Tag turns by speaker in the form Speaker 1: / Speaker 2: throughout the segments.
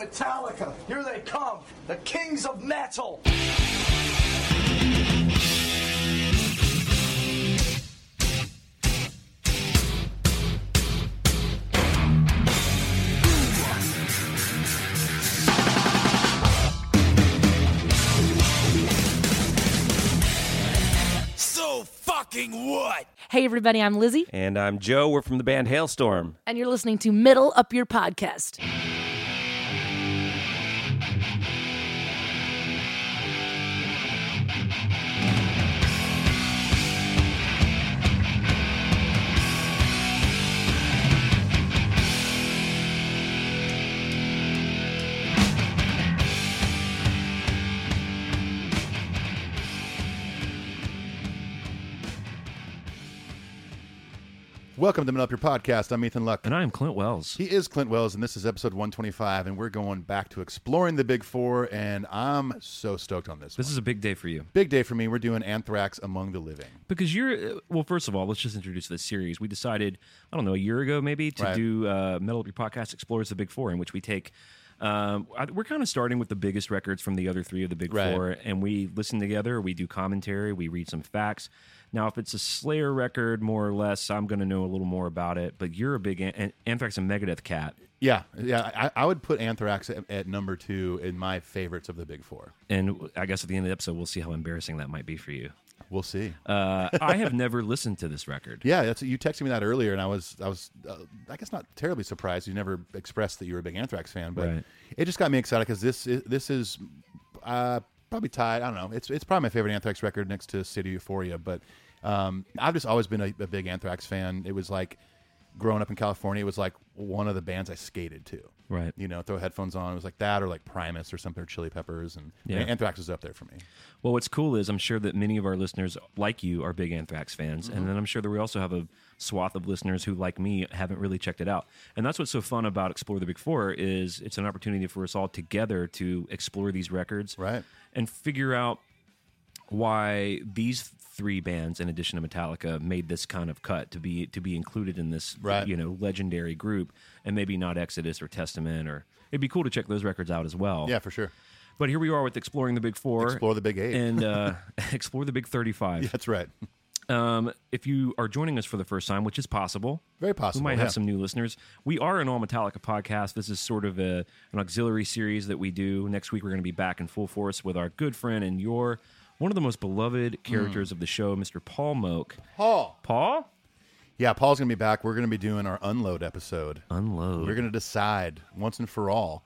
Speaker 1: Metallica, here they come, the kings of metal.
Speaker 2: So fucking what?
Speaker 3: Hey, everybody, I'm Lizzie,
Speaker 4: And I'm Joe. We're from the band Hailstorm.
Speaker 3: and you're listening to Middle Up Your Podcast.
Speaker 5: Welcome to Middle Up Your Podcast. I'm Ethan Luck.
Speaker 4: And I'm Clint Wells.
Speaker 5: He is Clint Wells, and this is episode 125, and we're going back to exploring the Big Four, and I'm so stoked on this.
Speaker 4: This
Speaker 5: one.
Speaker 4: is a big day for you
Speaker 5: Big day for me. We're doing Anthrax Among the Living.
Speaker 4: because you're, uh, well, first of all, let's just introduce this series. We decided, I don't know, a year ago maybe, to
Speaker 5: Right.
Speaker 4: do uh, Metal Up Your Podcast Explores the Big Four, in which we take. Um, I- we're kind of starting with the biggest records from the other three of the big
Speaker 5: Right.
Speaker 4: four, and we listen together. We do commentary. We read some facts. Now, if it's a Slayer record, more or less, I'm going to know a little more about it. But you're a big an- an- Anthrax and Megadeth cat,
Speaker 5: Yeah, yeah. I, I would put Anthrax at, at number two in my favorites of the Big Four.
Speaker 4: and I guess at the end of the episode, we'll see how embarrassing that might be for you.
Speaker 5: We'll see.
Speaker 4: Uh, I have never listened to this record.
Speaker 5: yeah, that's you texted me that earlier, and I was, I was, uh, I guess not terribly surprised. You never expressed that you were a big Anthrax fan, but
Speaker 4: Right.
Speaker 5: it just got me excited because this, is, this is uh, probably tied. I don't know. It's, it's probably my favorite Anthrax record next to City Euphoria, but um, I've just always been a, a big Anthrax fan. It was like growing up in California, it was like one of the bands I skated to.
Speaker 4: Right.
Speaker 5: You know, throw headphones on. It was like that, or like Primus or something, or Chili Peppers, and
Speaker 4: Yeah.
Speaker 5: Anthrax was up there for me.
Speaker 4: Well, what's cool is I'm sure that many of our listeners, like you, are big Anthrax fans,
Speaker 5: Mm-hmm.
Speaker 4: and then I'm sure that we also have a swath of listeners who, like me, haven't really checked it out. And that's what's so fun about Explore the Big Four is it's an opportunity for us all together to explore these records,
Speaker 5: Right.
Speaker 4: and figure out why these three bands, in addition to Metallica, made this kind of cut to be to be included in this
Speaker 5: Right.
Speaker 4: you know legendary group, and maybe not Exodus or Testament or. It'd be cool to check those records out as well.
Speaker 5: Yeah, for sure.
Speaker 4: But here we are with exploring the big four,
Speaker 5: Explore the Big Eight.
Speaker 4: and uh, explore the big thirty-five.
Speaker 5: That's right.
Speaker 4: Um, if you are joining us for the first time, which is possible,
Speaker 5: Very possible.
Speaker 4: we might have
Speaker 5: yeah.
Speaker 4: some new listeners. We are an all Metallica podcast. This is sort of a, an auxiliary series that we do. Next week, we're going to be back in full force with our good friend and your one of the most beloved characters of the show, Mr. Paul Moak.
Speaker 5: Mm. Paul.
Speaker 4: Paul,
Speaker 5: Yeah, Paul's going to be back. We're going to be doing our unload episode.
Speaker 4: unload.
Speaker 5: We're going to decide once and for all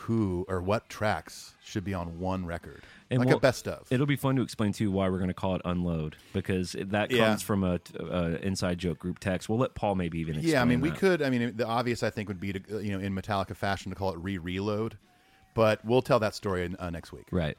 Speaker 5: who or what tracks should be on one record,
Speaker 4: And
Speaker 5: like
Speaker 4: we'll-
Speaker 5: a best of.
Speaker 4: It'll be fun to explain too why we're going to call it unload because that comes
Speaker 5: Yeah.
Speaker 4: from a, a inside joke group text. We'll let Paul maybe even. Explain
Speaker 5: yeah, I mean, we
Speaker 4: that.
Speaker 5: could. I mean, the obvious I think would be to uh, you know in Metallica fashion to call it re-reload, but we'll tell that story in, uh, next week.
Speaker 4: Right.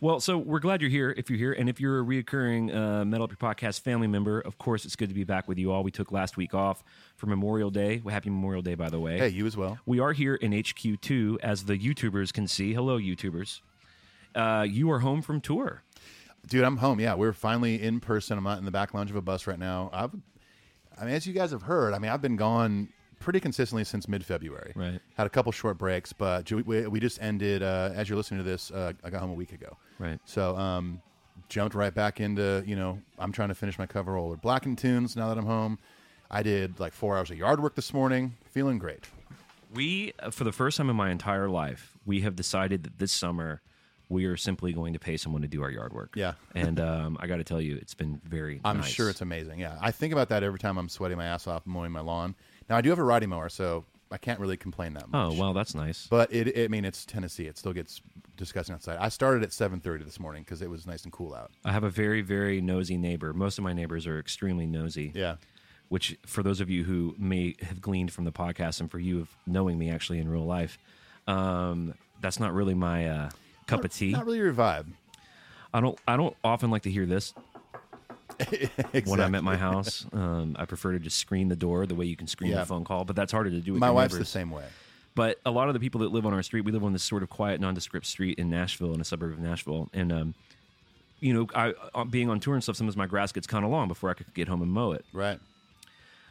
Speaker 4: Well, so we're glad you're here. If you're here, and if you're a reoccurring uh, Metal Up Your Podcast family member, of course, it's good to be back with you all. We took last week off for Memorial Day. Well, happy Memorial Day, by the way.
Speaker 5: Hey, you as well.
Speaker 4: We are here in HQ2, as the YouTubers can see. Hello, YouTubers. Uh, you are home from tour.
Speaker 5: Dude, I'm home. Yeah, we're finally in person. I'm not in the back lounge of a bus right now. I've, I mean, as you guys have heard, I mean, I've been gone pretty consistently since mid-February.
Speaker 4: Right.
Speaker 5: Had a couple short breaks, but ju- we, we just ended. Uh, as you're listening to this, uh, I got home a week ago.
Speaker 4: Right.
Speaker 5: So, um, jumped right back into you know, I'm trying to finish my cover roll with Blackened Tunes. Now that I'm home, I did like four hours of yard work this morning. Feeling great.
Speaker 4: We, uh, for the first time in my entire life, we have decided that this summer we are simply going to pay someone to do our yard work.
Speaker 5: Yeah.
Speaker 4: and um, I got to tell you, it's been very.
Speaker 5: I'm
Speaker 4: nice.
Speaker 5: sure it's amazing. Yeah, I think about that every time I'm sweating my ass off mowing my lawn. Now I do have a riding mower, so I can't really complain that much.
Speaker 4: Oh well, that's nice.
Speaker 5: But it, it, I mean, it's Tennessee. It still gets disgusting outside. I started at seven thirty this morning because it was nice and cool out.
Speaker 4: I have a very, very nosy neighbor. Most of my neighbors are extremely nosy.
Speaker 5: Yeah,
Speaker 4: Which, for those of you who may have gleaned from the podcast, and for you of knowing me actually in real life, um, that's not really my uh, cup of tea.
Speaker 5: not really your vibe.
Speaker 4: I don't. I don't often like to hear this
Speaker 5: Exactly.
Speaker 4: when I'm at my house. Um, I prefer to just screen the door the way you can screen
Speaker 5: Yeah.
Speaker 4: a phone call, but that's harder to do. With
Speaker 5: my
Speaker 4: your
Speaker 5: wife's the
Speaker 4: neighbors.
Speaker 5: same way.
Speaker 4: But a lot of the people that live on our street, we live on this sort of quiet, nondescript street in Nashville, in a suburb of Nashville, and um, you know, I, uh, being on tour and stuff, sometimes my grass gets kind of long before I could get home and mow it.
Speaker 5: Right.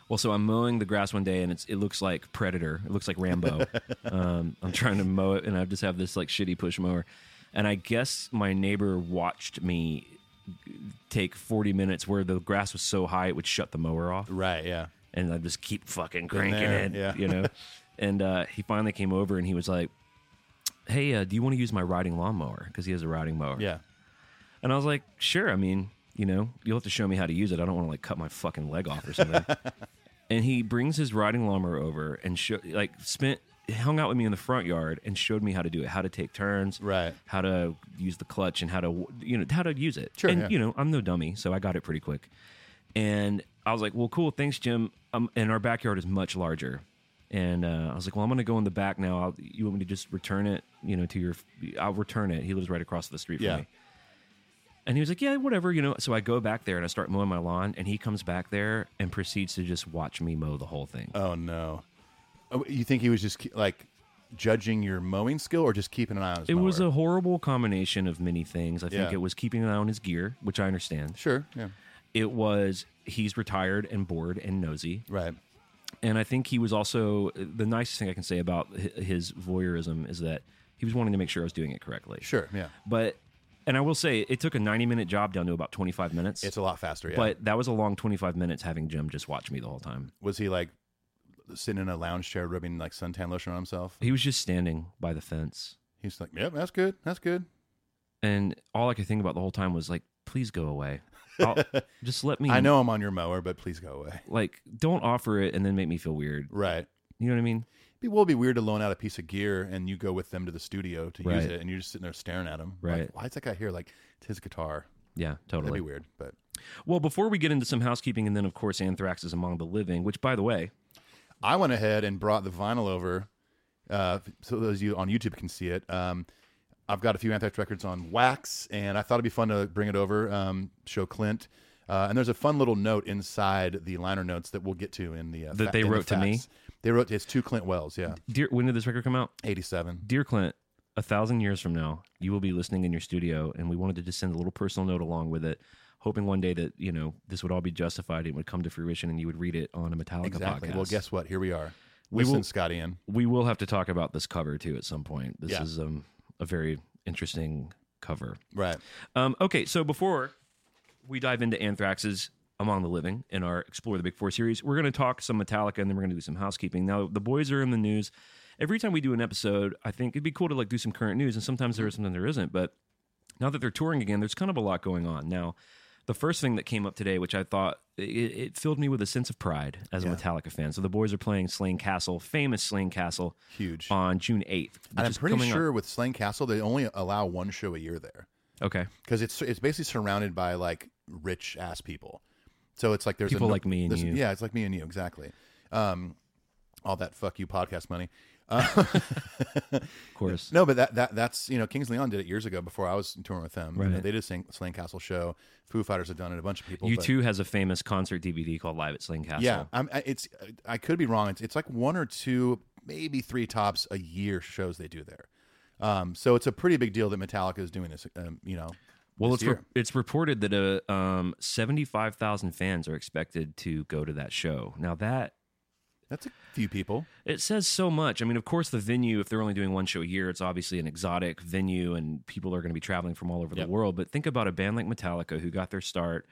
Speaker 4: Well, so I'm mowing the grass one day, and it's it looks like Predator. It looks like Rambo. um, I'm trying to mow it, and I just have this like shitty push mower. And I guess my neighbor watched me take 40 minutes where the grass was so high it would shut the mower off
Speaker 5: Right. Yeah.
Speaker 4: and I just keep fucking cranking
Speaker 5: there,
Speaker 4: it,
Speaker 5: yeah.
Speaker 4: you know. and uh, he finally came over and he was like, "Hey, uh, do you want to use my riding lawnmower? Because he has a riding mower."
Speaker 5: Yeah.
Speaker 4: And I was like, "Sure. I mean, you know, you'll have to show me how to use it. I don't want to like cut my fucking leg off or something." and he brings his riding lawnmower over and show, like spent hung out with me in the front yard and showed me how to do it, how to take turns,
Speaker 5: Right.
Speaker 4: How to use the clutch and how to you know how to use it.
Speaker 5: Sure,
Speaker 4: And
Speaker 5: yeah.
Speaker 4: you know, I'm no dummy, so I got it pretty quick. And I was like, "Well, cool, thanks, Jim." Um, and our backyard is much larger. And uh, I was like, "Well, I'm going to go in the back now. I'll, you want me to just return it? You know, to your? I'll return it. He lives right across the street from
Speaker 5: Yeah.
Speaker 4: me." And he was like, "Yeah, whatever, you know." So I go back there and I start mowing my lawn, and he comes back there and proceeds to just watch me mow the whole thing.
Speaker 5: Oh no. Oh, You think he was just ke- like judging your mowing skill, or just keeping an eye on his?
Speaker 4: it was
Speaker 5: mower?
Speaker 4: a horrible combination of many things. I think
Speaker 5: Yeah.
Speaker 4: it was keeping an eye on his gear, which I understand.
Speaker 5: sure. Yeah.
Speaker 4: It was he's retired and bored and nosy,
Speaker 5: Right.
Speaker 4: and I think he was also the nicest thing I can say about hi- his voyeurism is that he was wanting to make sure I was doing it correctly.
Speaker 5: Sure. Yeah.
Speaker 4: but and I will say it took a ninety-minute job down to about twenty-five minutes.
Speaker 5: It's a lot faster. Yeah.
Speaker 4: but that was a long twenty-five minutes having Jim just watch me the whole time.
Speaker 5: was he like sitting in a lounge chair rubbing like suntan lotion on himself?
Speaker 4: He was just standing by the fence.
Speaker 5: He's like, "Yep, that's good. That's good."
Speaker 4: And all I could think about the whole time was like, please go away. I'll, just let me.
Speaker 5: I know I'm on your mower, but please go away.
Speaker 4: Like, don't offer it and then make me feel weird.
Speaker 5: Right.
Speaker 4: You know what I mean?
Speaker 5: It will be weird to loan out a piece of gear and you go with them to the studio to use
Speaker 4: Right.
Speaker 5: it, and you're just sitting there staring at him.
Speaker 4: Right.
Speaker 5: Like, Why is that guy here? Like, it's his guitar.
Speaker 4: Yeah,
Speaker 5: That'd
Speaker 4: totally.
Speaker 5: be weird, but
Speaker 4: Well, before we get into some housekeeping, and then of course Anthrax is among the living, which by the way,
Speaker 5: I went ahead and brought the vinyl over, uh, so those of you on YouTube can see it. Um, I've got a few Anthrax records on wax, and I thought it'd be fun to bring it over, um, show Clint. Uh, and there's a fun little note inside the liner notes that we'll get to in the uh,
Speaker 4: That they
Speaker 5: in the
Speaker 4: wrote to me?
Speaker 5: facts. They wrote it's to Clint Wells, yeah,
Speaker 4: dear, when did this record come out?
Speaker 5: eighty seven.
Speaker 4: Dear Clint, a thousand years from now, you will be listening in your studio, and we wanted to just send a little personal note along with it, hoping one day that you know this would all be justified and would come to fruition, and you would read it on a Metallica
Speaker 5: Exactly.
Speaker 4: podcast.
Speaker 5: Well, guess what? Here we are.
Speaker 4: We
Speaker 5: Listen,
Speaker 4: will-
Speaker 5: Scotty, in
Speaker 4: we will have to talk about this cover too at some point. This
Speaker 5: Yeah.
Speaker 4: is um, a very interesting cover.
Speaker 5: right.
Speaker 4: Um, okay, so before we dive into Anthrax's Among the Living in our Explore the Big Four series, we're going to talk some Metallica and then we're going to do some housekeeping. Now, the boys are in the news. Every time we do an episode, I think it'd be cool to like do some current news, and sometimes there is, sometimes there isn't. But now that they're touring again, there's kind of a lot going on. Now, the first thing that came up today, which I thought it, it filled me with a sense of pride as a Metallica fan. So the boys are playing Slaying Castle, famous Slaying Castle,
Speaker 5: Huge.
Speaker 4: on June 8th. which
Speaker 5: And I'm
Speaker 4: is
Speaker 5: pretty
Speaker 4: coming up.
Speaker 5: sure with Slang Castle they only allow one show a year there.
Speaker 4: Okay,
Speaker 5: because it's it's basically surrounded by like rich ass people. So it's like there's
Speaker 4: People
Speaker 5: a,
Speaker 4: like me and
Speaker 5: there's-
Speaker 4: you.
Speaker 5: Yeah, it's like me and you exactly. Um, all that fuck you podcast money.
Speaker 4: of course.
Speaker 5: No, but that, that that's you know Kings Leon did it years ago before I was touring with them. You know,
Speaker 4: Right.
Speaker 5: they did a Sling, Slang Castle show. Foo Fighters have done it. A bunch of people.
Speaker 4: U
Speaker 5: but-
Speaker 4: two has a famous concert DVD called Live at Sling Castle.
Speaker 5: Yeah, I'm, I- it's I could be wrong. It's, it's like one or two, maybe three tops a year shows they do there. Um, so it's a pretty big deal that Metallica is doing this. Um, you know,
Speaker 4: Well,
Speaker 5: this
Speaker 4: it's
Speaker 5: year.
Speaker 4: re- it's reported that uh, um, seventy five thousand fans are expected to go to that show. Now that
Speaker 5: that's a few people.
Speaker 4: it says so much. I mean, of course, the venue. If they're only doing one show a year, it's obviously an exotic venue, and people are going to be traveling from all over
Speaker 5: Yep.
Speaker 4: the world. But think about a band like Metallica, who got their start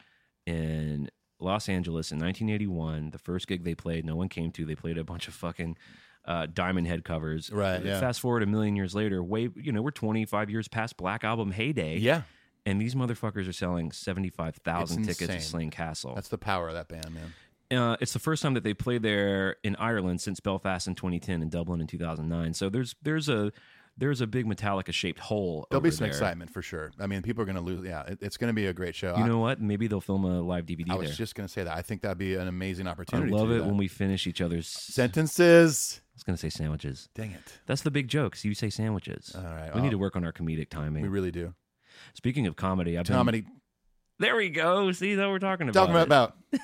Speaker 4: in Los Angeles in 1981. The first gig they played, no one came to. They played a bunch of fucking uh, Diamond Head covers.
Speaker 5: Right, yeah.
Speaker 4: Fast forward a million years later, way you know we're 25 years past Black Album heyday.
Speaker 5: Yeah,
Speaker 4: and these motherfuckers are selling 75,000
Speaker 5: It's
Speaker 4: tickets to
Speaker 5: insane.
Speaker 4: Sling Castle.
Speaker 5: that's the power of that band, man.
Speaker 4: uh, it's the first time that they played there in Ireland since Belfast in 2010 and Dublin in 2009. So there's there's a there's a big Metallica shaped hole.
Speaker 5: There'll be
Speaker 4: over
Speaker 5: some
Speaker 4: there.
Speaker 5: excitement for sure. I mean, people are going to lose. Yeah, it, it's going to be a great show.
Speaker 4: You
Speaker 5: I,
Speaker 4: know what? Maybe they'll film a live DVD
Speaker 5: I
Speaker 4: there.
Speaker 5: was just going to say that. I think that'd be an amazing
Speaker 4: I
Speaker 5: opportunity.
Speaker 4: love
Speaker 5: to do
Speaker 4: it
Speaker 5: that.
Speaker 4: when we finish each other's. I
Speaker 5: sentences.
Speaker 4: was gonna say sandwiches.
Speaker 5: Dang it,
Speaker 4: That's the big joke. So you say sandwiches. All
Speaker 5: right,
Speaker 4: We need to work on our comedic timing.
Speaker 5: we really do.
Speaker 4: Speaking of comedy, I've been-
Speaker 5: Comedy
Speaker 4: There we go. See, now we're talking about.
Speaker 5: talking
Speaker 4: it.
Speaker 5: about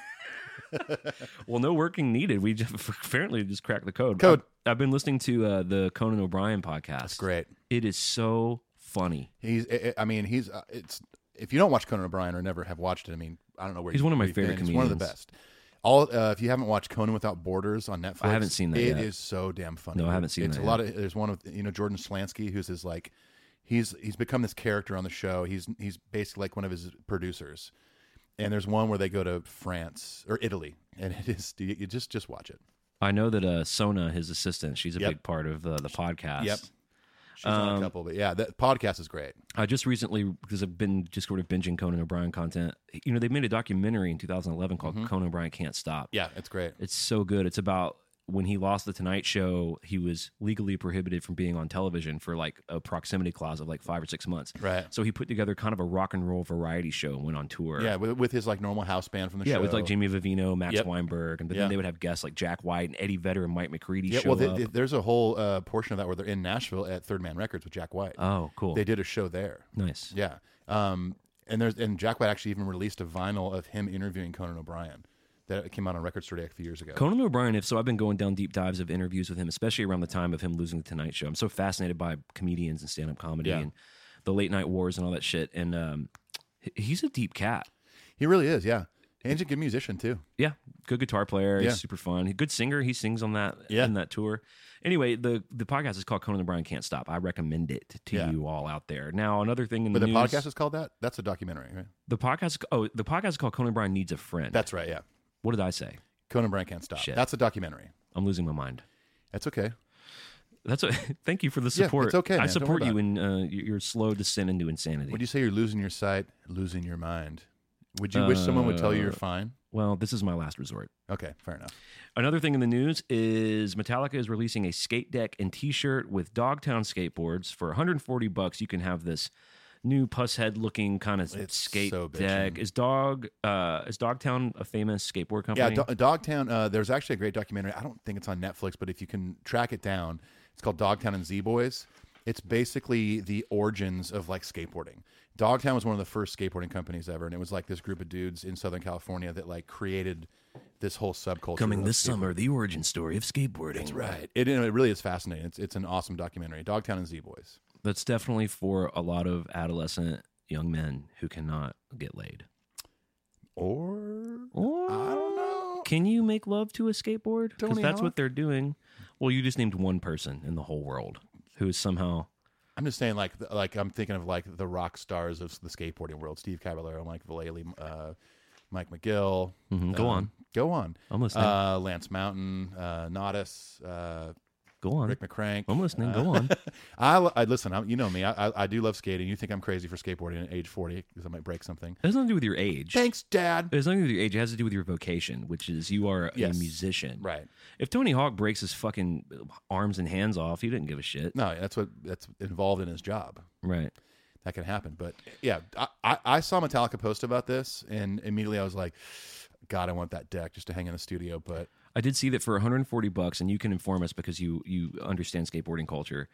Speaker 4: Well, no working needed. We just, apparently just cracked the code.
Speaker 5: Code.
Speaker 4: I've, I've been listening to uh, the Conan O'Brien podcast. That's
Speaker 5: great.
Speaker 4: It is so funny.
Speaker 5: He's. I- I I mean, he's. uh, It's. If you don't watch Conan O'Brien or never have watched it, I mean, I don't know where
Speaker 4: He's
Speaker 5: you-
Speaker 4: one of my
Speaker 5: where you've
Speaker 4: favorite
Speaker 5: been. He's one of the
Speaker 4: comedians.
Speaker 5: best. All uh, if you haven't watched Conan Without Borders on Netflix,
Speaker 4: I haven't seen that
Speaker 5: It is
Speaker 4: yet.
Speaker 5: so damn funny.
Speaker 4: No, I haven't seen
Speaker 5: It's
Speaker 4: that
Speaker 5: a lot of there's one of you know Jordan Slansky who's his like he's he's become this character on the show. He's he's basically like one of his producers. And there's one where they go to France or Italy, and it is you you just just watch it.
Speaker 4: I know that uh, Sona, his assistant, she's a
Speaker 5: Yep.
Speaker 4: big part of uh, the podcast.
Speaker 5: Yep. She's
Speaker 4: Um,
Speaker 5: on a couple, but yeah, that podcast is great.
Speaker 4: I just recently, because I've been just sort of binging Conan O'Brien content, you know, they made a documentary in 2011 called Conan O'Brien Can't Stop.
Speaker 5: Mm-hmm. Yeah, it's great.
Speaker 4: It's so good. It's about when he lost the Tonight Show, he was legally prohibited from being on television for like a proximity clause of like five or six months.
Speaker 5: Right.
Speaker 4: So he put together kind of a rock and roll variety show and went on tour.
Speaker 5: Yeah, with, with his like normal house band from the
Speaker 4: Yeah,
Speaker 5: show.
Speaker 4: with like Jamie Vivino, Max
Speaker 5: Yep.
Speaker 4: Weinberg, and but then
Speaker 5: Yeah.
Speaker 4: they would have guests like Jack White and Eddie Vedder and Mike McCready
Speaker 5: Yeah,
Speaker 4: show
Speaker 5: well, th
Speaker 4: up.
Speaker 5: th there's a whole uh, portion of that where they're in Nashville at Third Man Records with Jack White.
Speaker 4: oh, cool.
Speaker 5: They did a show there.
Speaker 4: nice.
Speaker 5: Yeah, um, and there's and Jack White actually even released a vinyl of him interviewing Conan O'Brien that came out on Record Store Day a few years ago.
Speaker 4: Conan O'Brien, if so, I've been going down deep dives of interviews with him, especially around the time of him losing the Tonight Show. I'm so fascinated by comedians and stand up comedy
Speaker 5: Yeah.
Speaker 4: and the late night wars and all that shit. And um, h- he's a deep cat.
Speaker 5: he really is. Yeah, and he's a good musician too.
Speaker 4: Yeah, good guitar player.
Speaker 5: Yeah.
Speaker 4: He's super fun. Good singer. He sings on that
Speaker 5: Yeah.
Speaker 4: in that tour. Anyway, the the podcast is called Conan O'Brien Can't Stop. I recommend it to
Speaker 5: Yeah.
Speaker 4: you all out there. Now, another thing in the
Speaker 5: But the
Speaker 4: news,
Speaker 5: podcast is called that. That's a documentary, right?
Speaker 4: the podcast oh the podcast is called Conan O'Brien Needs a Friend.
Speaker 5: That's right. Yeah,
Speaker 4: what did I say?
Speaker 5: Conan O'Brien can't stop.
Speaker 4: Shit.
Speaker 5: That's a documentary.
Speaker 4: I'm losing my mind.
Speaker 5: That's okay.
Speaker 4: That's a, thank you for the
Speaker 5: Yeah,
Speaker 4: support.
Speaker 5: it's okay,
Speaker 4: I
Speaker 5: man. Don't
Speaker 4: support
Speaker 5: worry
Speaker 4: you in uh, y- your slow descent into insanity.
Speaker 5: Would you say you're losing your sight, losing your mind? Would you wish someone would tell you you're
Speaker 4: Uh,
Speaker 5: fine?
Speaker 4: well, this is my last resort.
Speaker 5: Okay, fair enough.
Speaker 4: Another thing in the news is Metallica is releasing a skate deck and T-shirt with Dogtown skateboards for 140 bucks. You can have this new puss head looking kind of
Speaker 5: It's
Speaker 4: skate
Speaker 5: so bitchin'.
Speaker 4: deck. Is Dog uh, is Dogtown a famous skateboard company?
Speaker 5: Yeah, Do- Dogtown. Uh, there's actually a great documentary. I don't think it's on Netflix, but if you can track it down, it's called Dogtown and Z Boys. It's basically the origins of like skateboarding. Dogtown was one of the first skateboarding companies ever, and it was like this group of dudes in Southern California that like created this whole subculture.
Speaker 4: Coming
Speaker 5: of
Speaker 4: this
Speaker 5: skateboarding.
Speaker 4: summer, the origin story of skateboarding. That's
Speaker 5: right? It, it really is fascinating. It's it's an awesome documentary. Dogtown and Z Boys.
Speaker 4: That's definitely for a lot of adolescent young men who cannot get laid.
Speaker 5: Or
Speaker 4: Or
Speaker 5: I don't know.
Speaker 4: Can you make love to a skateboard? Because
Speaker 5: Tony
Speaker 4: that's what
Speaker 5: Hawk?
Speaker 4: they're doing. Well, you just named one person in the whole world who is somehow.
Speaker 5: I'm just saying, like, the- like I'm thinking of like the rock stars of the skateboarding world: Steve Caballero, Mike Vallely, uh, Mike McGill.
Speaker 4: Mhm, go
Speaker 5: um,
Speaker 4: on.
Speaker 5: go on.
Speaker 4: I'm listening.
Speaker 5: Uh, Lance Mountain, uh, Nodis, uh,
Speaker 4: Go on.
Speaker 5: Rick McCrank.
Speaker 4: I'm listening. Go on.
Speaker 5: I, I listen. I'm, you know me. I, I, I do love skating. You think I'm crazy for skateboarding at age 40 because I might break something.
Speaker 4: It has nothing to do with your age.
Speaker 5: Thanks, Dad.
Speaker 4: it has nothing to do with your age. It has to do with your vocation, which is you are
Speaker 5: Yes.
Speaker 4: a musician.
Speaker 5: Right.
Speaker 4: If Tony Hawk breaks his fucking arms and hands off, he didn't give a shit.
Speaker 5: No, that's what that's involved in his job.
Speaker 4: Right.
Speaker 5: that can happen. But yeah, I, I, I saw Metallica post about this, and immediately I was like, God, I want that deck just to hang in the studio. But
Speaker 4: I did see that for 140 bucks, and you can inform us because you you understand skateboarding culture.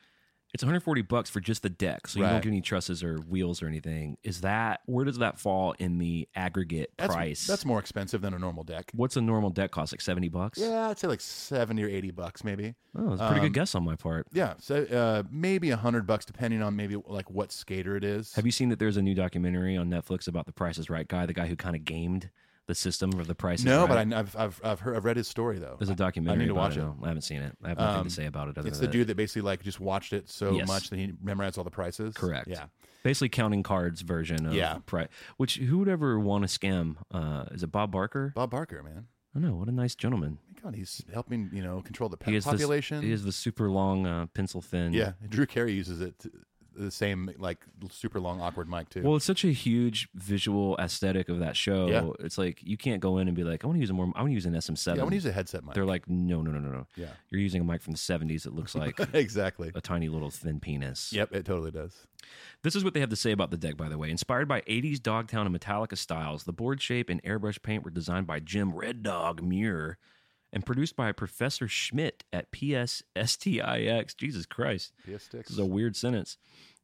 Speaker 4: It's 140 bucks for just the deck, so you don't
Speaker 5: Right.
Speaker 4: get any trusses or wheels or anything. Is that where does that fall in the aggregate
Speaker 5: that's,
Speaker 4: price?
Speaker 5: that's more expensive than a normal deck.
Speaker 4: what's a normal deck cost? Like 70 bucks?
Speaker 5: Yeah, I'd say like seventy or eighty bucks, maybe.
Speaker 4: Oh, that's a pretty good guess on my part.
Speaker 5: Yeah, so uh, maybe a hundred bucks, depending on maybe like what skater it is.
Speaker 4: Have you seen that there's a new documentary on Netflix about the Price is Right guy, the guy who kind of gamed the system of the Price
Speaker 5: no,
Speaker 4: is Right?
Speaker 5: but I, I've I've I've, heard, I've read his story though.
Speaker 4: There's a documentary.
Speaker 5: I need to
Speaker 4: about
Speaker 5: watch it. Um,
Speaker 4: now. I haven't seen it. I have nothing to say about it. Other
Speaker 5: It's the
Speaker 4: than that.
Speaker 5: dude that basically like just watched it so
Speaker 4: Yes.
Speaker 5: much that he memorized all the prices.
Speaker 4: Correct.
Speaker 5: Yeah.
Speaker 4: Basically, counting cards version of
Speaker 5: Yeah.
Speaker 4: pri- which who would ever want to scam? Uh, is it Bob Barker?
Speaker 5: Bob Barker, man.
Speaker 4: I don't know. What a nice gentleman.
Speaker 5: God, he's helping you know control the
Speaker 4: He
Speaker 5: pet
Speaker 4: is this-
Speaker 5: population.
Speaker 4: he is the super long uh, pencil thin.
Speaker 5: Yeah, Drew Carey uses it t- the same like super long awkward mic too.
Speaker 4: Well, it's such a huge visual aesthetic of that show.
Speaker 5: Yeah.
Speaker 4: It's like you can't go in and be like, I want to use a more. I want to use an SM7.
Speaker 5: yeah, when he's a headset mic,
Speaker 4: um, They're like, no, no, no, no, no.
Speaker 5: Yeah.
Speaker 4: You're using a mic from the 70s that looks like
Speaker 5: exactly.
Speaker 4: a tiny little thin penis.
Speaker 5: Yep, it totally does.
Speaker 4: This is what they have to say about the deck, by the way. Inspired by 80s Dogtown and Metallica styles, the board shape and airbrush paint were designed by Jim Red Dog Muir and produced by Professor Schmidt at PSSTIX. Jesus Christ.
Speaker 5: PS sticks.
Speaker 4: This is a weird sentence.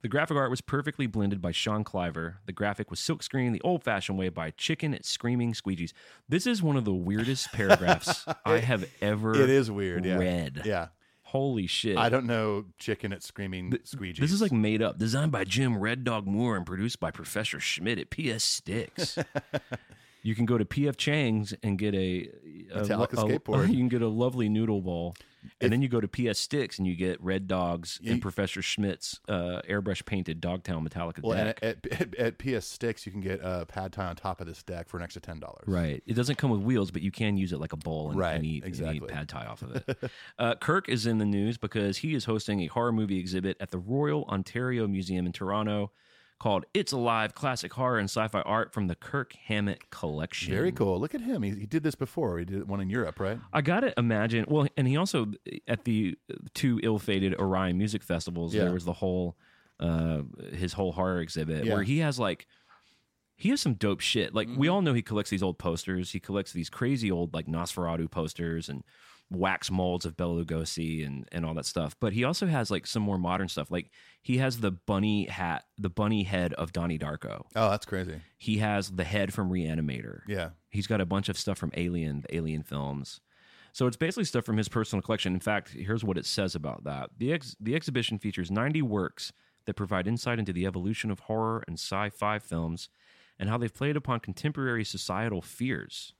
Speaker 4: The graphic art was perfectly blended by Sean Cliver. The graphic was silkscreen the old fashioned way by Chicken at Screaming Squeegees. This is one of the weirdest paragraphs I have ever
Speaker 5: It is weird. Yeah.
Speaker 4: read.
Speaker 5: Yeah.
Speaker 4: Holy shit.
Speaker 5: I don't know chicken at screaming squeegee.
Speaker 4: This is like made up, designed by Jim Red Dog Moore and produced by Professor Schmidt at PS Sticks. You can go to PF Chang's and get a, a
Speaker 5: Metallica
Speaker 4: lo- a-
Speaker 5: skateboard.
Speaker 4: you can get a lovely noodle ball, and then you go to PS Sticks and you get Red Dogs and Professor Schmidt's uh, airbrush painted Dogtown Metallica
Speaker 5: Well, and
Speaker 4: deck.
Speaker 5: at, at, at PS Sticks, you can get a pad thai on top of this deck for an extra ten dollars.
Speaker 4: Right. It doesn't come with wheels, but you can use it like a bowl and,
Speaker 5: Right,
Speaker 4: and eat, and
Speaker 5: exactly.
Speaker 4: eat pad thai off of it. uh, Kirk is in the news because he is hosting a horror movie exhibit at the Royal Ontario Museum in Toronto called It's Alive Classic Horror and Sci Fi Art from the Kirk Hammett Collection.
Speaker 5: Very cool. Look at him. He, he did this before. He did one in Europe, right?
Speaker 4: I gotta imagine. Well, and he also at the two ill-fated Orion music festivals,
Speaker 5: Yeah.
Speaker 4: there was the whole uh, his whole horror exhibit
Speaker 5: Yeah. Mm-hmm.
Speaker 4: where he has like he has some dope shit. Like we all know he collects these old posters. He collects these crazy old like Nosferatu posters and wax molds of Bela Lugosi and and all that stuff. But he also has like some more modern stuff. Like he has the bunny hat, the bunny head of Donnie Darko.
Speaker 5: Oh, that's crazy.
Speaker 4: He has the head from Reanimator.
Speaker 5: Yeah.
Speaker 4: He's got a bunch of stuff from Alien, the Alien films. So it's basically stuff from his personal collection. In fact, here's what it says about that. The ex- the exhibition features 90 works that provide insight into the evolution of horror and sci-fi films and how they've played upon contemporary societal fears.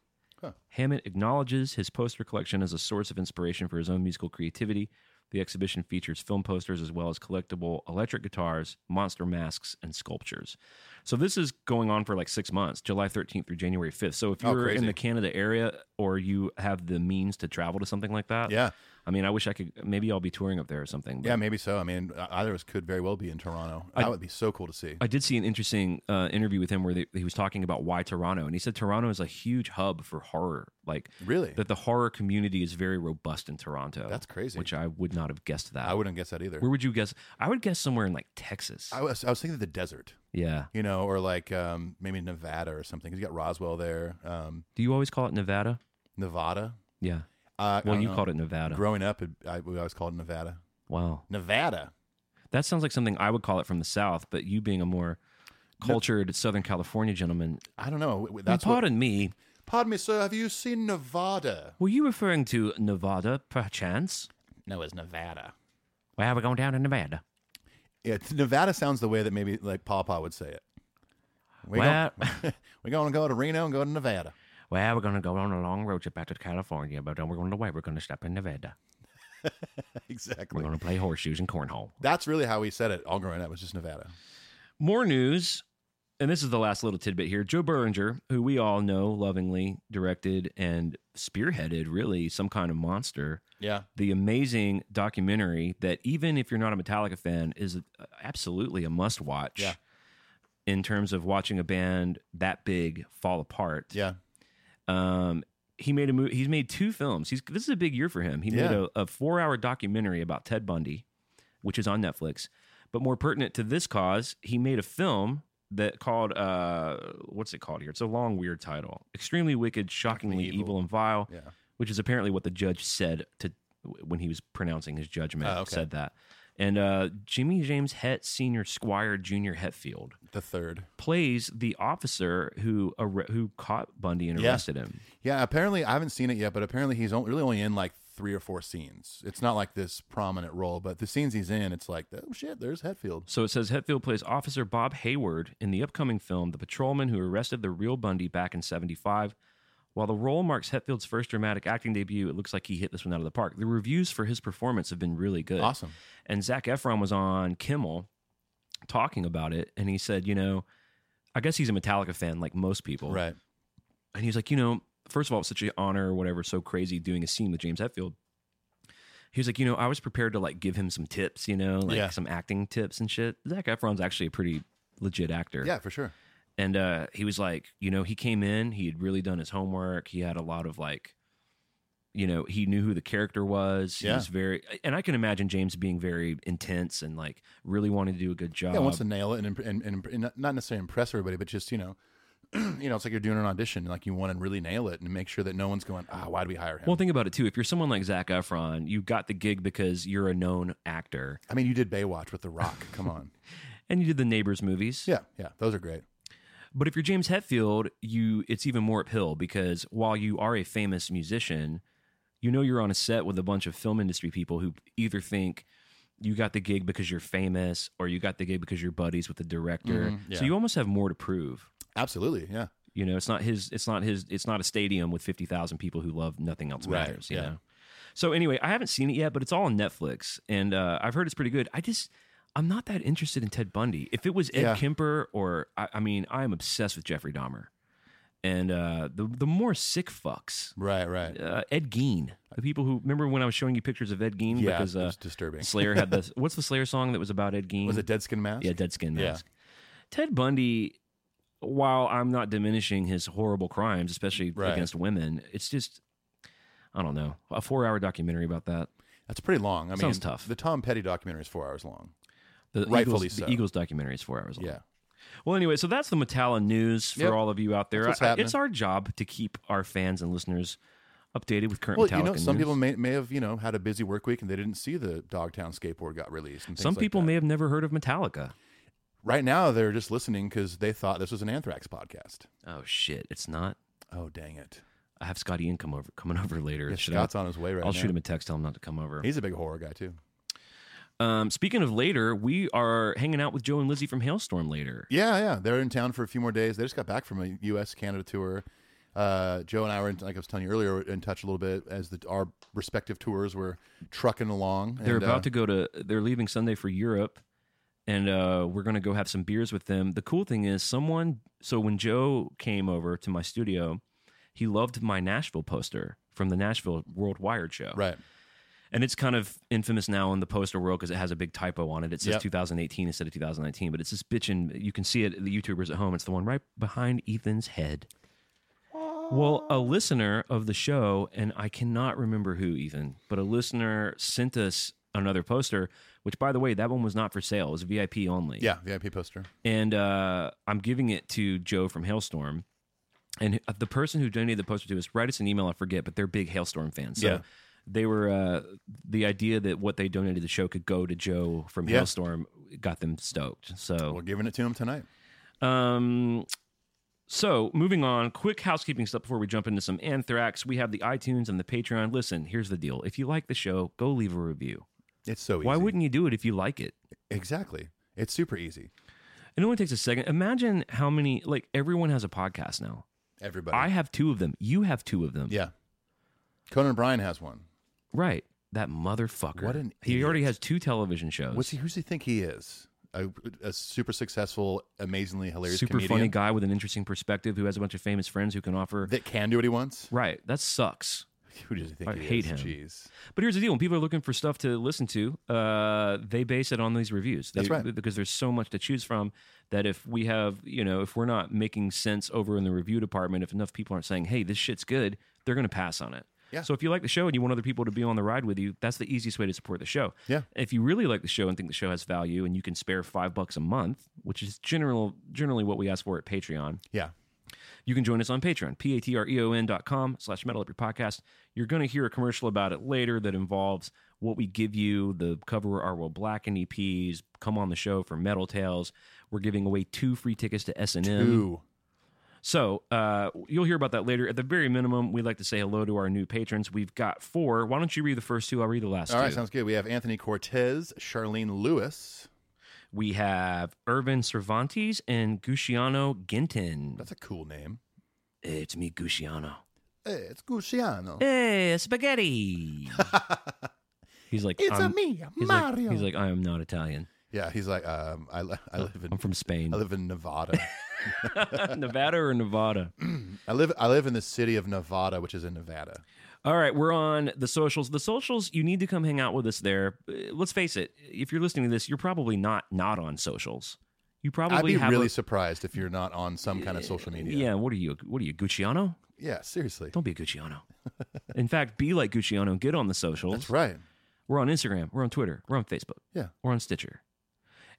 Speaker 4: Hammett acknowledges his poster collection as a source of inspiration for his own musical creativity. The exhibition features film posters as well as collectible electric guitars, monster masks, and sculptures. So this is going on for like six months, July 13th through January 5th. So if
Speaker 5: Oh,
Speaker 4: you're in
Speaker 5: crazy.
Speaker 4: the Canada area or you have the means to travel to something like that,
Speaker 5: Yeah.
Speaker 4: I mean, I wish I could. Maybe I'll be touring up there or something. but-
Speaker 5: Yeah, maybe so. I mean, e- either of us could very well be in Toronto. that would be so cool to see.
Speaker 4: I did see an interesting uh, interview with him where they, he was talking about why Toronto, and he said Toronto is a huge hub for horror. Like,
Speaker 5: Really?
Speaker 4: that the horror community is very robust in Toronto.
Speaker 5: That's crazy.
Speaker 4: Which I would not have guessed that.
Speaker 5: I wouldn't guess that either.
Speaker 4: Where would you guess? I would guess somewhere in like Texas.
Speaker 5: I was I was thinking the desert,
Speaker 4: yeah.
Speaker 5: you know, or like um, maybe Nevada or something. 'Cause You got Roswell there, um,
Speaker 4: Do you always call it Nevada?
Speaker 5: Nevada.
Speaker 4: Yeah.
Speaker 5: Uh, I
Speaker 4: Well,
Speaker 5: don't
Speaker 4: you
Speaker 5: know.
Speaker 4: called it Nevada.
Speaker 5: Growing up, it, I, we always called it Nevada.
Speaker 4: wow.
Speaker 5: Nevada.
Speaker 4: That sounds like something I would call it from the South, but you being a more cultured Southern California gentleman,
Speaker 5: I don't know. W- w- That's what,
Speaker 4: pardon me.
Speaker 5: pardon me, sir. Have you seen Nevada?
Speaker 4: Were you referring to Nevada, perchance?
Speaker 5: No, it's Nevada.
Speaker 4: Well, we're going down to Nevada.
Speaker 5: Yeah, t- Nevada sounds the way that maybe like Papa would say it. We
Speaker 4: Well-
Speaker 5: gon- we're going to go to Reno and go to Nevada.
Speaker 4: Well, we're going to go on a long road trip out to California, but then we're going to way. We're going to stop in Nevada.
Speaker 5: Exactly.
Speaker 4: to play horseshoes and cornhole.
Speaker 5: That's really how we said it all growing up was just Nevada.
Speaker 4: More news, and this is the last little tidbit here. Joe Berlinger, who we all know lovingly directed and spearheaded really some kind of monster,
Speaker 5: Yeah.
Speaker 4: the amazing documentary that even if you're not a Metallica fan is absolutely a must watch.
Speaker 5: Yeah.
Speaker 4: In terms of watching a band that big fall apart,
Speaker 5: Yeah.
Speaker 4: Um, he made a movie. He's made two films. He's this is a big year for him. He made
Speaker 5: Yeah.
Speaker 4: a, a four-hour documentary about Ted Bundy, which is on Netflix. But more pertinent to this cause, he made a film that called uh, what's it called here? It's a long, weird title: "Extremely Wicked, Shockingly
Speaker 5: Shockingly
Speaker 4: Evil.
Speaker 5: Evil.
Speaker 4: and Vile,"
Speaker 5: Yeah.
Speaker 4: which is apparently what the judge said to when he was pronouncing his judgment.
Speaker 5: Oh, okay.
Speaker 4: Said that. And uh, Jimmy James Het Senior Squire Junior Hetfield
Speaker 5: The third.
Speaker 4: plays the officer who arre- who caught Bundy and
Speaker 5: Yeah.
Speaker 4: arrested him.
Speaker 5: Yeah. Apparently, I haven't seen it yet, but apparently he's only, really only in like three or four scenes. It's not like this prominent role, but the scenes he's in, it's like, oh shit, there's Hetfield.
Speaker 4: So it says Hetfield plays Officer Bob Hayward in the upcoming film The Patrolman Who Arrested the Real Bundy back in 75. While the role marks Hetfield's first dramatic acting debut, it looks like he hit this one out of the park. The reviews for his performance have been really good.
Speaker 5: Awesome.
Speaker 4: And Zach Efron was on Kimmel talking about it, and he said, you know, I guess he's a Metallica fan like most people.
Speaker 5: Right.
Speaker 4: And he was like, you know, first of all, it's such an honor or whatever, so crazy doing a scene with James Hetfield. He was like, you know, I was prepared to like give him some tips, you know, like
Speaker 5: Yeah.
Speaker 4: some acting tips and shit. Zach Efron's actually a pretty legit actor.
Speaker 5: Yeah, for sure.
Speaker 4: And uh, he was like, you know, he came in, he had really done his homework. He had a lot of like, you know, he knew who the character was. He
Speaker 5: Yeah.
Speaker 4: was very, and I can imagine James being very intense and like really wanting to do a good job.
Speaker 5: Yeah, wants to nail it and, imp- and, and, and not necessarily impress everybody, but just you know, you know, it's like you're doing an audition, like you want to really nail it and make sure that no one's going, ah, why do we hire him?
Speaker 4: well, think about it too. If you're someone like Zach Efron, you got the gig because you're a known actor.
Speaker 5: I mean, you did Baywatch with The Rock. Come on,
Speaker 4: and you did the neighbors movies
Speaker 5: yeah, yeah, those are great.
Speaker 4: but if you're james hetfield you it's even more uphill because while you are a famous musician you know you're on a set with a bunch of film industry people who either think you got the gig because you're famous or you got the gig because you're buddies with the director
Speaker 5: Mhm, yeah.
Speaker 4: so you almost have more to prove
Speaker 5: Absolutely, yeah.
Speaker 4: You know, it's not his. It's not his. It's not a stadium with fifty thousand people who love nothing else
Speaker 5: Right,
Speaker 4: matters. You
Speaker 5: yeah.
Speaker 4: know. So anyway, I haven't seen it yet, but it's all on Netflix, and uh, I've heard it's pretty good. I just. I'm not that interested in Ted Bundy. If it was Ed
Speaker 5: Yeah.
Speaker 4: Kemper or I, I mean, I am obsessed with Jeffrey Dahmer, and uh, the the more sick fucks
Speaker 5: Right, right.
Speaker 4: uh, Ed Gein. The people who remember when I was showing you pictures of Ed Gein
Speaker 5: Yeah,
Speaker 4: because
Speaker 5: it
Speaker 4: uh,
Speaker 5: was disturbing.
Speaker 4: Slayer had this. What's the Slayer song that was about Ed Gein?
Speaker 5: Was it Dead Skin Mask?
Speaker 4: Yeah, Dead Skin
Speaker 5: Yeah.
Speaker 4: Mask. Ted Bundy. While I'm not diminishing his horrible crimes, especially
Speaker 5: Right.
Speaker 4: against women, it's just I don't know a four hour documentary about that.
Speaker 5: That's pretty long. I mean,
Speaker 4: Sounds tough.
Speaker 5: The Tom Petty documentary is four hours long.
Speaker 4: The
Speaker 5: Rightfully
Speaker 4: Eagles,
Speaker 5: so.
Speaker 4: The Eagles documentary is four hours long.
Speaker 5: Yeah.
Speaker 4: Well, anyway, so that's the Metallica news for
Speaker 5: Yep.
Speaker 4: all of you out there.
Speaker 5: That's what's
Speaker 4: I- I-
Speaker 5: happening.
Speaker 4: it's our job to keep our fans and listeners updated with current
Speaker 5: Well,
Speaker 4: Metallica
Speaker 5: you know, some
Speaker 4: news.
Speaker 5: people may, may have you know had a busy work week and they didn't see the Dogtown skateboard got released. And things
Speaker 4: some
Speaker 5: like
Speaker 4: people
Speaker 5: that.
Speaker 4: may have never heard of Metallica.
Speaker 5: right now they're just listening because they thought this was an Anthrax podcast.
Speaker 4: Oh shit, it's not.
Speaker 5: Oh dang it!
Speaker 4: I have Scotty in come over coming over later.
Speaker 5: Yeah,
Speaker 4: Should
Speaker 5: Scott's
Speaker 4: I,
Speaker 5: on his way right
Speaker 4: I'll
Speaker 5: now.
Speaker 4: shoot him a text, tell him not to come over.
Speaker 5: He's a big horror guy too.
Speaker 4: Um, speaking of later, we are hanging out with Joe and Lizzie from Hailstorm later.
Speaker 5: Yeah, yeah. They're in town for a few more days. They just got back from a U.S. Canada tour. Uh, Joe and I were, in, like I was telling you earlier, in touch a little bit as the, our respective tours were trucking along.
Speaker 4: They're
Speaker 5: And,
Speaker 4: about
Speaker 5: uh,
Speaker 4: to go to. They're leaving Sunday for Europe, and uh, we're going to go have some beers with them. The cool thing is, someone. So when Joe came over to my studio, he loved my Nashville poster from the Nashville World Wired show.
Speaker 5: right.
Speaker 4: and it's kind of infamous now in the poster world because it has a big typo on it. It says
Speaker 5: Yep.
Speaker 4: 2018 instead of 2019, but it's this bitchin'. You can see it. The YouTubers at home. It's the one right behind Ethan's head. Well, a listener of the show, and I cannot remember who, Ethan, but a listener sent us another poster. Which, by the way, that one was not for sale. It was VIP only
Speaker 5: Yeah, VIP poster.
Speaker 4: and uh, I'm giving it to Joe from Hailstorm. And the person who donated the poster to us, write us an email. I forget, but they're big Hailstorm fans. So
Speaker 5: Yeah.
Speaker 4: they were uh, the idea that what they donated to the show could go to Joe from
Speaker 5: Yeah.
Speaker 4: Hailstorm got them stoked.
Speaker 5: We're
Speaker 4: So,
Speaker 5: giving it to him tonight.
Speaker 4: um, so moving on, quick housekeeping stuff before we jump into some Anthrax. We have the iTunes and the Patreon. Listen, here's the deal: if you like the show, go leave a review.
Speaker 5: It's so easy.
Speaker 4: Why wouldn't you do it if you like it?
Speaker 5: exactly? It's super easy.
Speaker 4: It only takes a second. Imagine how many like everyone has a podcast now.
Speaker 5: Everybody.
Speaker 4: I have two of them. You have two of them.
Speaker 5: yeah. Conan O'Brien has one.
Speaker 4: Right. That motherfucker.
Speaker 5: What an
Speaker 4: He already
Speaker 5: idiot.
Speaker 4: has two television shows.
Speaker 5: What's he? Who's he think he is? A, a super successful, amazingly hilarious,
Speaker 4: Super
Speaker 5: comedian
Speaker 4: funny guy with an interesting perspective who has a bunch of famous friends who can offer.
Speaker 5: that can do what he wants.
Speaker 4: right. That sucks.
Speaker 5: Who does he think
Speaker 4: I
Speaker 5: he
Speaker 4: hate
Speaker 5: is?
Speaker 4: him.
Speaker 5: Jeez.
Speaker 4: But here's the deal: when people are looking for stuff to listen to, uh, they base it on these reviews. They-
Speaker 5: That's right.
Speaker 4: Because there's so much to choose from that if we have, you know, if we're not making sense over in the review department, if enough people aren't saying, "Hey, this shit's good," they're going to pass on it.
Speaker 5: Yeah.
Speaker 4: So if you like the show and you want other people to be on the ride with you, that's the easiest way to support the show.
Speaker 5: Yeah.
Speaker 4: If you really like the show and think the show has value, and you can spare five bucks a month, which is general generally what we ask for at Patreon,
Speaker 5: Yeah.
Speaker 4: you can join us on Patreon, P-A-T-R-E-O-N E dot com slash metal up your podcast. You're going to hear a commercial about it later that involves what we give you, the cover our Will Black and EPs, come on the show for Metal Tales. We're giving away two free tickets to S&M.
Speaker 5: Ooh.
Speaker 4: So uh, you'll hear about that later. At the very minimum, we'd like to say hello to our new patrons. We've got four. Why don't you read the first two? I'll read the last
Speaker 5: All
Speaker 4: two.
Speaker 5: right, sounds good. We have Anthony Cortez, Charlene Lewis.
Speaker 4: we have Irvin Cervantes and Gusciano Ginton.
Speaker 5: That's a cool name.
Speaker 4: Hey, it's me, Gusciano.
Speaker 5: Hey, Eh, it's Gusciano.
Speaker 4: Hey, spaghetti. he's like,
Speaker 5: It's a
Speaker 4: I'm-
Speaker 5: me,
Speaker 4: he's like-
Speaker 5: Mario.
Speaker 4: he's like, I am not Italian.
Speaker 5: Yeah, he's like, um, I, li- I live in
Speaker 4: I'm from Spain.
Speaker 5: I live in Nevada.
Speaker 4: Nevada or Nevada?
Speaker 5: I live I live in the city of Nevada, which is in Nevada.
Speaker 4: All right, we're on the socials. The socials, you need to come hang out with us there. Uh, Let's face it, if you're listening to this, you're probably not not on socials. You probably
Speaker 5: I'd be
Speaker 4: have
Speaker 5: really
Speaker 4: a,
Speaker 5: surprised if you're not on some kind of social media.
Speaker 4: yeah. What are you? What are you, Gucciano?
Speaker 5: Yeah, seriously.
Speaker 4: Don't be a Gucciano. In fact, be like Gucciano. Get on the socials.
Speaker 5: That's right.
Speaker 4: We're on Instagram. We're on Twitter. We're on Facebook.
Speaker 5: Yeah.
Speaker 4: We're on Stitcher.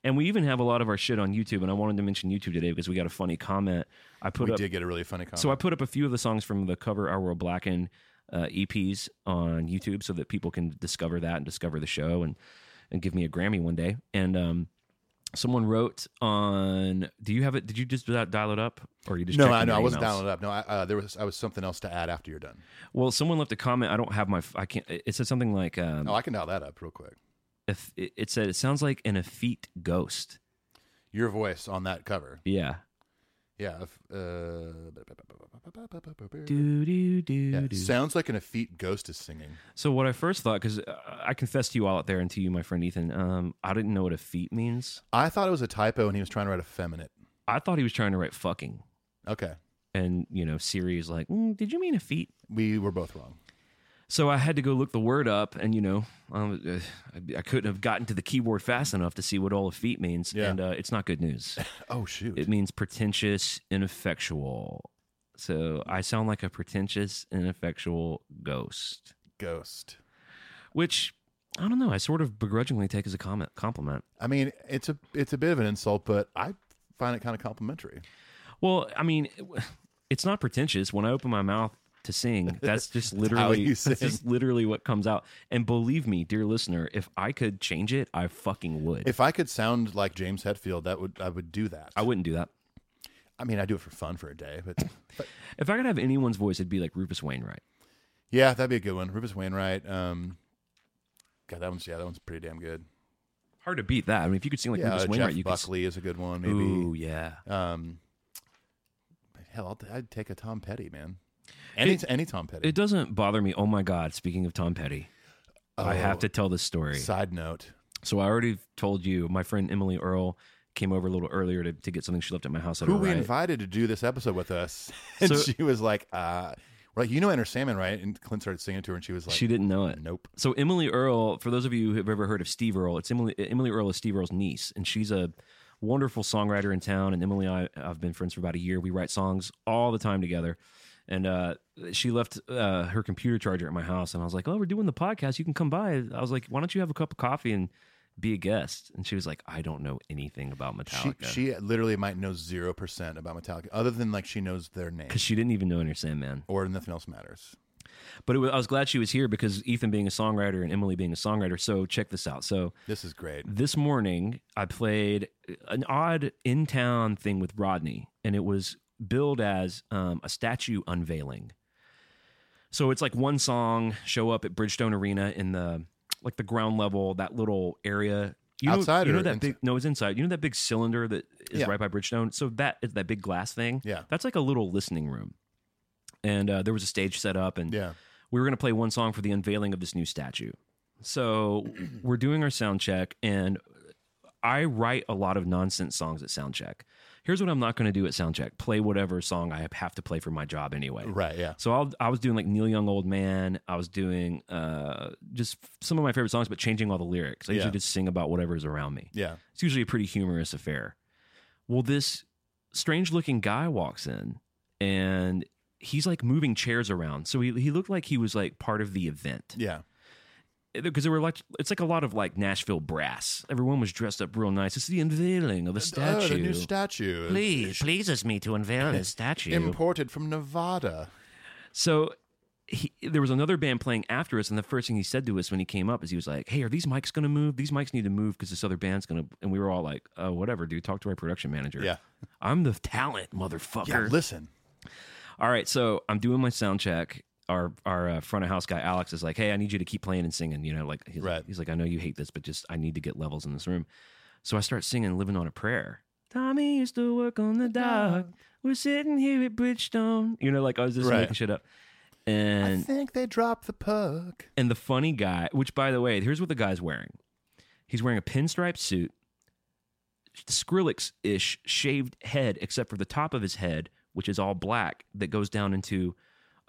Speaker 4: And we even have a lot of our shit on YouTube. And I wanted to mention YouTube today because we got a funny comment. I put
Speaker 5: We
Speaker 4: up
Speaker 5: did get a really funny comment.
Speaker 4: so I put up a few of the songs from the cover Our World Blackened uh, EPs on YouTube so that people can discover that and discover the show and and give me a Grammy one day. And um, someone wrote on, do you have it? Did you just di- dial it up or you just
Speaker 5: no,
Speaker 4: checking
Speaker 5: I know
Speaker 4: your
Speaker 5: I wasn't
Speaker 4: emails?
Speaker 5: downloaded up. No, I, uh, there was I was something else to add after you're done.
Speaker 4: Well, someone left a comment. I don't have my. f- I can't. It said something like, um,
Speaker 5: Oh, I can dial that up real quick.
Speaker 4: if, it it said it sounds like an effete ghost.
Speaker 5: Your voice on that cover.
Speaker 4: Yeah.
Speaker 5: Yeah. if, uh,
Speaker 4: Do, do, do,
Speaker 5: yeah,
Speaker 4: do.
Speaker 5: Sounds like an effete ghost is singing.
Speaker 4: So what I first thought, because I confess to you all out there and to you, my friend Ethan, um, I didn't know what effete means.
Speaker 5: I thought it was a typo and he was trying to write effeminate.
Speaker 4: I thought he was trying to write fucking,
Speaker 5: Okay.
Speaker 4: and you know, Siri is like, mm, "Did you mean effete?"
Speaker 5: We were both wrong.
Speaker 4: So I had to go look the word up, and you know, um, uh, I, I couldn't have gotten to the keyboard fast enough to see what all effete means,
Speaker 5: Yeah.
Speaker 4: and uh, it's not good news.
Speaker 5: Oh, shoot.
Speaker 4: it means pretentious, ineffectual. So I sound like a pretentious, ineffectual ghost,
Speaker 5: ghost.
Speaker 4: which I don't know. I sort of begrudgingly take as a comment compliment.
Speaker 5: I mean, it's a it's a bit of an insult, but I find it kind of complimentary.
Speaker 4: Well, I mean, it- it's not pretentious. When I open my mouth to sing, that's just literally
Speaker 5: you
Speaker 4: that's
Speaker 5: sing.
Speaker 4: just literally what comes out. And believe me, dear listener, if I could change it, I fucking would.
Speaker 5: If I could sound like James Hetfield, that would I would do that.
Speaker 4: I wouldn't do that.
Speaker 5: I mean, I do it for fun for a day, but
Speaker 4: If I could have anyone's voice, it'd be like Rufus Wainwright.
Speaker 5: yeah, that'd be a good one. Rufus Wainwright. Um, God, that one's yeah, that one's pretty damn good.
Speaker 4: Hard to beat that. I mean, if you could sing like
Speaker 5: Yeah,
Speaker 4: Rufus
Speaker 5: Jeff
Speaker 4: Wainwright, you
Speaker 5: Buckley is a good one.
Speaker 4: could.
Speaker 5: Maybe.
Speaker 4: Ooh, yeah.
Speaker 5: Um, hell, I'll, t- I'd take a Tom Petty, man. Any any Tom Petty.
Speaker 4: It doesn't bother me. Oh my God! Speaking of Tom Petty,
Speaker 5: Oh.
Speaker 4: I have to tell this story.
Speaker 5: Side note.
Speaker 4: So I already told you, my friend Emily Earl came over a little earlier to, to get something she left at my house. at
Speaker 5: who
Speaker 4: her
Speaker 5: we
Speaker 4: right.
Speaker 5: invited to do this episode with us, and
Speaker 4: So-
Speaker 5: she was like, uh, "We're like, you know, Enter Salmon, right?" And Clint started singing to her, and she was like,
Speaker 4: She didn't know it.
Speaker 5: Nope.
Speaker 4: So Emily Earl, for those of you who have ever heard of Steve Earle, it's Emily Emily Earl is Steve Earle's niece, and she's a wonderful songwriter in town. And Emily and I have been friends for about a year. We write songs all the time together. And uh, she left uh, her computer charger at my house, and I was like, "Oh, we're doing the podcast. You can come by." I was like, "Why don't you have a cup of coffee and be a guest?" And she was like, "I don't know anything about
Speaker 5: She,
Speaker 4: Metallica."
Speaker 5: she literally might know zero percent about Metallica, other than like she knows their name
Speaker 4: because she didn't even know Enter Sandman.
Speaker 5: or nothing else matters.
Speaker 4: But it was, I was glad she was here because Ethan being a songwriter and Emily being a songwriter. So check this out. So
Speaker 5: This is great.
Speaker 4: this morning I played an odd in town thing with Rodney, and it was billed as um, a statue unveiling. So it's like one song show up at Bridgestone Arena in the like the ground level, that little area. You know,
Speaker 5: Outside
Speaker 4: you know
Speaker 5: or
Speaker 4: that
Speaker 5: inside?
Speaker 4: big no, it's inside. You know that big cylinder that is
Speaker 5: Yeah.
Speaker 4: right by Bridgestone. So that is that big glass thing.
Speaker 5: Yeah.
Speaker 4: that's like a little listening room. And uh, there was a stage set up, and
Speaker 5: Yeah,
Speaker 4: we were going to play one song for the unveiling of this new statue. So we're doing our sound check, and I write a lot of nonsense songs at sound check. Here's what I'm not going to do at sound check: play whatever song I have to play for my job anyway.
Speaker 5: right. Yeah,
Speaker 4: So I'll, I was doing like Neil Young, Old Man. I was doing uh, just some of my favorite songs, but changing all the lyrics. I
Speaker 5: Yeah.
Speaker 4: usually just sing about whatever is around me.
Speaker 5: yeah.
Speaker 4: It's usually a pretty humorous affair. Well, this strange looking guy walks in and he's like moving chairs around. So he, he looked like he was like part of the event.
Speaker 5: Yeah.
Speaker 4: Because there were like, it's like a lot of like Nashville brass. Everyone was dressed up real nice. It's the unveiling of a statue.
Speaker 5: Oh, the new statue.
Speaker 4: Please, pleases me to unveil this statue.
Speaker 5: Imported from Nevada.
Speaker 4: So he, there was another band playing after us, and the first thing he said to us when he came up is he was like, "Hey, are these mics going to move? These mics need to move because this other band's going to." And we were all like, "Oh, whatever, dude. Talk to our production manager.
Speaker 5: Yeah.
Speaker 4: I'm the talent,
Speaker 5: Yeah,
Speaker 4: motherfucker.
Speaker 5: listen.
Speaker 4: all right, so I'm doing my sound check." Our our uh, front of house guy Alex is like, "Hey, I need you to keep playing and singing." You know, like he's,
Speaker 5: Right.
Speaker 4: he's like, "I know you hate this, but just I need to get levels in this room." So I start singing "Living on a Prayer." Tommy used to work on the dock. We're sitting here at Bridgestone. You know, like I was just
Speaker 5: Right.
Speaker 4: making shit up. And
Speaker 5: I think they dropped the puck.
Speaker 4: and the funny guy, which by the way, here's what the guy's wearing. He's wearing a pinstripe suit, Skrillex ish shaved head, except for the top of his head, which is all black, that goes down into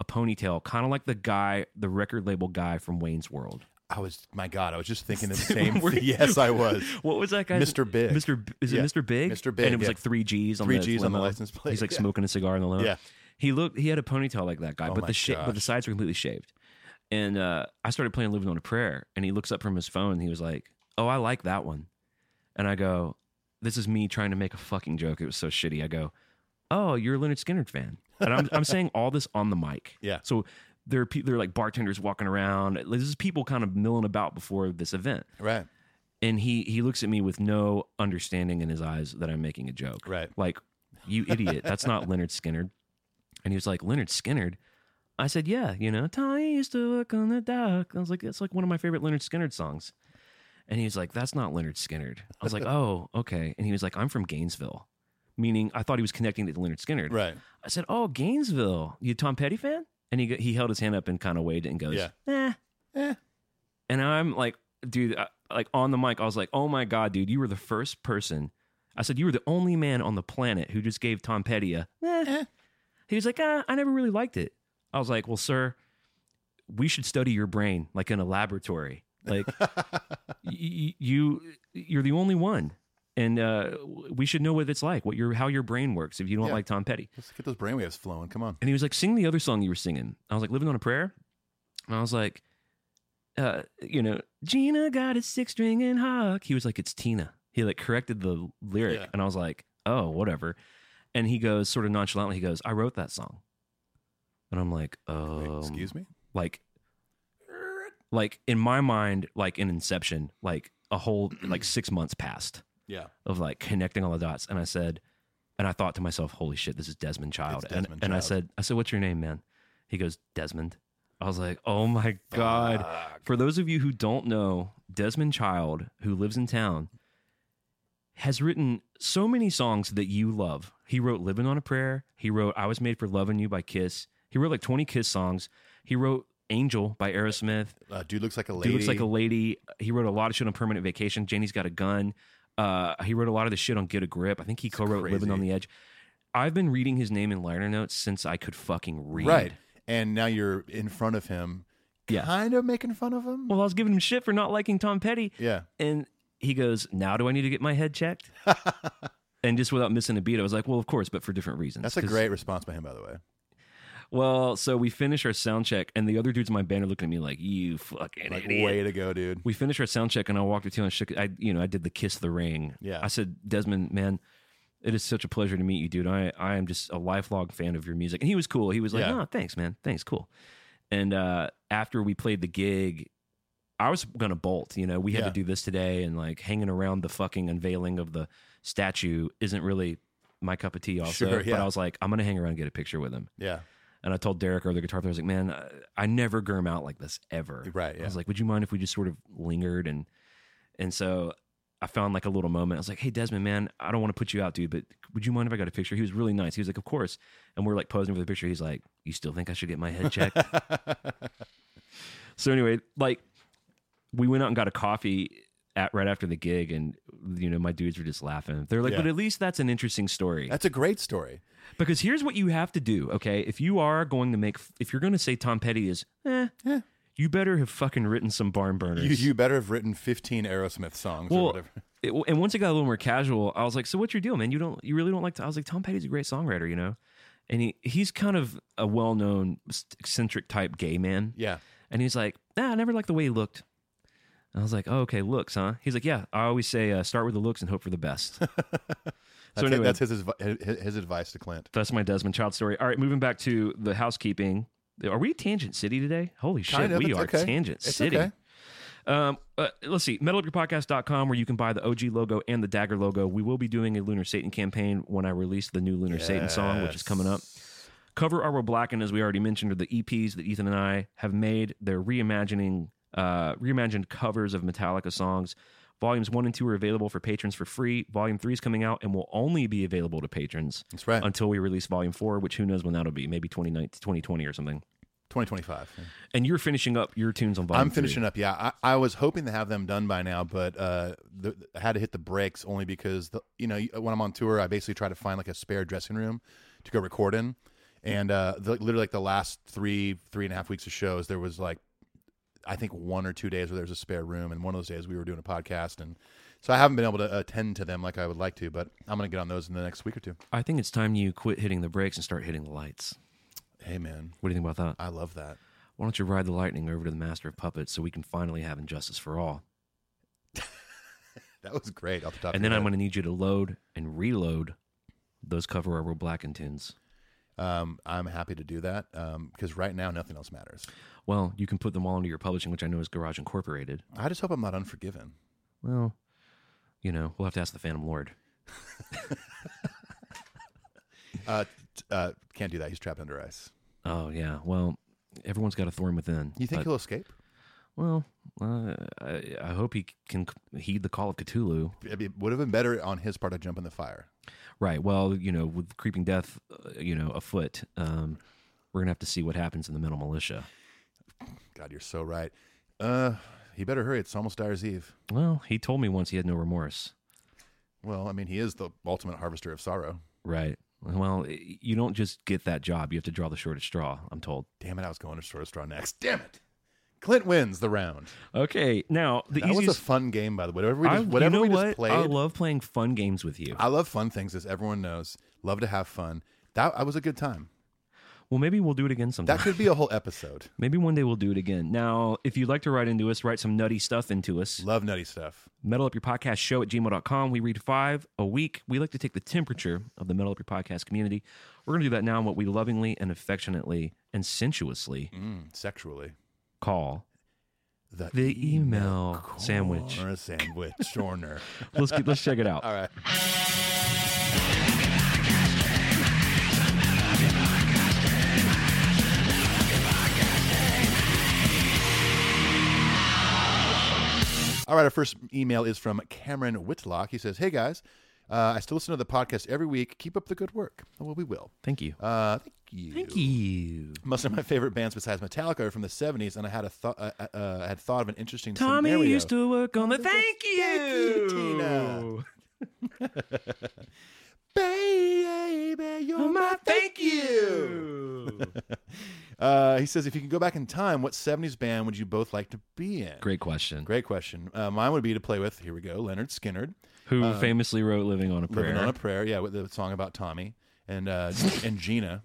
Speaker 4: a ponytail, kind of like the guy, the record label guy from Wayne's World.
Speaker 5: I was, my God, I was just thinking the same. thing. Yes, I was.
Speaker 4: What was that guy?
Speaker 5: Mr. Big.
Speaker 4: Mr. B- Is it
Speaker 5: Yeah.
Speaker 4: Mr. Big?
Speaker 5: Mr. Big,
Speaker 4: And it was
Speaker 5: yeah.
Speaker 4: like three G's on
Speaker 5: Three
Speaker 4: the
Speaker 5: Gs on the
Speaker 4: limo.
Speaker 5: license plate,
Speaker 4: He's like
Speaker 5: yeah.
Speaker 4: smoking a cigar in the limo.
Speaker 5: Yeah. Oh
Speaker 4: He looked. He had a ponytail like that guy, but
Speaker 5: my
Speaker 4: the sha- but the
Speaker 5: gosh.
Speaker 4: sides were completely shaved. And uh, I started playing "Living on a Prayer," and he looks up from his phone. and He was like, "Oh, I like that one," and I go, "This is me trying to make a fucking joke." It was so shitty. I go, "Oh, you're a Leonard Skinner fan," and I'm I'm saying all this on the mic.
Speaker 5: Yeah.
Speaker 4: So. There are, pe- there are like bartenders walking around. This is people kind of milling about before this event
Speaker 5: Right.
Speaker 4: and he he looks at me with no understanding in his eyes that I'm making a joke.
Speaker 5: Right.
Speaker 4: Like, you idiot, that's not Leonard Skinner. And he was like, Leonard Skinner? I said, yeah, you know, Tommy used to work on the dock. I was like, that's like one of my favorite Leonard Skinner songs. And he was like, that's not Leonard Skinner. I was like, oh, okay. And he was like, I'm from Gainesville. meaning I thought he was connecting it to Leonard Skinner.
Speaker 5: Right.
Speaker 4: I said, "Oh, Gainesville, you a Tom Petty fan?" And he go- he held his hand up and kind of waved it and goes,
Speaker 5: Yeah.
Speaker 4: "Eh."
Speaker 5: Eh.
Speaker 4: And I'm like, dude, I, like on the mic, I was like, "Oh my god, dude, you were the first person." I said, "You were the only man on the planet who just gave Tom Petty a." Eh. He was like, ah, "I never really liked it." I was like, "Well, sir, we should study your brain like in a laboratory. Like y- y- you, you're the only one." And uh, we should know what it's like, what your how your brain works. If you don't
Speaker 5: Yeah.
Speaker 4: like Tom Petty,
Speaker 5: Let's get those brainwaves flowing. Come on.
Speaker 4: and he was like, "Sing the other song you were singing." I was like, "Living on a Prayer," and I was like, uh, "You know, Gina got a six string and hawk." He was like, "It's Tina." He like corrected the lyric,
Speaker 5: Yeah.
Speaker 4: and I was like, "Oh, whatever." And he goes sort of nonchalantly. He goes, "I wrote that song," and I'm like,
Speaker 5: Wait,
Speaker 4: "Oh,
Speaker 5: excuse me.
Speaker 4: Like, like in my mind, like in Inception, like a whole like six months passed
Speaker 5: Yeah.
Speaker 4: of like connecting all the dots. And I said, and I thought to myself, holy shit, this is Desmond Child.
Speaker 5: It's
Speaker 4: and,
Speaker 5: Desmond
Speaker 4: and I
Speaker 5: Child.
Speaker 4: said, I said, what's your name, man? He goes, Desmond. I was like, oh my God. For those of you who don't know, Desmond Child, who lives in town, has written so many songs that you love. He wrote Living on a Prayer. He wrote I Was Made for Loving You by Kiss. He wrote like 20 Kiss songs. He wrote Angel by Aerosmith.
Speaker 5: Uh, dude looks like a lady.
Speaker 4: Dude looks like a lady. He wrote a lot of shit on Permanent Vacation. Janie's got a gun. Uh, he wrote a lot of the shit on Get a Grip. I think he co-wrote Living
Speaker 5: crazy.
Speaker 4: on the Edge. I've been reading his name in liner notes since I could fucking read.
Speaker 5: right. And now you're in front of him,
Speaker 4: Yeah.
Speaker 5: kind of making fun of him.
Speaker 4: Well, I was giving him shit for not liking Tom Petty.
Speaker 5: Yeah.
Speaker 4: And he goes, "Now do I need to get my head checked?" and just without missing a beat, I was like, "Well, of course, but for different reasons."
Speaker 5: That's a
Speaker 4: 'Cause-
Speaker 5: great response by him, by the way.
Speaker 4: Well, so we finish our sound check, and the other dudes in my band are looking at me like, "You fucking
Speaker 5: Like,
Speaker 4: idiot."
Speaker 5: way to go, dude.
Speaker 4: we finished our sound check and I walked up to him and shook I you know, I did the kiss the ring.
Speaker 5: Yeah.
Speaker 4: I said, Desmond, man, it is such a pleasure to meet you, dude. I, I am just a lifelong fan of your music. And he was cool. He was like,
Speaker 5: Yeah.
Speaker 4: No, thanks, man. Thanks, cool. And uh after we played the gig, I was gonna bolt, you know, we had
Speaker 5: Yeah.
Speaker 4: to do this today and like hanging around the fucking unveiling of the statue isn't really my cup of tea also.
Speaker 5: Sure,
Speaker 4: But
Speaker 5: yeah.
Speaker 4: I was like, I'm gonna hang around and get a picture with him.
Speaker 5: Yeah.
Speaker 4: And I told Derek, our other guitar player, I was like, man, I, I never germ out like this ever.
Speaker 5: Right, yeah.
Speaker 4: I was like, would you mind if we just sort of lingered? And and so I found like a little moment. I was like, hey, Desmond, man, I don't want to put you out, dude, but would you mind if I got a picture? He was really nice. He was like, of course. And we're like posing for the picture. He's like, you still think I should get my head checked? so anyway, like we went out and got a coffee at right after the gig, and you know my dudes were just laughing. They're like,
Speaker 5: Yeah.
Speaker 4: but at least that's an interesting story.
Speaker 5: That's a great story.
Speaker 4: Because here's what you have to do, okay? If you are going to make, if you're going to say Tom Petty is, eh, you better have fucking written some barn burners.
Speaker 5: You, you better have written 15 Aerosmith songs or
Speaker 4: well,
Speaker 5: whatever.
Speaker 4: it, and once it got a little more casual, I was like, so what's your deal, man? You don't, you really don't like, Tom-" I was like, Tom Petty's a great songwriter, you know? And he, he's kind of a well known, eccentric type gay man.
Speaker 5: Yeah.
Speaker 4: And he's like, nah, I never liked the way he looked. I was like, oh, okay, looks, huh? He's like, yeah, I always say uh, start with the looks and hope for the best. so
Speaker 5: That's,
Speaker 4: anyway,
Speaker 5: that's his, advi- his, his advice to Clint.
Speaker 4: That's my Desmond Child story. All right, moving back to the housekeeping. Are we Tangent City today? Holy shit,
Speaker 5: Kind of,
Speaker 4: we
Speaker 5: it's
Speaker 4: are
Speaker 5: okay.
Speaker 4: Tangent
Speaker 5: It's
Speaker 4: City.
Speaker 5: okay.
Speaker 4: Um, uh, let's see, metalupyourpodcast.com where you can buy the OG logo and the Dagger logo. We will be doing a Lunar Satan campaign when I release the new Lunar Satan song, which is coming up. Cover Our World Blackened, as we already mentioned, are the EPs that Ethan and I have made. They're reimagining, uh, reimagined covers of Metallica songs. Volumes one and two are available for patrons for free. Volume three is coming out and will only be available to patrons
Speaker 5: That's right.
Speaker 4: until we release volume four, which who knows when that'll be, maybe 2019 2020 or something.
Speaker 5: 2025. Yeah.
Speaker 4: And you're finishing up your tunes on volume
Speaker 5: I'm finishing up. Yeah, I, I was hoping to have them done by now, but uh, the, I had to hit the brakes only because the, you know when I'm on tour, I basically try to find like a spare dressing room to go record in, and uh, the, literally like the last three three and a half weeks of shows, there was like I think one or two days where there was a spare room, and one of those days we were doing a podcast, and so I haven't been able to attend to them like I would like to, but I'm gonna get on those in the next week or two.
Speaker 4: I think it's time you quit hitting the brakes and start hitting the lights.
Speaker 5: Hey man,
Speaker 4: What do you think about that?
Speaker 5: I love that.
Speaker 4: Why don't you ride the lightning over to the master of puppets so we can finally have injustice for all?
Speaker 5: That was great off the top.
Speaker 4: And
Speaker 5: of
Speaker 4: then
Speaker 5: your
Speaker 4: I'm
Speaker 5: head.
Speaker 4: going to need you to load and reload those cover over black and tunes.
Speaker 5: Um, I'm happy to do that because right now nothing else matters.
Speaker 4: Well, you can put them all into your publishing, which I know is Garage Incorporated.
Speaker 5: I just hope I'm not unforgiven.
Speaker 4: Well, you know, we'll have to ask the Phantom Lord.
Speaker 5: Uh, t- uh, can't do that. He's trapped under ice.
Speaker 4: Oh yeah. Well, everyone's got a thorn within.
Speaker 5: You think
Speaker 4: but-
Speaker 5: he'll escape?
Speaker 4: Well, uh, I, I hope he can heed the call of Cthulhu.
Speaker 5: It would have been better on his part to jump in the fire.
Speaker 4: Right. Well, you know, with creeping death, uh, you know, afoot, um, we're gonna have to see what happens in the mental militia.
Speaker 5: God, you're so right. Uh, he better hurry. It's almost Dyer's Eve.
Speaker 4: Well, he told me once he had no remorse.
Speaker 5: Well, I mean, he is the ultimate harvester of sorrow.
Speaker 4: Right. Well, i- you don't just get that job. You have to draw the shortest straw. I'm told.
Speaker 5: Damn it, I was going to Short Straw next. Damn it. Clint wins the round.
Speaker 4: Okay. Now the
Speaker 5: That
Speaker 4: easiest.
Speaker 5: was a fun game, by the way. Whatever we
Speaker 4: I-
Speaker 5: just, whatever
Speaker 4: you know
Speaker 5: we just
Speaker 4: what?
Speaker 5: played,
Speaker 4: I love playing fun games with you.
Speaker 5: I love fun things, as everyone knows. Love to have fun. That I was a good time.
Speaker 4: well, maybe we'll do it again sometime.
Speaker 5: That could be a whole episode.
Speaker 4: Maybe one day we'll do it again. Now, if you'd like to write into us, write some nutty stuff into us.
Speaker 5: Love nutty stuff.
Speaker 4: Metal Up Your Podcast Show at gmail.com. We read five a week. We like to take the temperature of the Metal Up Your Podcast community. We're going to do that now in what we lovingly and affectionately and sensuously
Speaker 5: Mm, sexually.
Speaker 4: call the email sandwich.
Speaker 5: Corner sandwich. Corner.
Speaker 4: Let's get, let's check it out.
Speaker 5: All right. All right, our first email is from Cameron Whitlock. He says, Hey guys, uh, I still listen to the podcast every week. Keep up the good work. Well, we will.
Speaker 4: Thank you.
Speaker 5: Uh, thank you.
Speaker 4: Thank you.
Speaker 5: Most of my favorite bands besides Metallica are from the 70s, and I had a thought. uh, uh, uh, had thought of an interesting
Speaker 4: Tommy
Speaker 5: scenario.
Speaker 4: used to work on the thank you.
Speaker 5: you, Tina. Baby, you're
Speaker 4: Oh,
Speaker 5: my thank you. Uh, he says, if you can go back in time, what 70s band would you both like to be in?
Speaker 4: Great question.
Speaker 5: Great question. Uh, mine would be to play with, here we go, Leonard Skinner,
Speaker 4: Who famously wrote Living on a Prayer?
Speaker 5: uh, Living on a Prayer. Yeah, with the song about Tommy and uh, and Gina.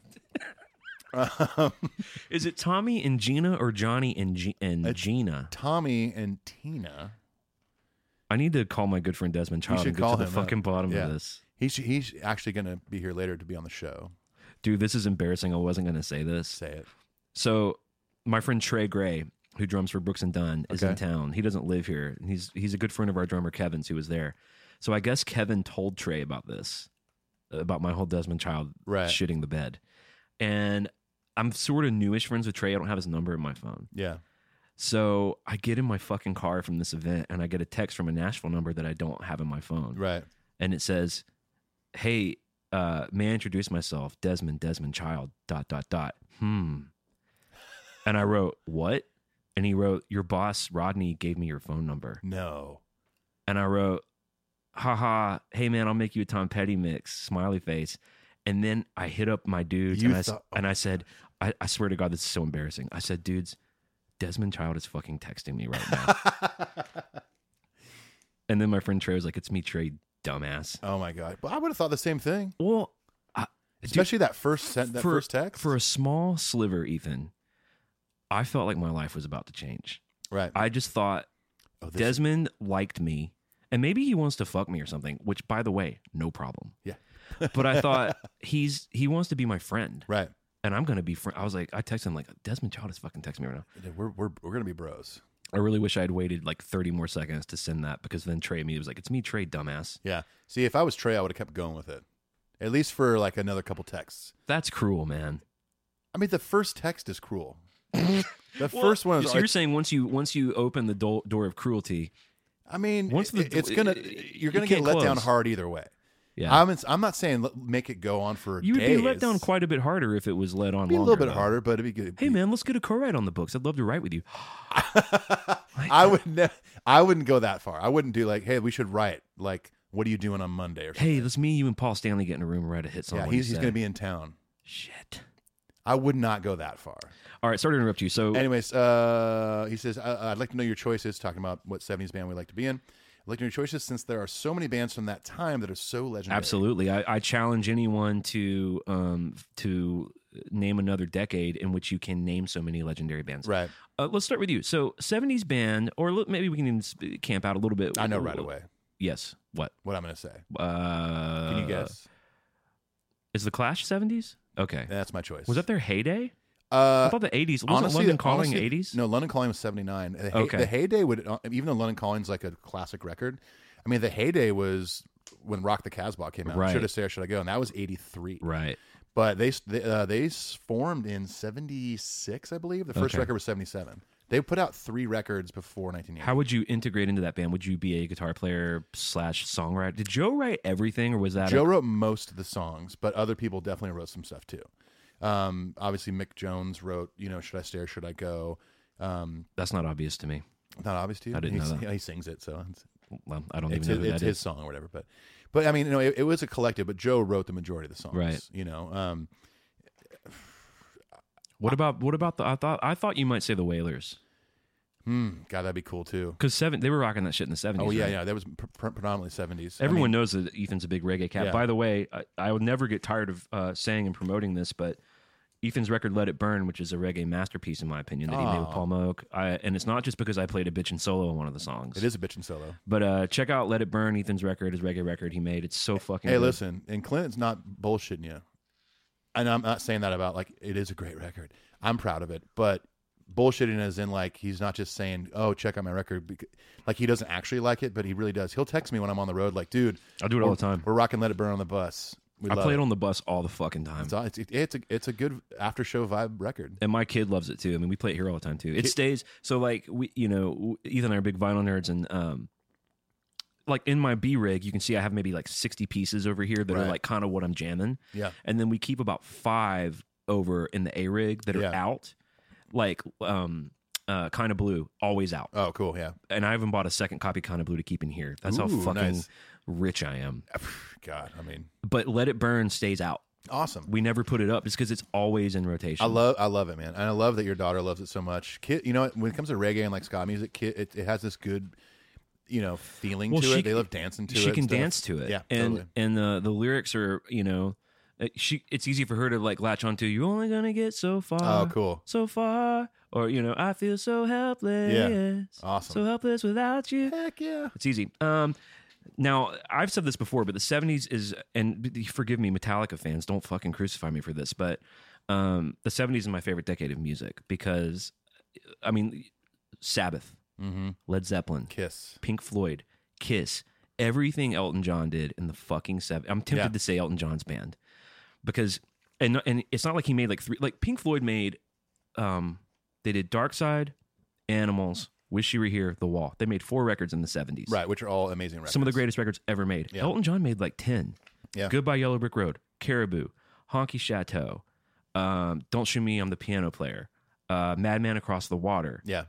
Speaker 4: Is it Tommy and Gina or Johnny and, G- and Gina?
Speaker 5: Tommy and Tina.
Speaker 4: I need to call my good friend Desmond
Speaker 5: You
Speaker 4: Child
Speaker 5: should
Speaker 4: and get
Speaker 5: call
Speaker 4: to
Speaker 5: him
Speaker 4: the fucking
Speaker 5: up.
Speaker 4: bottom
Speaker 5: Yeah.
Speaker 4: of this.
Speaker 5: He's, he's actually going to be here later to be on the show.
Speaker 4: Dude, this is embarrassing. I wasn't going to say this.
Speaker 5: Say it.
Speaker 4: So, my friend Trey Gray, who drums for Brooks and Dunn, is in
Speaker 5: Okay.
Speaker 4: town. He doesn't live here. And He's he's a good friend of our drummer Kevin's, who was there. So I guess Kevin told Trey about this, about my whole Desmond Child
Speaker 5: Right.
Speaker 4: shitting the bed, and I'm sort of newish friends with Trey. I don't have his number in my phone.
Speaker 5: Yeah.
Speaker 4: So I get in my fucking car from this event, and I get a text from a Nashville number that I don't have in my phone.
Speaker 5: Right.
Speaker 4: and it says, "Hey, uh, may I introduce myself? Desmond, Desmond Child. Dot dot dot. Hmm." And I wrote, "What?" And he wrote, "Your boss Rodney gave me your phone number."
Speaker 5: No.
Speaker 4: And I wrote, "Haha, hey man, I'll make you a Tom Petty mix." Smiley face. And then I hit up my dudes
Speaker 5: You
Speaker 4: and I s-
Speaker 5: thought-
Speaker 4: and I said, I, "I swear to God, this is so embarrassing." I said, "Dudes, Desmond Child is fucking texting me right now." and then my friend Trey was like, "It's me, Trey, dumbass."
Speaker 5: Oh my god! But I would have thought the same thing,
Speaker 4: Well, I,
Speaker 5: especially that first sent that first text.
Speaker 4: for a small sliver, Ethan, I felt like my life was about to change.
Speaker 5: right,
Speaker 4: I just thought
Speaker 5: oh, this,
Speaker 4: Desmond liked me, and maybe he wants to fuck me or something. Which, by the way, no problem.
Speaker 5: yeah,
Speaker 4: But I thought he's he wants to be my friend,
Speaker 5: right.
Speaker 4: and I'm gonna be friend. I was like, I texted him like Desmond Child is fucking texting me right now.
Speaker 5: We're we're we're gonna be bros.
Speaker 4: I really wish I had waited like 30 more seconds to send that because then Trey me was like, it's me, Trey, dumbass.
Speaker 5: Yeah. See, if I was Trey, I would have kept going with it, at least for like another couple texts.
Speaker 4: That's cruel, man.
Speaker 5: I mean, the first text is cruel. the first one is.
Speaker 4: So you're saying once you once you open the do- door of cruelty,
Speaker 5: I mean,
Speaker 4: once the-
Speaker 5: it- it's gonna you're gonna
Speaker 4: you
Speaker 5: get
Speaker 4: can't
Speaker 5: let down
Speaker 4: close.
Speaker 5: hard either way.
Speaker 4: yeah,
Speaker 5: I'm ins- I'm not saying let- make it go on for
Speaker 4: you would be let
Speaker 5: days.
Speaker 4: down quite a bit harder if it was let on.
Speaker 5: It'd be a
Speaker 4: longer,
Speaker 5: little bit
Speaker 4: though.
Speaker 5: harder, but it'd be good.
Speaker 4: Hey man, let's get a co-write on the books. I'd love to write with you.
Speaker 5: I would ne- I wouldn't go that far. I wouldn't do like, hey, we should write. Like, what are you doing on Monday? Or something.
Speaker 4: Hey, let's me, you, and Paul Stanley get in a room and write a hit song.
Speaker 5: yeah,
Speaker 4: What do you
Speaker 5: he's, he's
Speaker 4: say?
Speaker 5: going to be in town.
Speaker 4: shit.
Speaker 5: I would not go that far.
Speaker 4: All right, sorry to interrupt you. So
Speaker 5: Anyways, uh, he says, I- I'd like to know your choices. Talking about what '70s band we'd like to be in. I'd like to know your choices since there are so many bands from that time that are so legendary.
Speaker 4: absolutely, I, I challenge anyone to um to name another decade in which you can name so many legendary bands.
Speaker 5: Right.
Speaker 4: Uh, let's start with you. So '70s band, or l- maybe we can even sp- camp out a little bit.
Speaker 5: I know right away
Speaker 4: Yes. What?
Speaker 5: what I'm going to say.
Speaker 4: Uh,
Speaker 5: Can you guess?
Speaker 4: Is the Clash '70s? Okay.
Speaker 5: That's my choice.
Speaker 4: Was that their heyday? I
Speaker 5: Uh,
Speaker 4: thought the '80s. Wasn't
Speaker 5: honestly,
Speaker 4: London Calling
Speaker 5: honestly,
Speaker 4: '80s?
Speaker 5: No, London Calling was '79. The, hey-
Speaker 4: Okay.
Speaker 5: the heyday would uh, even though London Calling's like a classic record. I mean, the heyday was when Rock the Casbah came out.
Speaker 4: Right.
Speaker 5: Should I stay or should I go? And that was '83.
Speaker 4: Right.
Speaker 5: But they they, uh, they s- formed in '76, I believe. The first
Speaker 4: Okay.
Speaker 5: record was '77. They put out three records before 1980.
Speaker 4: How would you integrate into that band? Would you be a guitar player slash songwriter? Did Joe write everything, or was that
Speaker 5: Joe wrote most of the songs, but other people definitely wrote some stuff too. Um, obviously, Mick Jones wrote, you know, "Should I Stay or Should I Go?" Um,
Speaker 4: A, that's not obvious to me?
Speaker 5: not obvious to you.
Speaker 4: I didn't
Speaker 5: He's-
Speaker 4: know that.
Speaker 5: you He sings it, so it's,
Speaker 4: Well, I don't
Speaker 5: it's,
Speaker 4: even know who
Speaker 5: it's
Speaker 4: that
Speaker 5: his
Speaker 4: is.
Speaker 5: song or whatever. But, but I mean, you know, it, it was a collective. But Joe wrote the majority of the songs,
Speaker 4: Right.
Speaker 5: You know, um,
Speaker 4: What about what about the? I thought I thought you might say the Whalers
Speaker 5: God, that'd be cool too.
Speaker 4: because seven they were rocking that shit in the seventies.
Speaker 5: Oh yeah, yeah, that was pr- pr- predominantly 70s. I
Speaker 4: Everyone
Speaker 5: mean,
Speaker 4: knows that Ethan's a big reggae cat.
Speaker 5: Yeah.
Speaker 4: By the way, I, I would never get tired of uh, saying and promoting this, but Ethan's record "Let It Burn," which is a reggae masterpiece in my opinion, that he made with Paul Moak, I, and it's not just because I played a bitchin' solo in one of the songs.
Speaker 5: it is a bitchin' solo.
Speaker 4: But uh, check out "Let It Burn," Ethan's record, his reggae record he made. It's so fucking.
Speaker 5: Hey,
Speaker 4: good.
Speaker 5: listen, and Clinton's not bullshitting you. And I'm not saying that about like it is a great record. I'm proud of it, but bullshitting as in like he's not just saying, "Oh, check out my record," bec- like he doesn't actually like it, but he really does. He'll text me when I'm on the road, like, "Dude,
Speaker 4: I do it all the time.
Speaker 5: We're rocking Let It Burn on the bus. We
Speaker 4: I
Speaker 5: love
Speaker 4: play it
Speaker 5: it.
Speaker 4: on the bus all the fucking time.
Speaker 5: It's, all- it's, it's a it's a good after show vibe record.
Speaker 4: and my kid loves it too. I mean, we play it here all the time too. It stays. So like we, you know, w- Ethan and I are big vinyl nerds, and um, like in my B rig, you can see I have maybe like sixty pieces over here that
Speaker 5: Right.
Speaker 4: are like kind of what I'm jamming.
Speaker 5: Yeah.
Speaker 4: and then we keep about five over in the A rig that are
Speaker 5: Yeah.
Speaker 4: out, like um, uh, kind of blue, always out.
Speaker 5: Oh, cool, yeah.
Speaker 4: And I haven't bought a second copy kind of blue to keep in here. That's how
Speaker 5: Ooh,
Speaker 4: fucking
Speaker 5: nice.
Speaker 4: rich I am.
Speaker 5: God, I mean,
Speaker 4: But let it burn stays out.
Speaker 5: awesome.
Speaker 4: We never put it up. It's because it's always in rotation.
Speaker 5: I love, I love it, man, and I love that your daughter loves it so much. Kid, you know, what? when it comes to reggae and like ska music, kid, it, it has this good, you know, feeling to it. They love dancing to
Speaker 4: she
Speaker 5: it.
Speaker 4: She
Speaker 5: and
Speaker 4: can
Speaker 5: stuff.
Speaker 4: dance to it.
Speaker 5: Yeah,
Speaker 4: and
Speaker 5: totally.
Speaker 4: and the the lyrics are you know, uh, she it's easy for her to like latch onto. You're only gonna get so far.
Speaker 5: Oh, cool.
Speaker 4: So far, or you know, I feel so helpless.
Speaker 5: Awesome.
Speaker 4: So helpless without you.
Speaker 5: Heck yeah.
Speaker 4: It's easy. Um, now I've said this before, but the '70s is, and b- forgive me, Metallica fans, don't fucking crucify me for this, but um, the '70s is my favorite decade of music because, I mean, Sabbath, Led Zeppelin,
Speaker 5: Mm-hmm. Kiss.
Speaker 4: Pink Floyd, Kiss, everything Elton John did in the fucking seven. I'm tempted
Speaker 5: Yeah.
Speaker 4: to say Elton John's band because, and and it's not like he made like three. Like Pink Floyd made, um, they did Dark Side, Animals, Wish You Were Here, The Wall. They made four records in the 70s.
Speaker 5: Right, which are all amazing records.
Speaker 4: Some of the greatest records ever made.
Speaker 5: Yeah.
Speaker 4: Elton John made like ten.
Speaker 5: Yeah.
Speaker 4: Goodbye Yellow Brick Road, Caribou, Honky Chateau, um, Don't Shoot Me, I'm the Piano Player, uh, Madman Across the Water.
Speaker 5: Yeah.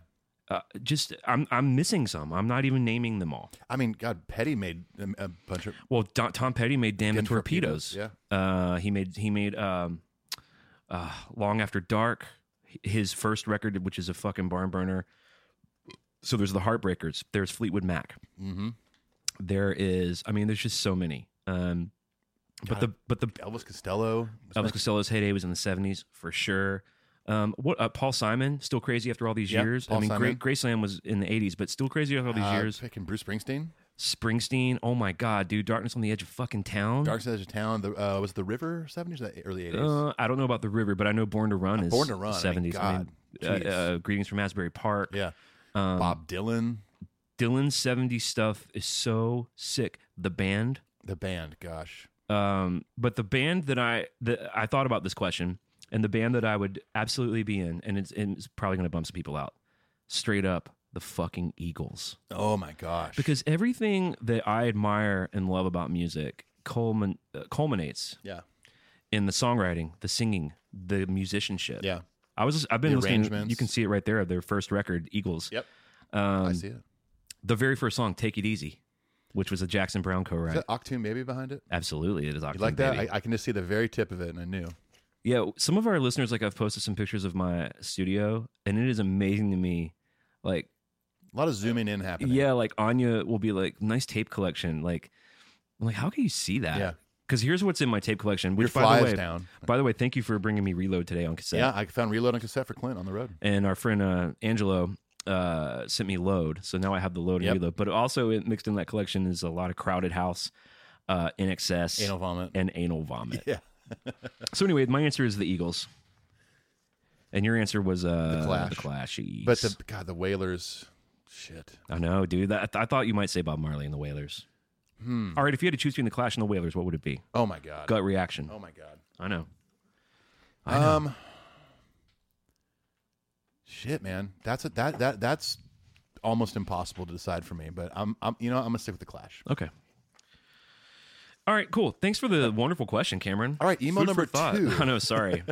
Speaker 4: Uh, just I'm I'm missing some. I'm not even naming them all.
Speaker 5: I mean, God, Petty made um, a bunch of
Speaker 4: Well, Don, Tom Petty made "Damn the
Speaker 5: Damn
Speaker 4: Torpedoes."
Speaker 5: Torpedoes,
Speaker 4: Uh, he made he made um, uh, "Long After Dark," h- his first record, which is a fucking barn burner. So there's the Heartbreakers. There's Fleetwood Mac. There is, I mean, there's just so many. Um, but the but the
Speaker 5: Elvis Costello.
Speaker 4: Elvis Costello's heyday was in the '70s for sure. Um, what uh, Paul Simon still crazy after all these
Speaker 5: Yeah,
Speaker 4: years?
Speaker 5: Paul
Speaker 4: I mean, Gra-
Speaker 5: Simon.
Speaker 4: Graceland was in the '80s, but still crazy after all these
Speaker 5: Uh,
Speaker 4: years.
Speaker 5: Freaking Bruce Springsteen.
Speaker 4: Springsteen, oh my god, dude, Darkness on the Edge of fucking Town.
Speaker 5: Dark Side of Town. The, uh, was it the River 70s or the early 80s?
Speaker 4: Mm-hmm. Uh, I don't know about the river, but I know Born to Run is
Speaker 5: Uh, Born to Run, I mean,
Speaker 4: Seventies.
Speaker 5: God,
Speaker 4: uh,
Speaker 5: jeez.
Speaker 4: uh, Greetings from Asbury Park.
Speaker 5: yeah.
Speaker 4: um,
Speaker 5: Bob Dylan.
Speaker 4: Dylan's seventies stuff is so sick. The band,
Speaker 5: The band. Gosh.
Speaker 4: um, but the band that I that I thought about this question, and the band that I would absolutely be in, and it's, and it's probably going to bump some people out. Straight up, the fucking Eagles,
Speaker 5: Oh, my gosh.
Speaker 4: because everything that I admire and love about music culmin- uh, culminates
Speaker 5: yeah.
Speaker 4: in the songwriting, the singing, the musicianship.
Speaker 5: Yeah.
Speaker 4: I was I've been
Speaker 5: The
Speaker 4: listening.
Speaker 5: arrangements.
Speaker 4: You can see it right there. Their first record, Eagles.
Speaker 5: Yep. I
Speaker 4: Um,
Speaker 5: see it.
Speaker 4: the very first song, "Take It Easy," which was a Jackson Brown
Speaker 5: Is
Speaker 4: co-write.
Speaker 5: that Octune Baby behind it?
Speaker 4: Absolutely, it is Octane
Speaker 5: You like that?
Speaker 4: Baby.
Speaker 5: I, I can just see the very tip of it, and I knew.
Speaker 4: yeah, some of our listeners like I've posted some pictures of my studio, and it is amazing to me. Like,
Speaker 5: A lot of zooming in happening.
Speaker 4: yeah, like Anya will be like, "Nice tape collection." Like, I'm like how can you see that?
Speaker 5: Yeah.
Speaker 4: Because here's what's in my tape collection. Which,
Speaker 5: Your
Speaker 4: by the
Speaker 5: fly's
Speaker 4: way,
Speaker 5: down.
Speaker 4: by the way, thank you for bringing me Reload today on cassette.
Speaker 5: Yeah, I found Reload on cassette for Clint on the road.
Speaker 4: and our friend uh, Angelo uh, sent me Load, so now I have the Load and
Speaker 5: Yep.
Speaker 4: Reload. But also in- mixed in that collection is a lot of Crowded House, uh, In Excess,
Speaker 5: Anal Vomit.
Speaker 4: and Anal Vomit.
Speaker 5: Yeah.
Speaker 4: so anyway, my answer is the Eagles, and your answer was uh,
Speaker 5: Clash.
Speaker 4: The Clashies.
Speaker 5: But the God, the Whalers, shit.
Speaker 4: I know, dude. That, I, th- I thought you might say Bob Marley and the Wailers.
Speaker 5: Hmm.
Speaker 4: All right, if you had to choose between the Clash and the Wailers, what would it be?
Speaker 5: Oh my God.
Speaker 4: Gut reaction.
Speaker 5: Oh my God.
Speaker 4: I know.
Speaker 5: Um, Shit, man, that's a, that that that's almost impossible to decide for me. But I'm I'm you know I'm gonna stick with the Clash.
Speaker 4: Okay. All right, cool. Thanks for the wonderful question, Cameron.
Speaker 5: All right, email
Speaker 4: Food
Speaker 5: number
Speaker 4: for thought.
Speaker 5: two.
Speaker 4: I know, sorry.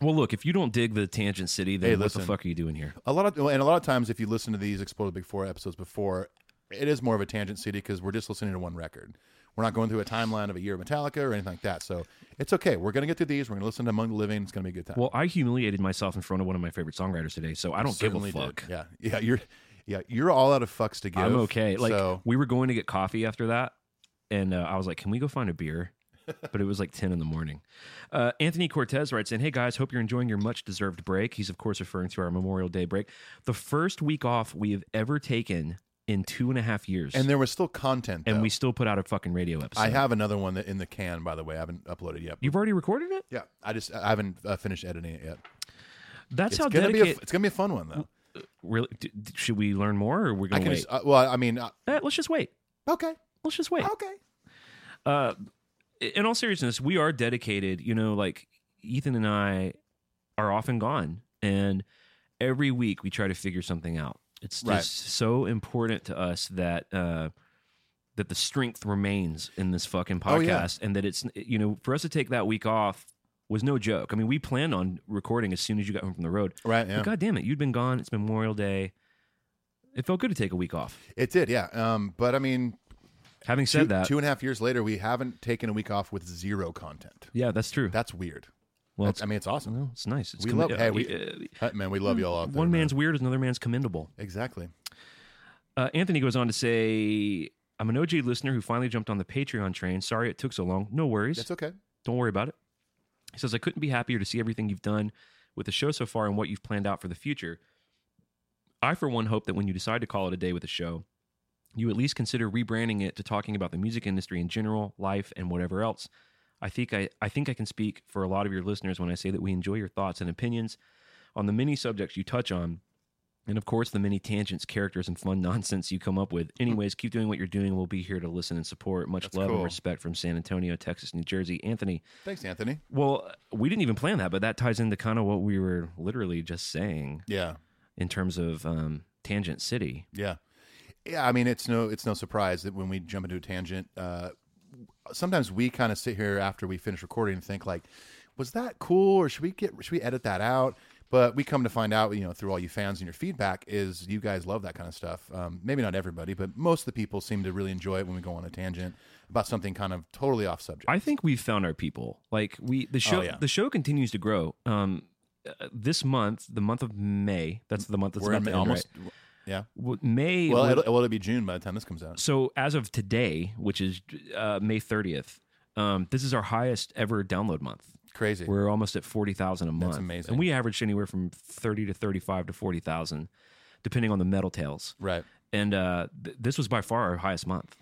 Speaker 4: well, look, if you don't dig the Tangent City, then
Speaker 5: Hey,
Speaker 4: what
Speaker 5: listen.
Speaker 4: the fuck are you doing here?
Speaker 5: A lot of and a lot of times, if you listen to these Explore the Big Four episodes before, it is more of a tangent city because we're just listening to one record. We're not going through a timeline of a year of Metallica or anything like that. So it's okay. We're gonna get to these. We're gonna listen to Among the Living. It's gonna be a good time.
Speaker 4: Well, I humiliated myself in front of one of my favorite songwriters today, so I don't give a
Speaker 5: Certainly did.
Speaker 4: fuck.
Speaker 5: Yeah, yeah, you're yeah you're all out of fucks to give.
Speaker 4: I'm okay. Like
Speaker 5: so,
Speaker 4: we were going to get coffee after that, and uh, I was like, "Can we go find a beer?" But it was like ten in the morning. Uh, Anthony Cortez writes in, "Hey guys, hope you're enjoying your much deserved break." He's of course referring to our Memorial Day break, the first week off we have ever taken in two and a half years,
Speaker 5: and there was still content.
Speaker 4: and
Speaker 5: though.
Speaker 4: we still put out a fucking radio episode.
Speaker 5: I have another one that in the can, by the way. I haven't uploaded yet.
Speaker 4: You've already recorded it.
Speaker 5: yeah, I just I haven't uh, finished editing it yet.
Speaker 4: That's
Speaker 5: It's
Speaker 4: how
Speaker 5: gonna be a,
Speaker 4: dedicated.
Speaker 5: f- it's gonna be a fun one though.
Speaker 4: really, d- d- should we learn more, or we're
Speaker 5: I
Speaker 4: gonna
Speaker 5: can
Speaker 4: wait?
Speaker 5: just uh, well, I mean, uh,
Speaker 4: Eh, let's just wait.
Speaker 5: okay,
Speaker 4: Let's just wait.
Speaker 5: okay.
Speaker 4: uh, in all seriousness, we are dedicated. You know, like Ethan and I are often gone, and every week we try to figure something out. It's just
Speaker 5: Right.
Speaker 4: so important to us that uh, that the strength remains in this fucking podcast,
Speaker 5: Oh, yeah.
Speaker 4: and that it's you know for us to take that week off was no joke. I mean, we planned on recording as soon as you got home from the road.
Speaker 5: Right,
Speaker 4: But
Speaker 5: yeah.
Speaker 4: God damn it, you'd been gone. It's Memorial Day. It felt good to take a week off.
Speaker 5: It did, yeah. Um, but I mean,
Speaker 4: Having
Speaker 5: two,
Speaker 4: said that,
Speaker 5: two and a half years later, we haven't taken a week off with zero content.
Speaker 4: yeah, that's true.
Speaker 5: That's weird.
Speaker 4: well,
Speaker 5: That's- I mean, it's awesome.
Speaker 4: Well, it's nice. It's
Speaker 5: we
Speaker 4: commi-
Speaker 5: love.
Speaker 4: uh,
Speaker 5: Hey, we,
Speaker 4: uh,
Speaker 5: hey, man, we love you all out there.
Speaker 4: one
Speaker 5: man.
Speaker 4: man's weird is another man's commendable.
Speaker 5: exactly.
Speaker 4: Uh, Anthony goes on to say, "I'm an OG listener who finally jumped on the Patreon train. Sorry it took so long. No worries.
Speaker 5: That's okay.
Speaker 4: Don't worry about it." He says, "I couldn't be happier to see everything you've done with the show so far and what you've planned out for the future. I, for one, hope that when you decide to call it a day with the show." You at least consider rebranding it to talking about the music industry in general, life, and whatever else. I think I, I think I can speak for a lot of your listeners when I say that we enjoy your thoughts and opinions on the many subjects you touch on, and of course the many tangents, characters, and fun nonsense you come up with. Anyways, keep doing what you're doing. We'll be here to listen and support. Much love
Speaker 5: cool.
Speaker 4: and respect from San Antonio, Texas, New Jersey. Anthony,
Speaker 5: Thanks, Anthony.
Speaker 4: well, we didn't even plan that, but that ties into kind of what we were literally just saying
Speaker 5: Yeah,
Speaker 4: in terms of um, Tangent City.
Speaker 5: yeah, yeah. I mean, it's no, it's no surprise that when we jump into a tangent, uh, sometimes we kind of sit here after we finish recording and think like, was that cool, or should we get, should we edit that out? But we come to find out, you know, through all you fans and your feedback, is you guys love that kind of stuff. Um, maybe not everybody, but most of the people seem to really enjoy it when we go on a tangent about something kind of totally off subject.
Speaker 4: I think we've found our people. Like we, the show,
Speaker 5: Oh, yeah.
Speaker 4: the show continues to grow. Um, uh, this month, the month of May, that's the month that's
Speaker 5: We're
Speaker 4: about to
Speaker 5: in May-
Speaker 4: end,
Speaker 5: almost,
Speaker 4: right?
Speaker 5: yeah.
Speaker 4: W- May.
Speaker 5: Well,
Speaker 4: was-
Speaker 5: it'll, well, it'll be June by the time this comes out.
Speaker 4: so as of today, which is uh, May thirtieth, um, this is our highest ever download month.
Speaker 5: Crazy.
Speaker 4: We're almost at forty thousand a month.
Speaker 5: amazing.
Speaker 4: And we averaged anywhere from thirty to thirty-five to forty thousand, depending on the metal tails.
Speaker 5: right.
Speaker 4: And uh, th- this was by far our highest month.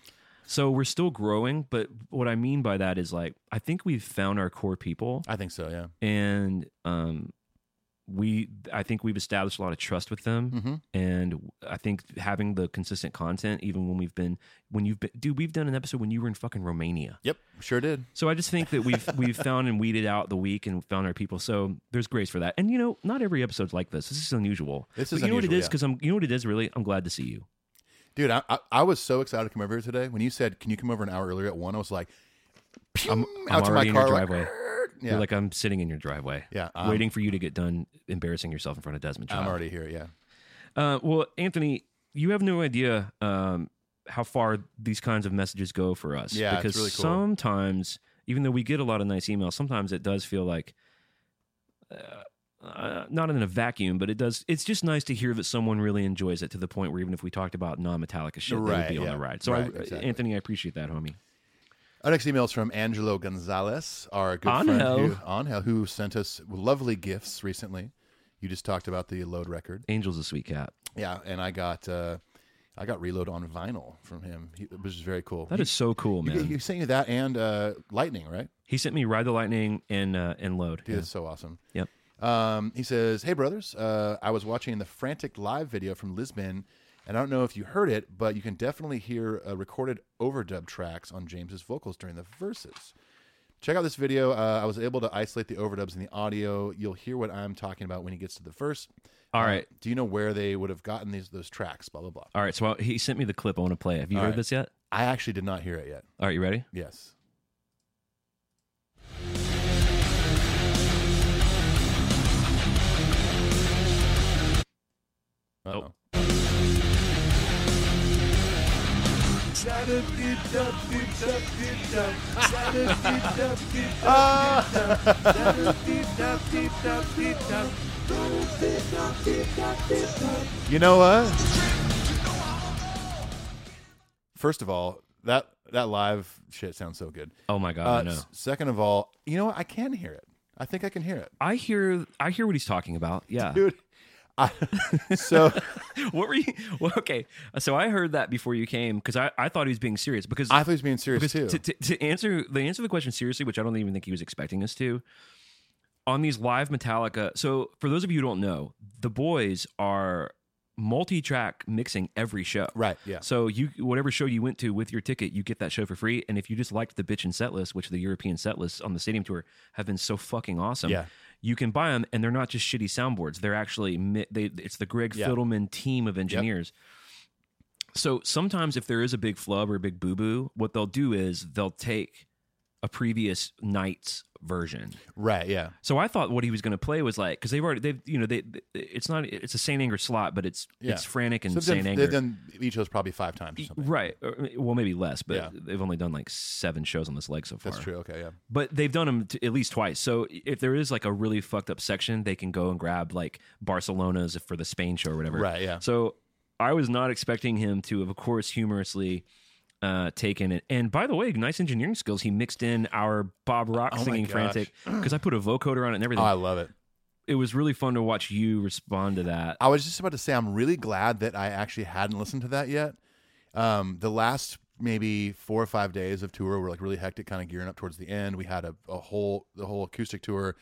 Speaker 4: So we're still growing, but what I mean by that is like I think we've found our core people
Speaker 5: I think so. Yeah.
Speaker 4: and um, we I think we've established a lot of trust with them,
Speaker 5: Mm-hmm.
Speaker 4: and I think having the consistent content, even when we've been when you've been dude, we've done an episode when you were in fucking Romania.
Speaker 5: Yep. Sure did.
Speaker 4: So I just think that we've we've found and weeded out the week and found our people. So there's grace for that. And you know, not every episode's like this. This is unusual.
Speaker 5: This
Speaker 4: But
Speaker 5: is
Speaker 4: you know what it
Speaker 5: unusual,
Speaker 4: is
Speaker 5: yeah.
Speaker 4: because I'm you know what it is really. I'm glad to see you.
Speaker 5: Dude, I, I, I was so excited to come over here today. When you said, "Can you come over an hour earlier?" at one, I was like, "Pew,"
Speaker 4: I'm
Speaker 5: out to
Speaker 4: already
Speaker 5: my
Speaker 4: in
Speaker 5: car,
Speaker 4: your
Speaker 5: like,
Speaker 4: driveway.
Speaker 5: yeah,
Speaker 4: You're like I'm sitting in your driveway.
Speaker 5: Yeah, I'm-
Speaker 4: waiting for you to get done embarrassing yourself in front of Desmond.
Speaker 5: I'm
Speaker 4: Child.
Speaker 5: already here. Yeah,
Speaker 4: Uh, well, Anthony, you have no idea um, how far these kinds of messages go for us.
Speaker 5: Yeah, it's
Speaker 4: because
Speaker 5: really cool.
Speaker 4: sometimes, even though we get a lot of nice emails, sometimes it does feel like. Uh, uh, not in a vacuum, but it does. It's just nice to hear that someone really enjoys it to the point where even if we talked about non-Metallica shit, they would
Speaker 5: Right,
Speaker 4: be on
Speaker 5: yeah.
Speaker 4: the ride. So,
Speaker 5: Right,
Speaker 4: I,
Speaker 5: exactly.
Speaker 4: Anthony, I appreciate that, homie.
Speaker 5: our next email is from Angelo Gonzalez, our good
Speaker 4: Angel.
Speaker 5: friend who, Angel, who sent us lovely gifts recently. You just talked about the load record,
Speaker 4: Angel's a sweet cat.
Speaker 5: yeah, and I got uh, I got reload on vinyl from him, he, which is very cool.
Speaker 4: That is so cool,
Speaker 5: you,
Speaker 4: man.
Speaker 5: you sent you that and uh, lightning, right?
Speaker 4: He sent me "Ride the Lightning" and uh, and "Load."
Speaker 5: Dude, that's so awesome.
Speaker 4: Yep.
Speaker 5: Um, he says, "Hey brothers, uh, I was watching the frantic live video from Lisbon, and I don't know if you heard it, but you can definitely hear uh, recorded overdub tracks on James's vocals during the verses. Check out this video. Uh, I was able to isolate the overdubs in the audio. You'll hear what I'm talking about when he gets to the verse.
Speaker 4: All
Speaker 5: Uh,
Speaker 4: right.
Speaker 5: do you know where they would have gotten these those tracks? Blah blah blah.
Speaker 4: All right, so I- he sent me the clip. I want to play. it. Have you
Speaker 5: All
Speaker 4: heard
Speaker 5: right.
Speaker 4: this yet?
Speaker 5: I actually did not hear it yet.
Speaker 4: All right, you ready?
Speaker 5: Yes. Uh-oh. You know what? First of all, that that live shit sounds so good.
Speaker 4: Oh my god,
Speaker 5: Uh,
Speaker 4: I know.
Speaker 5: s- second of all, you know what? I can hear it. I think I can hear it,
Speaker 4: I hear I hear what he's talking about. Yeah.
Speaker 5: dude. I, so
Speaker 4: What were you? Well, okay, so I heard that before you came because I, I thought he was being serious because
Speaker 5: I thought he was being serious
Speaker 4: because
Speaker 5: too.
Speaker 4: to, to, to answer the answer to the question seriously, which I don't even think he was expecting us to. On these live Metallica, so for those of you who don't know, the boys are multi-track mixing every show.
Speaker 5: Right, yeah.
Speaker 4: So you whatever show you went to with your ticket, you get that show for free. And if you just liked the bitchin' set list, which the European set lists on the stadium tour have been so fucking awesome,
Speaker 5: Yeah.
Speaker 4: you can buy them, and they're not just shitty soundboards. They're actually mi- they it's the Greg
Speaker 5: Yeah.
Speaker 4: Fiddleman team of engineers. So sometimes if there is a big flub or a big boo boo, what they'll do is they'll take a previous night's version.
Speaker 5: right? Yeah.
Speaker 4: So I thought what he was going to play was like because they've already they've you know they it's not it's a Saint Anger slot, but it's
Speaker 5: Yeah.
Speaker 4: it's frantic and
Speaker 5: So they've,
Speaker 4: Saint
Speaker 5: done,
Speaker 4: Anger. E
Speaker 5: they've done E each of those probably five times. Or something.
Speaker 4: Right. Or, Well, maybe less, but
Speaker 5: Yeah.
Speaker 4: they've only done like seven shows on this leg so far.
Speaker 5: That's true. Okay. Yeah.
Speaker 4: But they've done them t- at least twice. So if there is like a really fucked up section, they can go and grab like Barcelona's for the Spain show or whatever.
Speaker 5: Right, yeah.
Speaker 4: So I was not expecting him to, have, of course, humorously uh, taken it. And by the way, nice engineering skills. He mixed in our Bob Rock
Speaker 5: Oh my
Speaker 4: singing
Speaker 5: gosh.
Speaker 4: frantic because I put a vocoder on it and
Speaker 5: Oh,
Speaker 4: everything.
Speaker 5: I love it.
Speaker 4: it was really fun to watch you respond to that.
Speaker 5: I was just about to say, I'm really glad that I actually hadn't listened to that yet. Um, the last maybe four or five days of tour were like really hectic, kind of gearing up towards the end. We had a, a whole the whole acoustic tour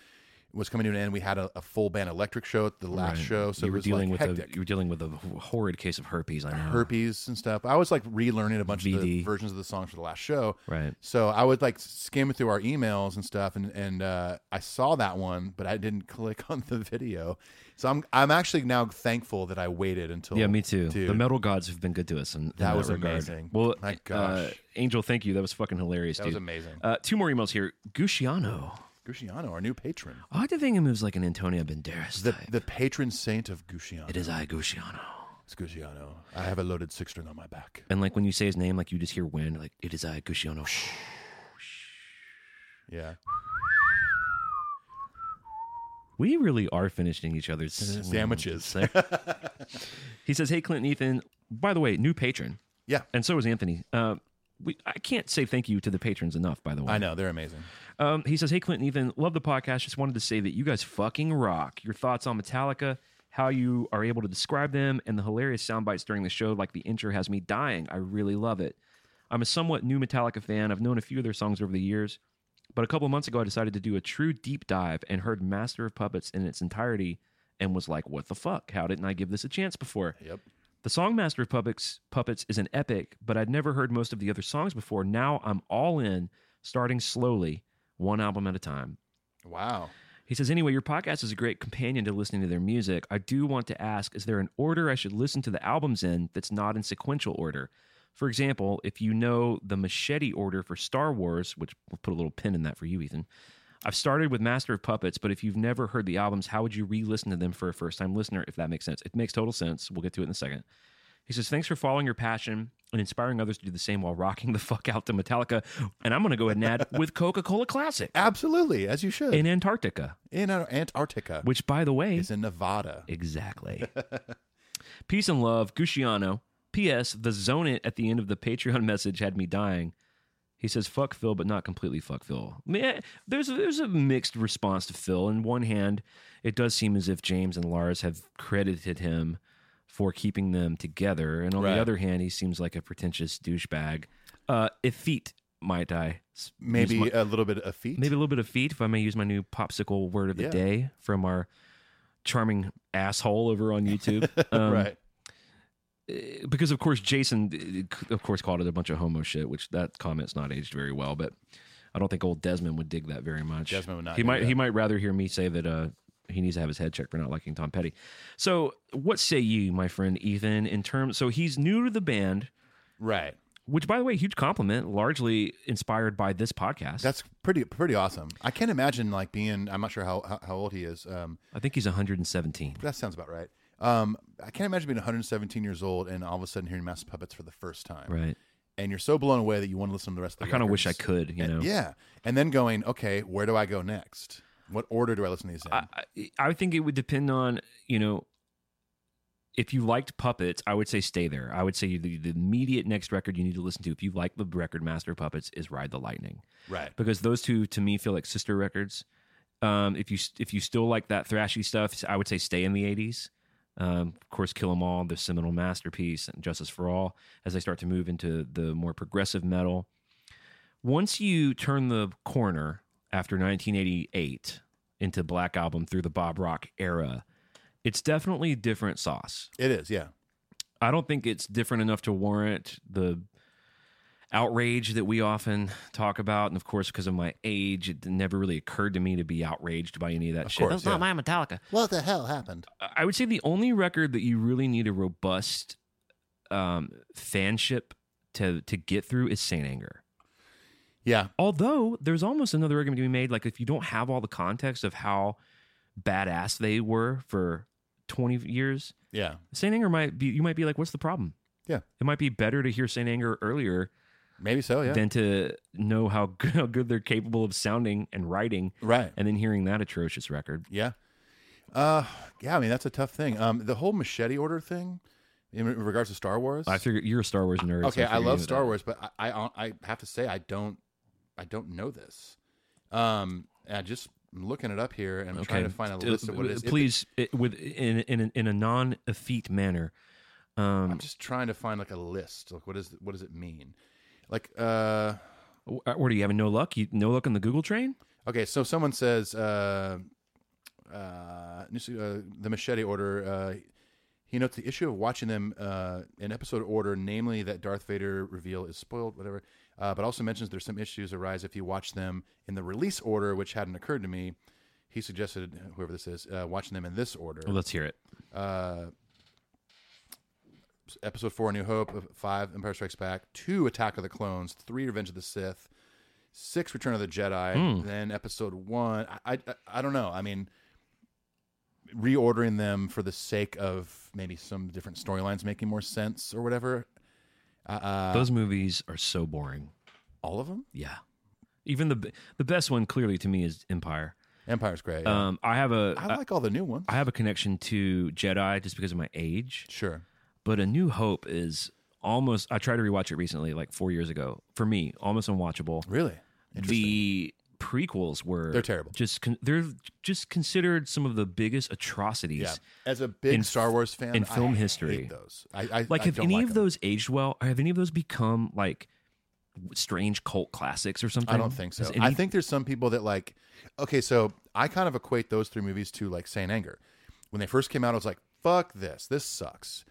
Speaker 5: was coming to an end. We had a, a full band electric show at the last show, so
Speaker 4: you
Speaker 5: it
Speaker 4: were
Speaker 5: was
Speaker 4: dealing
Speaker 5: like
Speaker 4: with a,
Speaker 5: hectic.
Speaker 4: you were dealing with a wh- horrid case of herpes. I know.
Speaker 5: herpes and stuff. I was like relearning a bunch of the
Speaker 4: VD.
Speaker 5: versions of the songs for the last show.
Speaker 4: Right.
Speaker 5: So I would like skim through our emails and stuff, and and uh, I saw that one, but I didn't click on the video. So I'm I'm actually now thankful that I waited until.
Speaker 4: Yeah, me too.
Speaker 5: Dude,
Speaker 4: The metal gods have been good to us, and
Speaker 5: That was
Speaker 4: regard.
Speaker 5: amazing.
Speaker 4: Well,
Speaker 5: My
Speaker 4: uh,
Speaker 5: gosh.
Speaker 4: Angel, thank you. That was fucking hilarious.
Speaker 5: That
Speaker 4: dude.
Speaker 5: was amazing.
Speaker 4: Uh, two more emails here. Gusciano.
Speaker 5: Gusciano, our new patron,
Speaker 4: I like to think of him as like an Antonio Banderas
Speaker 5: the
Speaker 4: type.
Speaker 5: the patron saint of Gusciano.
Speaker 4: it is I, Gusciano.
Speaker 5: It's Gusciano. I have a loaded six string on my back.
Speaker 4: And like when you say his name, like you just hear wind. Like it is I, Gusciano.
Speaker 5: Yeah.
Speaker 4: We really are finishing each other's
Speaker 5: Sandwiches.
Speaker 4: he says, "Hey, Clinton, Ethan. By the way, new patron,
Speaker 5: Yeah.
Speaker 4: and so is Anthony. Uh, we, I can't say thank you to the patrons enough. By the way,
Speaker 5: I know they're amazing.
Speaker 4: Um, he says, "Hey Clinton, Ethan, love the podcast. Just wanted to say that you guys fucking rock. Your thoughts on Metallica, how you are able to describe them, and the hilarious sound bites during the show, like the intro has me dying. I really love it. I'm a somewhat new Metallica fan. I've known a few of their songs over the years, but a couple of months ago, I decided to do a true deep dive and heard Master of Puppets in its entirety, and was like, what the fuck? How didn't I give this a chance before?
Speaker 5: Yep.
Speaker 4: The song Master of Puppets, Puppets is an epic, but I'd never heard most of the other songs before. Now I'm all in, starting slowly, one album at a time.
Speaker 5: Wow.
Speaker 4: He says, anyway, your podcast is a great companion to listening to their music. I do want to ask is there an order I should listen to the albums in that's not in sequential order? For example, if you know the machete order for Star Wars, which we'll put a little pin in that for you, Ethan. I've started with Master of Puppets, but if you've never heard the albums, how would you re listen to them for a first time listener, if that makes sense? It makes total sense. We'll get to it in a second. He says, Thanks for following your passion and inspiring others to do the same while rocking the fuck out to Metallica. And I'm going to go ahead and add with Coca Cola Classic
Speaker 5: Absolutely, as you should.
Speaker 4: in
Speaker 5: In,
Speaker 4: Antarctica.
Speaker 5: Ar- Antarctica, which
Speaker 4: Which, by the way,
Speaker 5: is in Nevada.
Speaker 4: exactly. Peace and love, Gusciano. P.S. The zone it at the end of the Patreon message had me dying. He says, "Fuck Phil," but not completely fuck Phil. Man, there's there's a mixed response to Phil. On one hand, it does seem as if James and Lars have credited him for keeping them together, and on
Speaker 5: Right.
Speaker 4: the other hand, he seems like a pretentious douchebag. Uh, effete might I s- use
Speaker 5: Maybe
Speaker 4: my-
Speaker 5: a little bit of feet.
Speaker 4: maybe a little bit of feet if i may use my new popsicle word of the
Speaker 5: Yeah.
Speaker 4: day from our charming asshole over on youtube um,
Speaker 5: right.
Speaker 4: because of course jason uh, c- of course called it a bunch of homo shit which that comment's not aged very well but I don't think old Desmond would dig that very much.
Speaker 5: Desmond would not
Speaker 4: He
Speaker 5: dig
Speaker 4: might.
Speaker 5: that.
Speaker 4: He might rather hear me say that uh, he needs to have his head checked for not liking Tom Petty. So, what say you, my friend Ethan? In terms, so he's new to the band,
Speaker 5: Right.
Speaker 4: which, by the way, huge compliment. Largely inspired by this podcast.
Speaker 5: That's pretty pretty awesome. I can't imagine like being. I'm not sure how how, how old he is. Um,
Speaker 4: I think he's 117.
Speaker 5: that sounds about right. Um, I can't imagine being 117 years old and all of a sudden hearing Master Puppets for the first time.
Speaker 4: Right.
Speaker 5: And you're so blown away that you want to listen to the rest of the
Speaker 4: I kind of wish I
Speaker 5: records.
Speaker 4: could. You know.
Speaker 5: Yeah. And then going, okay, where do I go next? What order do I listen to these in?
Speaker 4: I, I think it would depend on you know if you liked puppets i would say stay there i would say the, the immediate next record you need to listen to if you like the record master of puppets is ride the lightning
Speaker 5: right.
Speaker 4: because those two to me feel like sister records um, if you if you still like that thrashy stuff i would say stay in the 80s um, of course kill 'em all the seminal masterpiece and justice for all as they start to move into the more progressive metal once you turn the corner after 1988 into black album through the bob rock era it's definitely different sauce
Speaker 5: It is. Yeah.
Speaker 4: I don't think it's different enough to warrant the outrage that we often talk about. And of course, because of my age, it never really occurred to me to be outraged by any of that shit.
Speaker 5: course,
Speaker 4: That's not my Metallica.
Speaker 5: What the hell happened?
Speaker 4: I would say the only record that you really need a robust um, fanship to to get through is Saint Anger.
Speaker 5: Yeah.
Speaker 4: Although there's almost another argument to be made, like if you don't have all the context of how badass they were for 20 years,
Speaker 5: Yeah.
Speaker 4: Saint Anger might be. You might be like, what's the problem?
Speaker 5: Yeah.
Speaker 4: It might be better to hear Saint Anger earlier
Speaker 5: Maybe so. Yeah.
Speaker 4: than to know how good, how good they're capable of sounding and writing,
Speaker 5: right.
Speaker 4: and then hearing that atrocious record.
Speaker 5: Yeah. Uh, yeah. I mean, that's a tough thing. Um, the whole machete order thing, in re- regards to Star Wars.
Speaker 4: I figure you're a Star Wars nerd. so
Speaker 5: okay, I
Speaker 4: figure you
Speaker 5: love
Speaker 4: know
Speaker 5: Star
Speaker 4: that.
Speaker 5: Wars, but I, I I have to say I don't I don't know this. Um, I just I'm looking it up here and I'm
Speaker 4: Okay,
Speaker 5: trying to find a
Speaker 4: Uh,
Speaker 5: list of what it is. If it-
Speaker 4: Please, it, with in in in a non effete manner.
Speaker 5: I'm just trying to find like a list. Like, what is what does it mean? Like, uh,
Speaker 4: Wh- What are you having? No luck? You no luck on the Google train?
Speaker 5: okay, so someone says, uh, uh, this- uh the machete order. Uh, he notes the issue of watching them uh, in episode order, namely that Darth Vader reveal is spoiled, whatever. Uh, but also mentions there's some issues arise if you watch them in the release order, which hadn't occurred to me. He suggested whoever this is uh, watching them in this order.
Speaker 4: Well, let's hear it.
Speaker 5: episode four, A New Hope, five, Empire Strikes Back, two, Attack of the Clones, three, Revenge of the Sith, six, Return of the Jedi,
Speaker 4: Hmm.
Speaker 5: then episode one. I, I I don't know. I mean, reordering them for the sake of maybe some different storylines making more sense or whatever. Uh,
Speaker 4: Those movies are so boring.
Speaker 5: All of them.
Speaker 4: Yeah, even the b- the best one clearly to me is Empire.
Speaker 5: Empire's great. yeah.
Speaker 4: Um, I have a
Speaker 5: I like all the new ones.
Speaker 4: I have a connection to Jedi just because of my age,
Speaker 5: sure.
Speaker 4: but A New Hope is almost. I tried to rewatch it recently, like four years ago. For me, almost unwatchable.
Speaker 5: Really.
Speaker 4: The prequels were
Speaker 5: They're terrible.
Speaker 4: Just con- they're just considered some of the biggest atrocities.
Speaker 5: Yeah. As a big
Speaker 4: In f-
Speaker 5: Star Wars fan,
Speaker 4: in
Speaker 5: I
Speaker 4: film
Speaker 5: hate
Speaker 4: history.
Speaker 5: those. I, I
Speaker 4: Like,
Speaker 5: I
Speaker 4: have
Speaker 5: don't
Speaker 4: any of
Speaker 5: them.
Speaker 4: those aged well? Or have any of those become like w- strange cult classics or something?
Speaker 5: I don't think so.
Speaker 4: Has any-
Speaker 5: I think there's some people that like. Okay, so I kind of equate those three movies to like Saint Anger. When they first came out, I was like, "Fuck this! This sucks."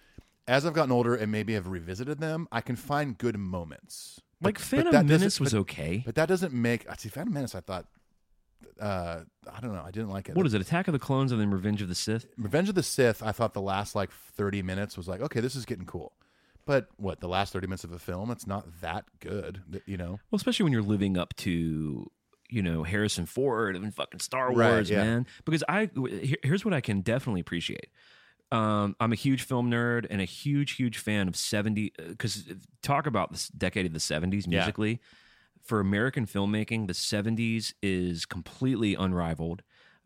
Speaker 5: As I've gotten older and maybe have revisited them, I can find good moments.
Speaker 4: like Phantom
Speaker 5: that doesn't-
Speaker 4: Menace was
Speaker 5: but-
Speaker 4: okay.
Speaker 5: But that doesn't make. I see Phantom Menace. I thought, uh, I don't know. I didn't like it.
Speaker 4: what is it? Attack of the Clones and then Revenge of the Sith.
Speaker 5: Revenge of the Sith? I thought the last like 30 minutes was like, okay, this is getting cool. But what the last 30 minutes of a film? It's not that good. th- You know.
Speaker 4: Well, especially when you're living up to, you know, Harrison Ford and fucking Star Wars,
Speaker 5: Right, yeah.
Speaker 4: man. Because I, here- here's what I can definitely appreciate. Um, I'm a huge film nerd and a huge, huge fan of 70. Because talk about this decade of the 70s musically. For American filmmaking, the 70s is completely unrivaled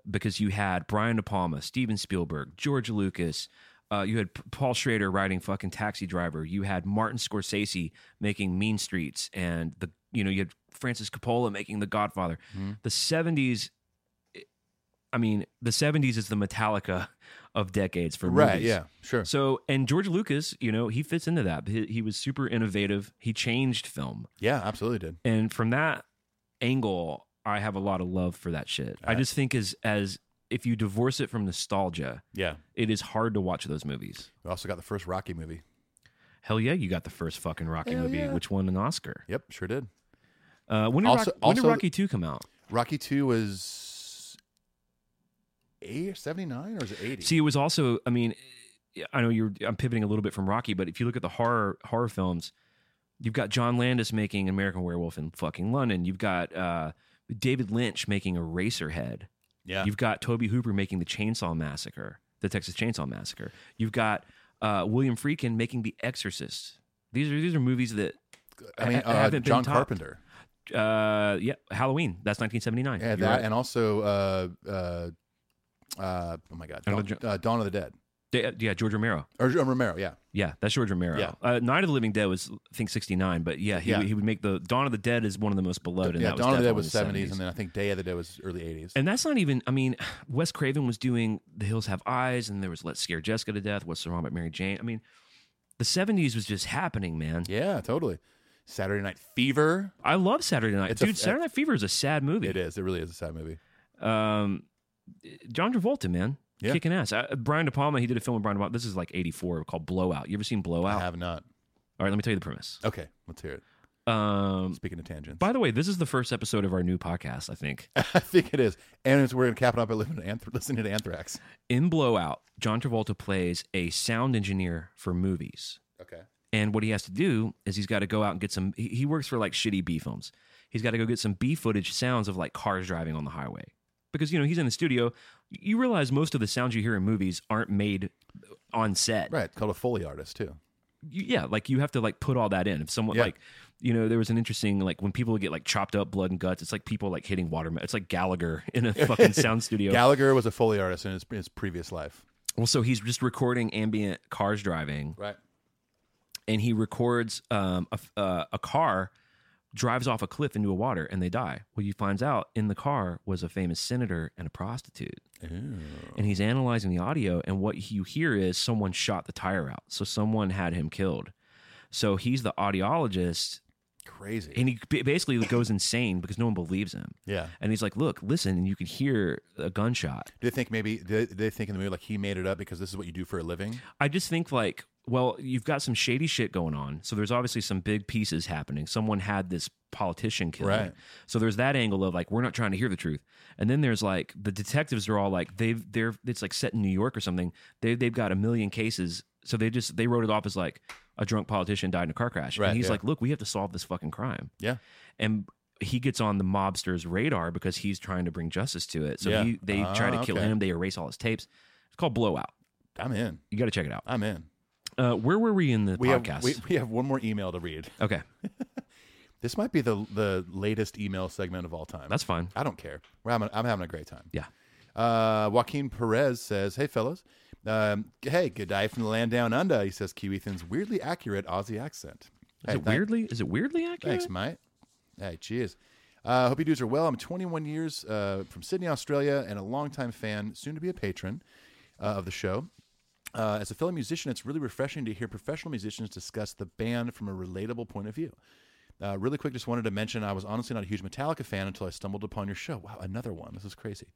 Speaker 4: because you had Brian De Palma, Steven Spielberg, George Lucas. Uh, you had P- Paul Schrader writing fucking Taxi Driver. You had Martin Scorsese making Mean Streets, and the you know you had Francis Coppola making The Godfather.
Speaker 5: Mm-hmm.
Speaker 4: The seventies, I mean, the seventies is the Metallica of decades for
Speaker 5: Right.
Speaker 4: movies.
Speaker 5: Yeah. Sure.
Speaker 4: So and George Lucas, you know, he fits into that. He, he was super innovative. He changed film.
Speaker 5: Yeah. Absolutely did.
Speaker 4: And from that angle, I have a lot of love for that shit. I just think as as if you divorce it from nostalgia,
Speaker 5: Yeah.
Speaker 4: it is hard to watch those movies.
Speaker 5: We also got the first Rocky movie.
Speaker 4: Hell yeah, you got the first fucking Rocky movie, which won an Oscar.
Speaker 5: Yep, sure did.
Speaker 4: Uh, when did,
Speaker 5: Also-
Speaker 4: Rock, when did
Speaker 5: also-
Speaker 4: Rocky Two come out?
Speaker 5: Rocky Two was eight seventy nine or is it eighty?
Speaker 4: See, it was also. I mean, eh, I know you're. I'm pivoting a little bit from Rocky, but if you look at the horror horror films, you've got John Landis making American Werewolf in fucking London. You've got uh, David Lynch making Eraserhead.
Speaker 5: yeah,
Speaker 4: You've got Toby Hooper making the Chainsaw Massacre, the Texas Chainsaw Massacre. You've got uh, William Friedkin making The Exorcist. These are these are movies that
Speaker 5: I mean
Speaker 4: ha-
Speaker 5: uh,
Speaker 4: haven't been
Speaker 5: John
Speaker 4: topped.
Speaker 5: Carpenter.
Speaker 4: uh yeah Halloween that's 1979.
Speaker 5: Yeah,
Speaker 4: You're
Speaker 5: that
Speaker 4: right.
Speaker 5: and also uh, uh, uh, oh my God,
Speaker 4: Dawn
Speaker 5: Dawn,
Speaker 4: of the
Speaker 5: uh, Dawn of the Dead
Speaker 4: Da- uh, yeah George Romero.
Speaker 5: or uh, Romero. Yeah,
Speaker 4: Yeah, that's George Romero.
Speaker 5: Yeah.
Speaker 4: Uh, Night of the Living Dead was I think 69, but yeah he,
Speaker 5: Yeah.
Speaker 4: he would make the Dawn of the Dead is one of the most beloved. And
Speaker 5: yeah.
Speaker 4: Oh, that
Speaker 5: Dawn of the Dead
Speaker 4: was
Speaker 5: was
Speaker 4: definitely
Speaker 5: seventies, and then I think Day of the Dead was early eighties.
Speaker 4: And that's not even. I mean, Wes Craven was doing The Hills Have Eyes, and there was Let's Scare Jessica to Death. What's wrong with Mary Jane? I mean, the 70s was just happening, man.
Speaker 5: Yeah, totally. Saturday Night Fever.
Speaker 4: I love Saturday Night,
Speaker 5: It's a-
Speaker 4: dude. Saturday Night Fever is a sad movie.
Speaker 5: It is. It really is a sad movie.
Speaker 4: Um, John Travolta, man,
Speaker 5: Yeah.
Speaker 4: kicking ass. Uh, Brian De Palma, he did a film with Brian De Palma. This is like '84 called Blowout. You ever seen Blowout?
Speaker 5: I have not.
Speaker 4: All right, let me tell you the premise.
Speaker 5: Okay, let's hear it.
Speaker 4: Um,
Speaker 5: Speaking of tangents,
Speaker 4: by the way, this is the first episode of our new podcast. I think
Speaker 5: I think it is, and it's, we're gonna cap it off by listening to, Anth- listening to Anthrax.
Speaker 4: in Blowout, John Travolta plays a sound engineer for movies.
Speaker 5: Okay.
Speaker 4: And what he has to do is he's got to go out and get some. He, he works for like shitty B films. He's got to go get some B footage sounds of like cars driving on the highway because you know he's in the studio. You realize most of the sounds you hear in movies aren't made on set.
Speaker 5: Right, called a Foley artist too.
Speaker 4: You- yeah, like you have to like put all that in. If someone
Speaker 5: Yeah.
Speaker 4: like you know there was an interesting like when people get like chopped up blood and guts, it's like people like hitting watermelon. It's like Gallagher in a fucking sound studio.
Speaker 5: Gallagher was a Foley artist in his, his previous life.
Speaker 4: well, so he's just recording ambient cars driving.
Speaker 5: Right.
Speaker 4: and he records um, a, uh, a car drives off a cliff into a water and they die. Well, you finds out in the car was a famous senator and a prostitute. And he's analyzing the audio, and what you hear is someone shot the tire out. So someone had him killed. So he's the audiologist,
Speaker 5: Crazy.
Speaker 4: and he ba- basically goes insane because no one believes him.
Speaker 5: yeah.
Speaker 4: And he's like, "Look, listen," and you can hear a gunshot.
Speaker 5: Do they think maybe do they, do they think in the movie like he made it up because this is what you do for a living?
Speaker 4: I just think like, well, you've got some shady shit going on. So there's obviously some big pieces happening. Someone had this politician killed.
Speaker 5: Right.
Speaker 4: So there's that angle of like, we're not trying to hear the truth. And then there's like the detectives are all like they've they're it's like set in New York or something. They they've got a million cases. So they just they wrote it off as like a drunk politician died in a car crash.
Speaker 5: Right,
Speaker 4: and he's
Speaker 5: yeah.
Speaker 4: like, look, we have to solve this fucking crime.
Speaker 5: Yeah.
Speaker 4: And he gets on the mobster's radar because he's trying to bring justice to it. So
Speaker 5: Yeah.
Speaker 4: he, they try to
Speaker 5: Ah,
Speaker 4: kill
Speaker 5: okay.
Speaker 4: him. They erase all his tapes. It's called Blowout.
Speaker 5: I'm in.
Speaker 4: You got to check it out.
Speaker 5: I'm in.
Speaker 4: Uh, where were we in the
Speaker 5: We
Speaker 4: podcast?
Speaker 5: have we, we have one more email to read.
Speaker 4: okay,
Speaker 5: This might be the the latest email segment of all time.
Speaker 4: that's fine.
Speaker 5: I don't care. We're having, I'm having a great time.
Speaker 4: Yeah.
Speaker 5: Uh, Joaquin Perez says, "Hey fellas, um, hey, good day from the land down under." He says, "Q Ethan's weirdly accurate Aussie accent."
Speaker 4: Is it weirdly? Is it weirdly accurate?
Speaker 5: Thanks, mate. Hey, cheers. Uh, hope you dudes are well. I'm 21 years uh, from Sydney, Australia, and a longtime fan, soon to be a patron uh, of the show. Uh, as a fellow musician, it's really refreshing to hear professional musicians discuss the band from a relatable point of view. Uh, really quick, just wanted to mention I was honestly not a huge Metallica fan until I stumbled upon your show. Wow, another one. This is crazy.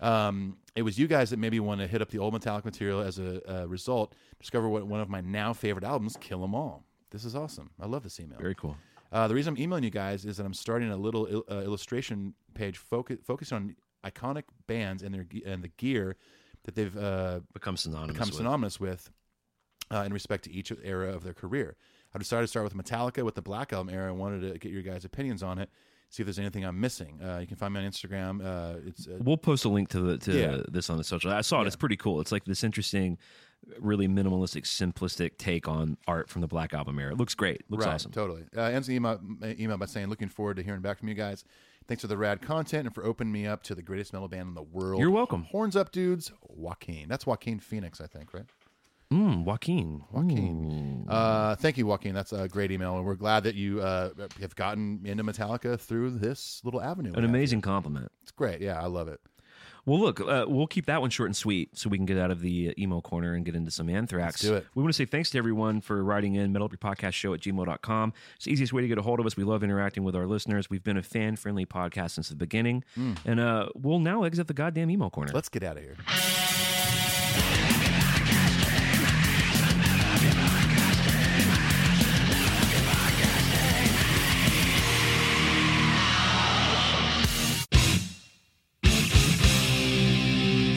Speaker 5: Um, it was you guys that made me want to hit up the old Metallic material. As a uh, result, discover what one of my now favorite albums, Kill 'Em All. This is awesome. I love this email.
Speaker 4: Very cool.
Speaker 5: Uh, the reason I'm emailing you guys is that I'm starting a little il- uh, illustration page focus focused on iconic bands and their ge- and the gear that they've uh,
Speaker 4: Become synonymous.
Speaker 5: become
Speaker 4: with.
Speaker 5: synonymous with uh, in respect to each era of their career. I decided to start with Metallica with the Black Album era and wanted to get your guys' opinions on it. See if there's anything I'm missing. Uh, you can find me on Instagram. Uh, it's uh,
Speaker 4: We'll post a link to the to
Speaker 5: Yeah.
Speaker 4: this on the social. I saw it. It's pretty cool. It's like this interesting, really minimalistic, simplistic take on art from the Black Album era. It looks great. Looks
Speaker 5: right,
Speaker 4: awesome.
Speaker 5: Totally. Uh, ends the email, email by saying, "Looking forward to hearing back from you guys. Thanks for the rad content and for opening me up to the greatest metal band in the world.
Speaker 4: You're welcome.
Speaker 5: Horns up, dudes. Joaquin. That's Joaquin Phoenix, I think, right?
Speaker 4: Mm, Joaquin. Mm,
Speaker 5: Joaquin. Uh, thank you, Joaquin. That's a great email, and we're glad that you uh, have gotten into Metallica through this little avenue. we
Speaker 4: An
Speaker 5: have.
Speaker 4: amazing compliment.
Speaker 5: It's great. Yeah, I love it.
Speaker 4: Well, look, uh, we'll keep that one short and sweet so we can get out of the uh, emo corner and get into some anthrax.
Speaker 5: Let's do it.
Speaker 4: We want to say thanks to everyone for writing in metal up your podcast show at gmail.com. It's the easiest way to get a hold of us. We love interacting with our listeners. We've been a fan friendly podcast since the beginning. And uh, we'll now exit the goddamn emo corner.
Speaker 5: Hmm. Let's get out of here.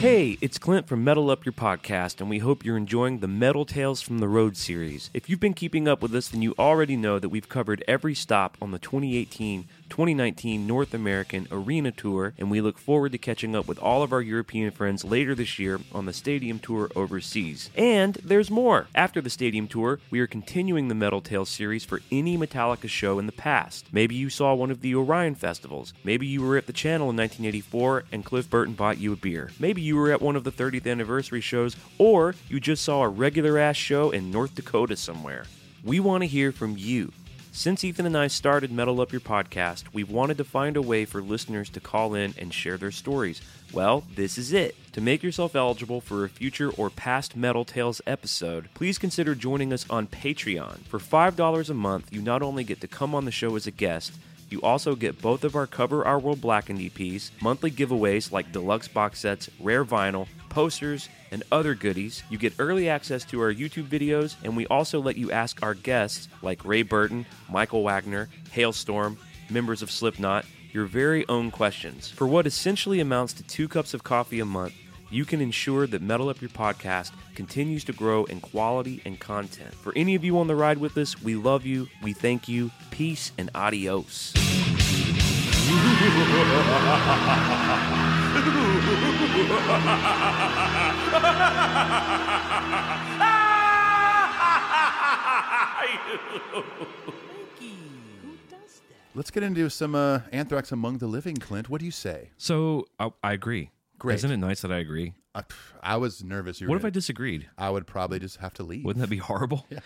Speaker 6: Hey, it's Clint from Metal Up Your Podcast, and we hope you're enjoying the Metal Tales from the Road series. If you've been keeping up with us, then you already know that we've covered every stop on the 2018 2019 North American Arena Tour, and we look forward to catching up with all of our European friends later this year on the Stadium Tour overseas. And there's more! After the Stadium Tour, we are continuing the Metal Tales series for any Metallica show in the past. Maybe you saw one of the Orion festivals. Maybe you were at the channel in 1984 and Cliff Burton bought you a beer. Maybe you were at one of the 30th anniversary shows, or you just saw a regular ass show in North Dakota somewhere. We want to hear from you. Since Ethan and I started Metal Up Your Podcast, we've wanted to find a way for listeners to call in and share their stories. Well, this is it. To make yourself eligible for a future or past Metal Tales episode, please consider joining us on Patreon. For $5 a month, you not only get to come on the show as a guest, you also get both of our Cover Our World Blackened EPs, monthly giveaways like deluxe box sets, rare vinyl, posters, and other goodies. You get early access to our YouTube videos, and we also let you ask our guests like Ray Burton, Michael Wagner, Hailstorm, members of Slipknot, your very own questions. For what essentially amounts to two cups of coffee a month, you can ensure that Metal Up Your Podcast continues to grow in quality and content. For any of you on the ride with us, we love you, we thank you, peace, and adios.
Speaker 5: Let's get into some uh, Anthrax Among the Living, Clint. What do you say?
Speaker 4: So I, I agree.
Speaker 5: Great.
Speaker 4: Isn't it nice that I agree?
Speaker 5: I, I was nervous. You were
Speaker 4: What if I
Speaker 5: gonna-
Speaker 4: disagreed?
Speaker 5: I would probably just have to leave.
Speaker 4: Wouldn't that be horrible?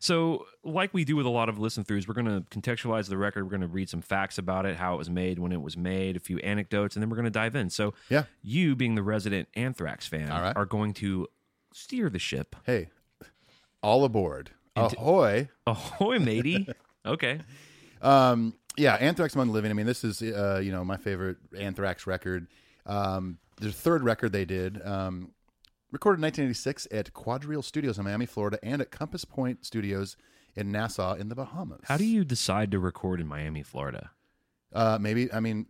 Speaker 4: So, like we do with a lot of listen throughs, we're going to contextualize the record. We're going to read some facts about it, how it was made, when it was made, a few anecdotes, and then we're going to dive in. So,
Speaker 5: Yeah.
Speaker 4: you being the resident Anthrax fan
Speaker 5: All right.
Speaker 4: are going to steer the ship.
Speaker 5: hey, all aboard. Ahoy.
Speaker 4: Ahoy, matey. okay.
Speaker 5: Um, yeah, Anthrax Among the Living. I mean, this is uh, you know my favorite Anthrax record. Um, their third record they did, um, recorded in 1986 at Quadrille Studios in Miami, Florida, and at Compass Point Studios in Nassau, in the Bahamas.
Speaker 4: How do you decide to record in Miami, Florida?
Speaker 5: Uh, maybe I mean,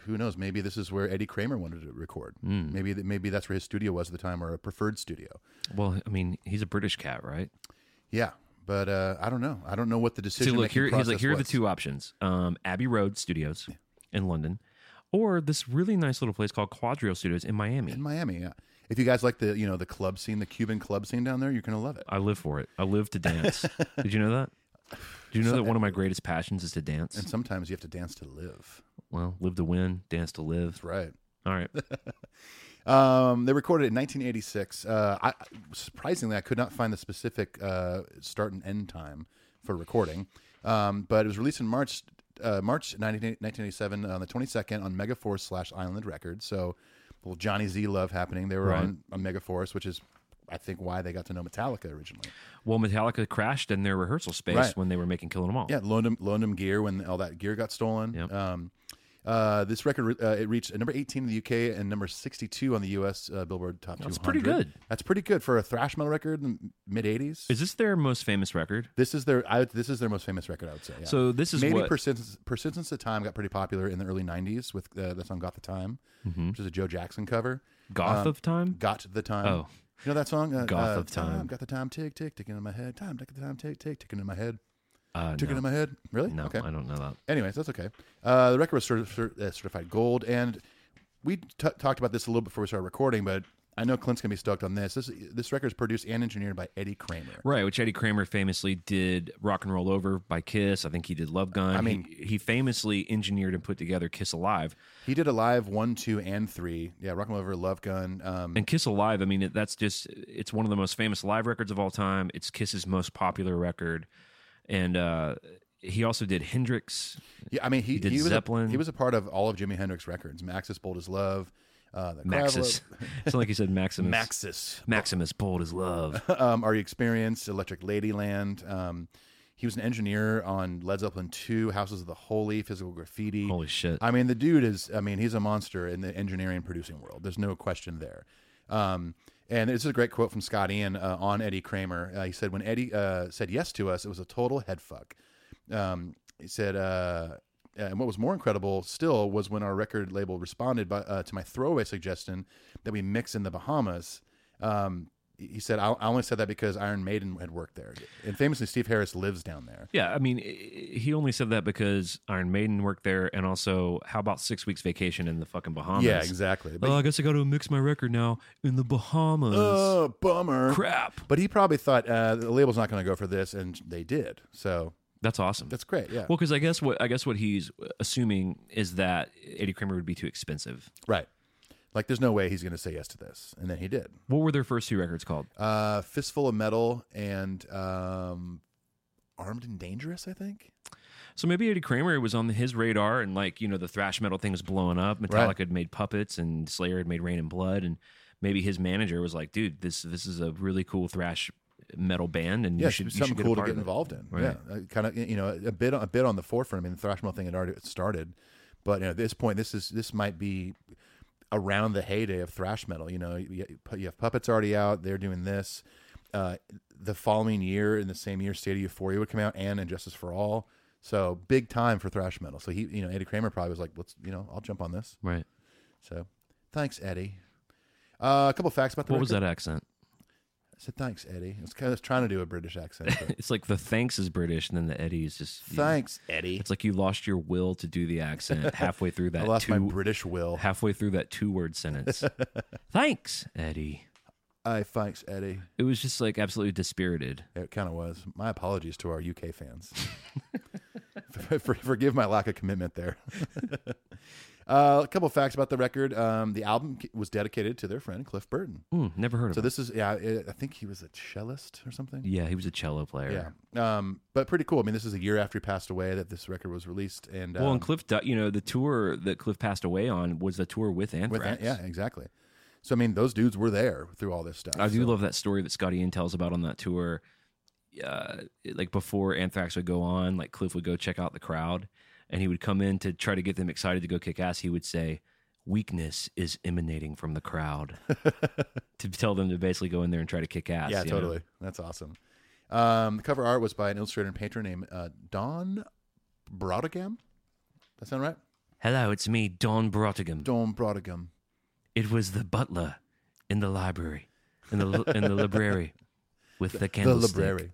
Speaker 5: who knows? Maybe this is where Eddie Kramer wanted to record.
Speaker 4: Hmm.
Speaker 5: Maybe th- maybe that's where his studio was at the time, or a preferred studio.
Speaker 4: Well, I mean, he's a British cat, right?
Speaker 5: Yeah, but uh, I don't know. I don't know what the
Speaker 4: So
Speaker 5: decision.
Speaker 4: look here. He's like,
Speaker 5: process
Speaker 4: here are the
Speaker 5: was.
Speaker 4: two options: um, Abbey Road Studios in London, or this really nice little place called Quadrio Studios in Miami.
Speaker 5: in Miami. Yeah. If you guys like the you know the club scene, the Cuban club scene down there, you're gonna love it.
Speaker 4: I live for it. I live to dance. Did you know that? Do you know that one of my greatest passions is to dance?
Speaker 5: And sometimes you have to dance to live.
Speaker 4: Well, live to win, dance to live.
Speaker 5: Right.
Speaker 4: All right.
Speaker 5: Um, they recorded it in 1986. Uh, I, surprisingly, I could not find the specific uh, start and end time for recording, um, but it was released in March uh, March 19, 1987 uh, on the 22nd on Megaforce slash Island Records. So, little Johnny Z love happening. They were
Speaker 4: Right.
Speaker 5: on, on Megaforce, which is, I think, why they got to know Metallica originally.
Speaker 4: Well, Metallica crashed in their rehearsal space
Speaker 5: Right.
Speaker 4: when they were making Killing 'Em All.
Speaker 5: Yeah, loaned him loaned him gear when all that gear got stolen.
Speaker 4: Yep.
Speaker 5: Um, uh, this record uh, it reached number 18 in the UK and number 62 on the US uh, Billboard Top 200.
Speaker 4: That's pretty good.
Speaker 5: That's pretty good for a thrash metal record in the mid 80s.
Speaker 4: Is this their most famous record?
Speaker 5: this is their I, this is their most famous record, I would say. yeah.
Speaker 4: So this is
Speaker 5: maybe
Speaker 4: what-
Speaker 5: persistence persistence of time got pretty popular in the early 90s with uh, that song "Got the Time,"
Speaker 4: Mm-hmm.
Speaker 5: which is a Joe Jackson cover.
Speaker 4: Goth
Speaker 5: Um,
Speaker 4: of Time?
Speaker 5: Got the time.
Speaker 4: Oh.
Speaker 5: You know that song? Uh,
Speaker 4: Goth
Speaker 5: uh,
Speaker 4: of Time.
Speaker 5: Got the time. Tick tick ticking in my head. Time. Got the time. Tick tick ticking in my head.
Speaker 4: Uh,
Speaker 5: Ticking
Speaker 4: no,
Speaker 5: in my head. Really?
Speaker 4: no
Speaker 5: Okay.
Speaker 4: I don't know that.
Speaker 5: Anyways, that's okay. Uh, the record was certi- cer- uh, certified gold, and we t- talked about this a little before we started recording. But I know Clint's gonna be stoked on this. This this record is produced and engineered by Eddie Kramer.
Speaker 4: Right, which Eddie Kramer famously did "Rock and Roll Over" by Kiss. I think he did "Love Gun."
Speaker 5: I mean-
Speaker 4: he, he famously engineered and put together "Kiss Alive."
Speaker 5: He did Alive one, two, and three. Yeah, Rock 'N' Roll Over, Love Gun. Um,
Speaker 4: And Kiss Alive, I mean, it- that's just, it's one of the most famous live records of all time. It's Kiss's most popular record. And uh, he also did Hendrix.
Speaker 5: yeah, I mean he,
Speaker 4: He did
Speaker 5: was
Speaker 4: Zeppelin.
Speaker 5: A, he was a part of all of Jimi Hendrix records. Maxis, Bold as Love. Uh, the
Speaker 4: Maxis. it's not like he said Maximus.
Speaker 5: Maxis.
Speaker 4: Maximus bold as love.
Speaker 5: um, Are You Experienced, Electric Ladyland. Um, he was an engineer on Led Zeppelin 2, Houses of the Holy, Physical Graffiti.
Speaker 4: Holy shit.
Speaker 5: I mean, the dude is, I mean, he's a monster in the engineering and producing world. There's no question there. Um, and this is a great quote from Scott Ian uh, on Eddie Kramer. Uh, he said, When Eddie uh, said yes to us, it was a total head fuck. Um, he said, uh, Uh, and what was more incredible still was when our record label responded by, uh, to my throwaway suggestion that we mix in the Bahamas. Um, he said, I, I only said that because Iron Maiden had worked there. And famously, Steve Harris lives down there.
Speaker 4: Yeah, I mean, i- he only said that because Iron Maiden worked there, and also, how about six weeks vacation in the fucking Bahamas?
Speaker 5: Yeah, exactly. But
Speaker 4: Oh, I guess I got to mix my record now in the Bahamas.
Speaker 5: Oh, bummer.
Speaker 4: Crap.
Speaker 5: But he probably thought uh, the label's not going to go for this, and they did. So
Speaker 4: That's awesome.
Speaker 5: that's great. Yeah.
Speaker 4: Well, because I guess what I guess what he's assuming is that Eddie Kramer would be too expensive.
Speaker 5: right. Like, there's no way he's going to say yes to this. And then he did.
Speaker 4: What were their first two records called?
Speaker 5: Uh, Fistful of Metal and um, Armed and Dangerous, I think.
Speaker 4: So maybe Eddie Kramer was on his radar, and like you know, the thrash metal thing was blowing up. Metallica
Speaker 5: Right.
Speaker 4: had made Puppets, and Slayer had made Rain and Blood, and maybe his manager was like, "Dude, this this is a really cool thrash metal band, and
Speaker 5: Yeah,
Speaker 4: you should you
Speaker 5: something
Speaker 4: should
Speaker 5: cool
Speaker 4: a
Speaker 5: to
Speaker 4: part
Speaker 5: get
Speaker 4: of it."
Speaker 5: involved in.
Speaker 4: Right.
Speaker 5: Yeah, kind of you know a bit a bit on the forefront. I mean, the thrash metal thing had already started, but you know, at this point, this is this might be around the heyday of thrash metal. You know, you, you have puppets already out; they're doing this. Uh, the following year, in the same year, State of Euphoria would come out, and Injustice for All. So big time for thrash metal. So he, you know, Eddie Kramer probably was like, "Let's, you know, I'll jump on this."
Speaker 4: Right.
Speaker 5: So, thanks, Eddie. Uh, a couple facts about the
Speaker 4: What was
Speaker 5: record.
Speaker 4: that accent?
Speaker 5: I said, "Thanks, Eddie." I was kind of trying to do a British accent. but-
Speaker 4: It's like the thanks is British, and then the Eddie is just
Speaker 5: Thanks, Eddie.
Speaker 4: It's like you lost your will to do the accent halfway through that.
Speaker 5: I lost my
Speaker 4: two-
Speaker 5: British will.
Speaker 4: halfway through that two word sentence. Thanks, Eddie.
Speaker 5: I thanks Eddie.
Speaker 4: It was just like absolutely dispirited.
Speaker 5: It kind of was. My apologies to our UK fans. For- for- forgive my lack of commitment there. uh, a couple facts about the record. Um, the album c- was dedicated to their friend Cliff Burton.
Speaker 4: Hmm, never heard of
Speaker 5: So
Speaker 4: him.
Speaker 5: this is yeah. I I think he was a cellist or something.
Speaker 4: yeah, he was a cello player.
Speaker 5: Yeah. Um, but pretty cool. I mean, this is a year after he passed away that this record was released. And
Speaker 4: Well,
Speaker 5: um,
Speaker 4: and Cliff, di- you know, the tour that Cliff passed away on was the tour with
Speaker 5: with
Speaker 4: Anthrax.
Speaker 5: that- yeah, exactly. So I mean, those dudes were there through all this stuff.
Speaker 4: I do
Speaker 5: So-
Speaker 4: love that story that Scotty Ian tells about on that tour. Uh, it- like before Anthrax would go on, like Cliff would go check out the crowd, and he would come in to try to get them excited to go kick ass. He would say, "Weakness is emanating from the crowd," to tell them to basically go in there and try to kick ass.
Speaker 5: Yeah,
Speaker 4: you know?
Speaker 5: totally. That's awesome. Um, the cover art was by an illustrator and painter named uh, Don Brodagam. That sound right?
Speaker 4: Hello, it's me, Don Brottingham.
Speaker 5: Don Brodagam.
Speaker 4: It was the butler in the library, in the in the library, with the
Speaker 5: The
Speaker 4: candlestick.
Speaker 5: library.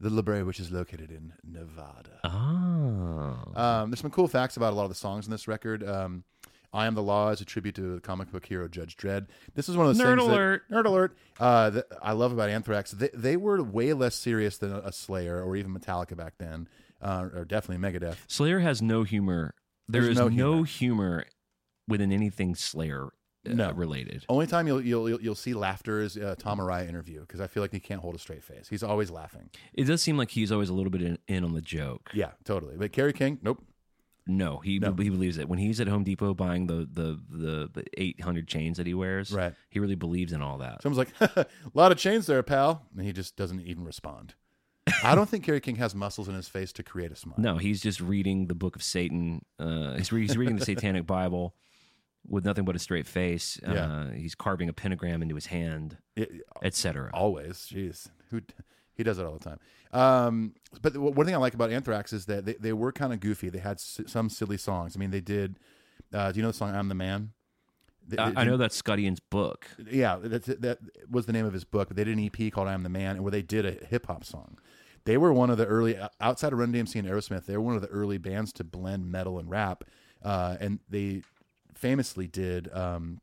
Speaker 5: The library, which is located in Nevada.
Speaker 4: Oh,
Speaker 5: Um, there's some cool facts about a lot of the songs in this record. Um, I Am the Law is a tribute to the comic book hero Judge Dredd. This is one of those
Speaker 4: Nerd
Speaker 5: things that-
Speaker 4: alert.
Speaker 5: nerd alert. Uh, that I love about Anthrax. They, they were way less serious than a Slayer or even Metallica back then, uh, or definitely Megadeth.
Speaker 4: Slayer has no humor. There
Speaker 5: There's
Speaker 4: is
Speaker 5: no
Speaker 4: no
Speaker 5: humor.
Speaker 4: humor. within anything Slayer uh,
Speaker 5: No.
Speaker 4: related.
Speaker 5: Only time you'll you'll you'll, you'll see laughter is uh, Tom Araya interview because I feel like he can't hold a straight face. He's always laughing.
Speaker 4: It does seem like he's always a little bit in, in on the joke.
Speaker 5: Yeah, totally. But Kerry King, nope.
Speaker 4: No, he
Speaker 5: No.
Speaker 4: he believes it. When he's at Home Depot buying the the the, the eight hundred chains that he wears,
Speaker 5: Right.
Speaker 4: He really believes in all that.
Speaker 5: Someone's like, "A lot of chains there, pal," and he just doesn't even respond. I don't think Kerry King has muscles in his face to create a smile.
Speaker 4: no, he's just reading the Book of Satan. Uh, he's, re- he's reading the Satanic Bible with nothing but a straight face.
Speaker 5: Yeah.
Speaker 4: Uh, he's carving a pentagram into his hand,
Speaker 5: It-
Speaker 4: etc.
Speaker 5: always. Jeez, who he does it all the time. Um, but the, one thing I like about Anthrax is that they, they were kind of goofy. They had s- some silly songs. I mean, they did. Uh, do you know the song "I'm the Man"? They-
Speaker 4: I,
Speaker 5: they-
Speaker 4: I know that's Scotty Ian's book.
Speaker 5: yeah, that, that was the name of his book. But they did an EP called "I'm the Man," where they did a hip hop song. They were one of the early outside of Run DMC and Aerosmith. They were one of the early bands to blend metal and rap, uh, and they famously did. Um,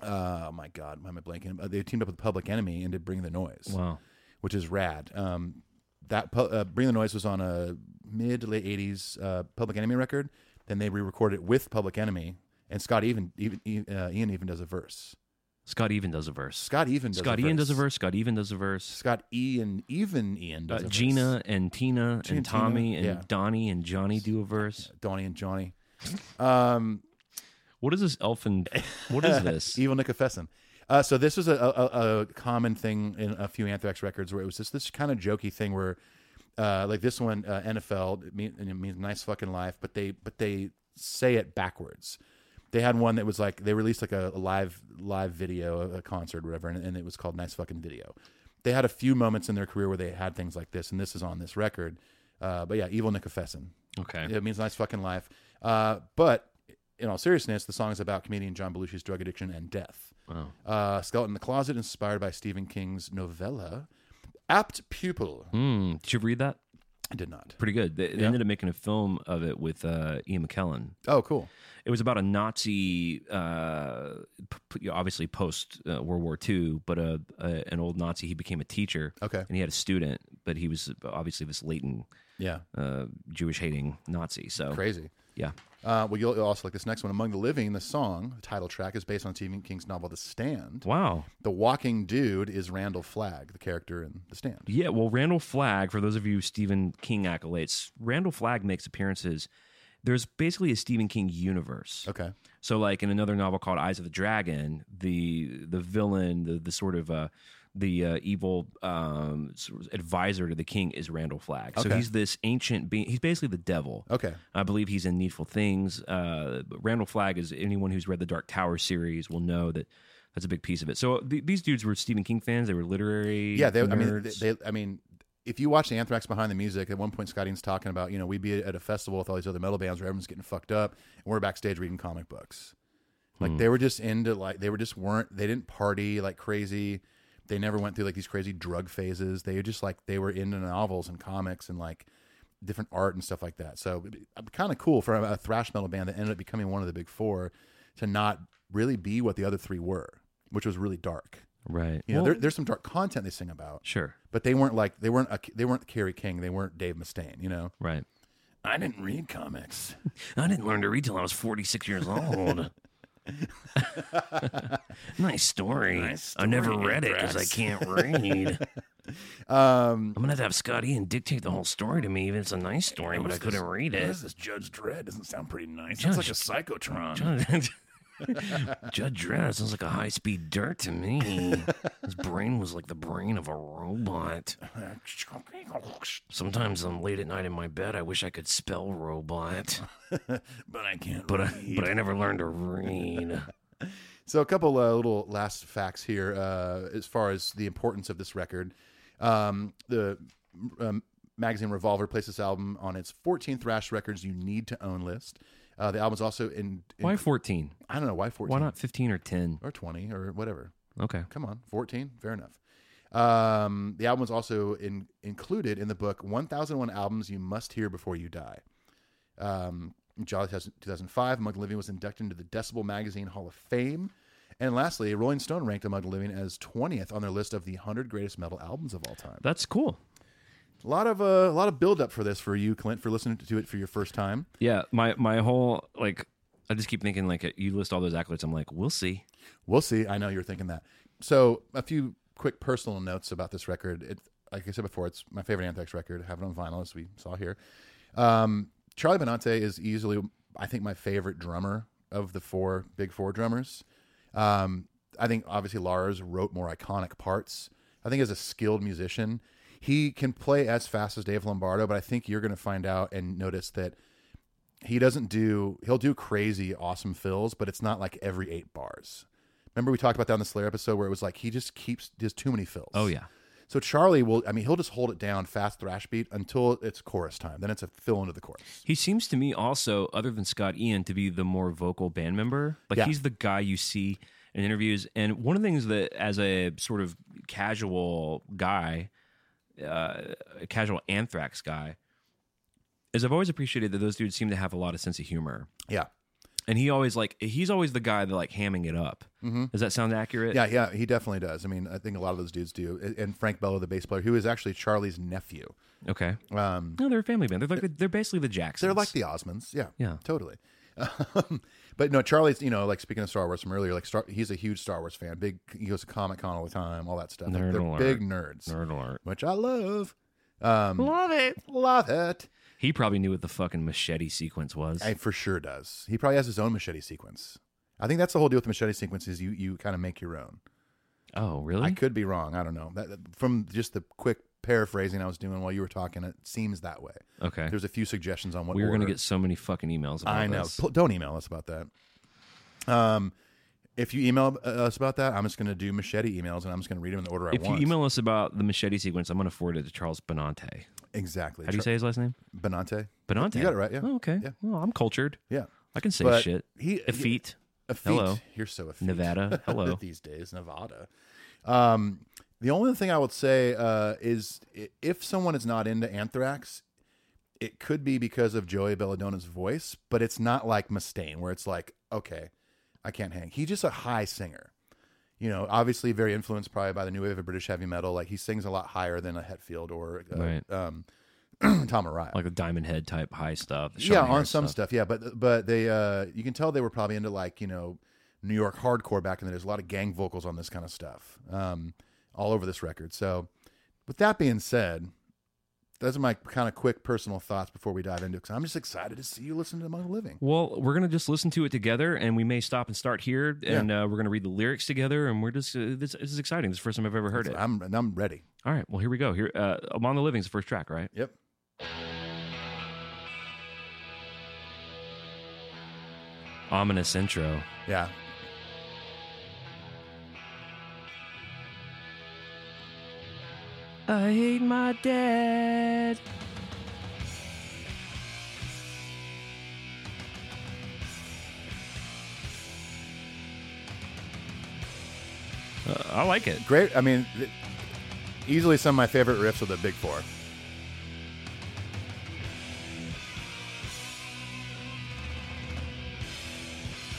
Speaker 5: uh, oh my God, why am I blanking? Uh, They teamed up with Public Enemy and did "Bring the Noise,"
Speaker 4: Wow.
Speaker 5: which is rad. Um, that pu- uh, "Bring the Noise" was on a mid to late '80s uh, Public Enemy record. Then they re-recorded it with Public Enemy, and Scott even even uh, Ian even does a verse.
Speaker 4: Scott even does a verse.
Speaker 5: Scott even does
Speaker 4: Scott
Speaker 5: a
Speaker 4: Ian
Speaker 5: verse.
Speaker 4: does a verse. Scott even does a verse.
Speaker 5: Scott Ian even Ian
Speaker 4: Uh,
Speaker 5: does a verse.
Speaker 4: Gina and Tina
Speaker 5: Gina,
Speaker 4: and Tommy
Speaker 5: Tina,
Speaker 4: and
Speaker 5: yeah.
Speaker 4: Donnie and Johnny do a verse.
Speaker 5: Donnie and Johnny, um,
Speaker 4: What is this elfin? What is this?
Speaker 5: evil Nick Fesson. Uh, so this was a, a, a common thing in a few Anthrax records where it was just this kind of jokey thing where, uh, like this one uh, NFL it, mean, it means nice fucking life, but they but they say it backwards. They had one that was like they released like a, a live live video, a- a concert, or whatever, and, and it was called nice fucking video. They had a few moments in their career where they had things like this, and this is on this record. Uh, but yeah, Evil Nicofessin.
Speaker 4: Okay.
Speaker 5: It means nice fucking life. Uh, but in all seriousness, the song is about comedian John Belushi's drug addiction and death. Wow. Uh, Skeleton in the Closet, inspired by Stephen King's novella. Apt pupil.
Speaker 4: Mm, did you read that?
Speaker 5: I did not.
Speaker 4: Pretty good. They, they ended up making a film of it with uh, Ian McKellen.
Speaker 5: Oh, cool.
Speaker 4: It was about a Nazi, uh, p- p- obviously post uh, World War II, but a, a an old Nazi. He became a teacher.
Speaker 5: Okay.
Speaker 4: And he had a student, but he was obviously this latent
Speaker 5: Yeah.
Speaker 4: uh, Jewish hating Nazi. So
Speaker 5: Crazy.
Speaker 4: Yeah.
Speaker 5: Uh, well, you'll, you'll also like this next one. Among the Living, the song, the title track, is based on Stephen King's novel The Stand.
Speaker 4: Wow.
Speaker 5: The walking dude is Randall Flagg, the character in The Stand.
Speaker 4: Yeah, well, Randall Flagg, for those of you Stephen King acolytes, Randall Flagg makes appearances. There's basically a Stephen King universe.
Speaker 5: Okay.
Speaker 4: So, like in another novel called Eyes of the Dragon, the the villain, the the sort of uh, the uh, evil um, sort of advisor to the king is Randall Flagg. So
Speaker 5: Okay.
Speaker 4: he's this ancient being. He's basically the devil.
Speaker 5: Okay.
Speaker 4: I believe he's in Needful Things. Uh, but Randall Flagg is anyone who's read the Dark Tower series will know that that's a big piece of it. So th- these dudes were Stephen King fans. They were literary.
Speaker 5: Yeah, they, I mean,
Speaker 4: nerds.
Speaker 5: they, they- I mean, if you watch the Anthrax behind the music, at one point Scotty's talking about, you know, we'd be at a festival with all these other metal bands where everyone's getting fucked up, and we're backstage reading comic books. Like they were just into like they were just weren't they didn't party like crazy. They never went through like these crazy drug phases. They were just like they were into novels and comics and like different art and stuff like that. So kind of cool for a, a thrash metal band that ended up becoming one of the big four to not really be what the other three were, which was really dark.
Speaker 4: Right.
Speaker 5: You know, there, there's some dark content they sing about,
Speaker 4: Sure.
Speaker 5: but they weren't like they weren't a, they weren't Carrie King, they weren't Dave Mustaine. You know,
Speaker 4: Right.
Speaker 5: I didn't read comics.
Speaker 4: I didn't learn to read till I was 46 years old. nice story. I never read it because I can't read. um, I'm going to have to have Scott Ian dictate the whole story to me, even if it's a nice story, but I couldn't read it.
Speaker 5: is Judge Dredd? Doesn't sound pretty nice.
Speaker 4: Sounds like a psychotron. Judge Dredd sounds like a high speed dirt to me. His brain was like the brain of a robot. Sometimes I'm late at night in my bed. I wish I could spell robot,
Speaker 5: but I can't.
Speaker 4: but I, but I never learned to read.
Speaker 5: So a couple uh, little last facts here uh, as far as the importance of this record. Um, the um, magazine Revolver placed this album on its 14th thrash records you need to own list. Uh, the album's also in, in-
Speaker 4: 14?
Speaker 5: I don't know why 14
Speaker 4: Why not 15 or 10?
Speaker 5: or 20 or whatever.
Speaker 4: Okay.
Speaker 5: Come on, 14, fair enough. Um, the album was also in, included in the book 1001 Albums You Must Hear Before You Die. Um, in July 2000 2005, Among the Living was inducted into the Decibel Magazine Hall of Fame. And lastly, Rolling Stone ranked Among the Living as 20th on their list of the 100 greatest metal albums of all time.
Speaker 4: That's cool.
Speaker 5: A lot of uh, a lot of build up for this for you, Clint, for listening to it for your first time.
Speaker 4: Yeah, my my whole like I just keep thinking like you list all those accolades. I'm like, we'll see.
Speaker 5: We'll see. I know you're thinking that. So, a few quick personal notes about this record. It, like I said before, it's my favorite Anthrax record. I have it on vinyl, as we saw here. Um, Charlie Benante is easily, I think, my favorite drummer of the four big four drummers. Um, I think obviously Lars wrote more iconic parts. I think as a skilled musician, he can play as fast as Dave Lombardo, but I think you're going to find out and notice that he doesn't do he'll do crazy awesome fills, but it's not like every eight bars. Remember we talked about that in the Slayer episode where it was like he just keeps does too many fills.
Speaker 4: Oh,
Speaker 5: So Charlie will I mean he'll just hold it down fast thrash beat until it's chorus time. Then it's a fill into the chorus.
Speaker 4: He seems to me also, other than Scott Ian, to be the more vocal band member. Like
Speaker 5: Yeah.
Speaker 4: he's the guy you see in interviews. And one of the things that, as a sort of casual guy, uh, a casual Anthrax guy, is I've always appreciated that those dudes seem to have a lot of sense of humor.
Speaker 5: Yeah.
Speaker 4: And he always like he's always the guy that like hamming it up. Does that sound accurate?
Speaker 5: Yeah, yeah, he definitely does. I mean, I think a lot of those dudes do. And- And Frank Bello, the bass player, who is actually Charlie's nephew.
Speaker 4: Okay.
Speaker 5: Um,
Speaker 4: No, they're a family band. They're like the, they're basically the Jacksons.
Speaker 5: They're like the Osmonds. Yeah.
Speaker 4: Yeah.
Speaker 5: Totally. Um, but no, Charlie's, you know, like speaking of Star Wars from earlier, like Star, he's a huge Star Wars fan. Big, he goes to Comic Con all the time, all that stuff. Like,
Speaker 4: Nerd
Speaker 5: they're
Speaker 4: alert.
Speaker 5: big nerds,
Speaker 4: nerd alert.
Speaker 5: which I love. Um, love it. Love it.
Speaker 4: He probably knew what the fucking machete sequence was.
Speaker 5: I for sure does. He probably has his own machete sequence. I think that's the whole deal with the machete sequence is you, you kind of make your own.
Speaker 4: oh, really?
Speaker 5: I could be wrong. I don't know. That, from just the quick paraphrasing I was doing while you were talking, it seems that way.
Speaker 4: okay.
Speaker 5: There's a few suggestions on what
Speaker 4: We were going to
Speaker 5: order.
Speaker 4: get so many fucking emails about
Speaker 5: I know.
Speaker 4: this.
Speaker 5: Pl- Don't email us about that. Um, If you email uh, us about that, I'm just going to do machete emails and I'm just going to read them in the order
Speaker 4: If
Speaker 5: I want.
Speaker 4: you email us about the machete sequence, I'm going to forward it to Charles Benante.
Speaker 5: exactly.
Speaker 4: How do you say his last name?
Speaker 5: Benante?
Speaker 4: Benante.
Speaker 5: You got it right. Yeah.
Speaker 4: Oh, okay.
Speaker 5: Yeah.
Speaker 4: Well, I'm cultured.
Speaker 5: Yeah.
Speaker 4: I can say
Speaker 5: But
Speaker 4: shit.
Speaker 5: he-
Speaker 4: effete.
Speaker 5: Effete.
Speaker 4: Hello.
Speaker 5: You're so effete.
Speaker 4: Nevada. Hello.
Speaker 5: These days, Nevada. Um, the only thing I would say uh, is i- if someone is not into Anthrax, it could be because of Joey Belladonna's voice, but it's not like Mustaine, where it's like, okay, I can't hang. He's just a high singer. You know, obviously very influenced probably by the new wave of British heavy metal. Like he sings a lot higher than a Hetfield or uh,
Speaker 4: Right.
Speaker 5: um, Tom Araya
Speaker 4: Like a diamond head type high stuff.
Speaker 5: yeah,
Speaker 4: Sean
Speaker 5: on
Speaker 4: Harris
Speaker 5: some stuff. Yeah, but but they uh, you can tell they were probably into like you know New York hardcore back in the day. There's a lot of gang vocals on this kind of stuff um, all over this record. So with that being said, those are my kind of quick personal thoughts before we dive into it. Because I'm just excited to see you listen to Among the Living.
Speaker 4: Well, we're gonna just listen to it together, and we may stop and start here, and uh, we're gonna read the lyrics together, and we're just uh, this, this is exciting. This is the first time I've ever heard it.
Speaker 5: I'm and I'm ready.
Speaker 4: All right, well here we go. Here, uh, Among the Living is the first track, right?
Speaker 5: Yep.
Speaker 4: Ominous intro.
Speaker 5: Yeah.
Speaker 4: I hate my dad. Uh, I like it.
Speaker 5: Great. I mean, th- easily some of my favorite riffs are the Big Four.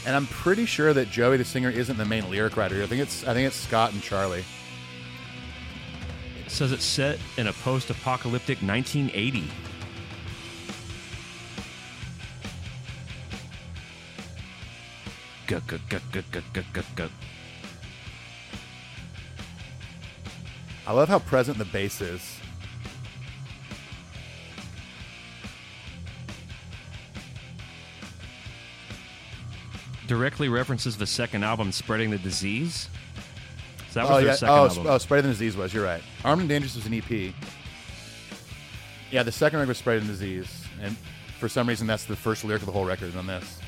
Speaker 5: And I'm pretty sure that Joey the singer isn't the main lyric writer. I think it's I think it's Scott and Charlie.
Speaker 4: It says it's set in a post-apocalyptic 1980. Guck, guck, guck, guck, guck, guck, guck, guck.
Speaker 5: I love how present the bass is.
Speaker 4: Directly references the second album, Spreading the Disease. So that was
Speaker 5: oh
Speaker 4: their
Speaker 5: yeah.
Speaker 4: second
Speaker 5: Oh,
Speaker 4: album.
Speaker 5: sp- oh, Spray the Disease was. You're right. Armed and Dangerous was an EP. Yeah, the second record was Spray the Disease, and for some reason that's the first lyric of the whole record on this.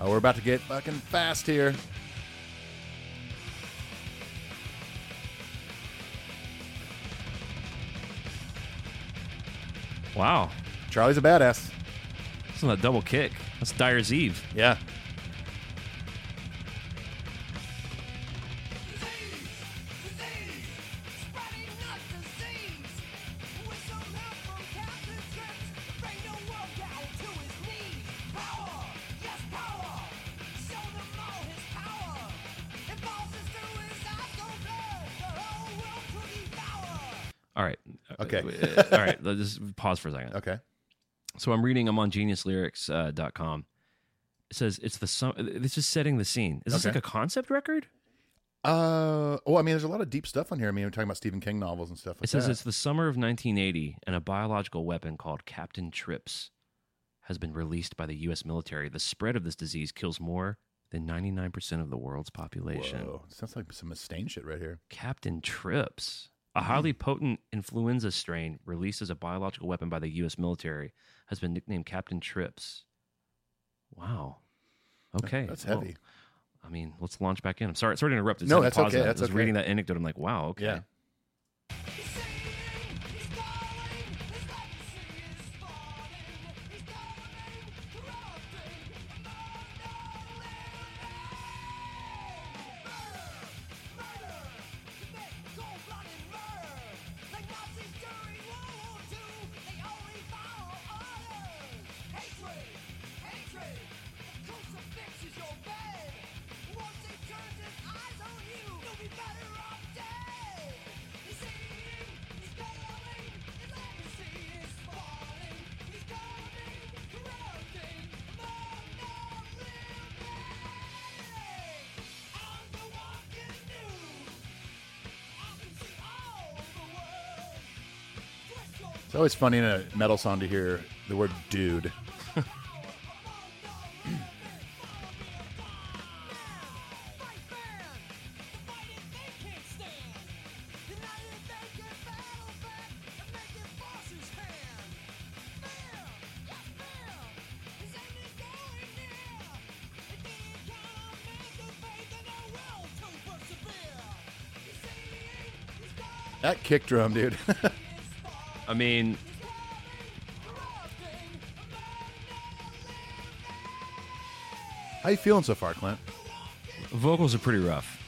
Speaker 5: Oh, we're about to get fucking fast here. oh,
Speaker 4: Wow.
Speaker 5: Charlie's a badass.
Speaker 4: That's on that double kick. That's Dyer's Eve.
Speaker 5: Yeah.
Speaker 4: All right.
Speaker 5: Okay.
Speaker 4: Uh, All right. Let's just pause for a second.
Speaker 5: Okay.
Speaker 4: So I'm reading. I'm on geniuslyrics.com. Uh, dot com. it says it's the sum. It's just setting the scene. Is this
Speaker 5: Okay.
Speaker 4: like a concept record?
Speaker 5: Uh, well, I mean, there's a lot of deep stuff on here. I mean, we're talking about Stephen King novels and stuff. Like
Speaker 4: It says
Speaker 5: that.
Speaker 4: it's the summer of 1980, and a biological weapon called Captain Trips has been released by the U.S. military. The spread of this disease kills more than 99% of the world's population.
Speaker 5: Whoa. Oh, Sounds like some Mustaine shit right here.
Speaker 4: Captain Trips. A highly
Speaker 5: Hmm.
Speaker 4: potent influenza strain released as a biological weapon by the U.S. military has been nicknamed Captain Trips. Wow. Okay.
Speaker 5: That's
Speaker 4: well,
Speaker 5: heavy.
Speaker 4: I mean, let's launch back in. I'm sorry, sorry to interrupt. It's had
Speaker 5: No,
Speaker 4: to
Speaker 5: that's
Speaker 4: pause
Speaker 5: okay,
Speaker 4: that. I
Speaker 5: that's
Speaker 4: was
Speaker 5: okay.
Speaker 4: reading that anecdote. I'm like, wow. Okay.
Speaker 5: Yeah. It's always funny in a metal song to hear the word dude. That kick drum, dude.
Speaker 4: I mean,
Speaker 5: How you feeling so far, Clint?
Speaker 4: vocals are pretty rough.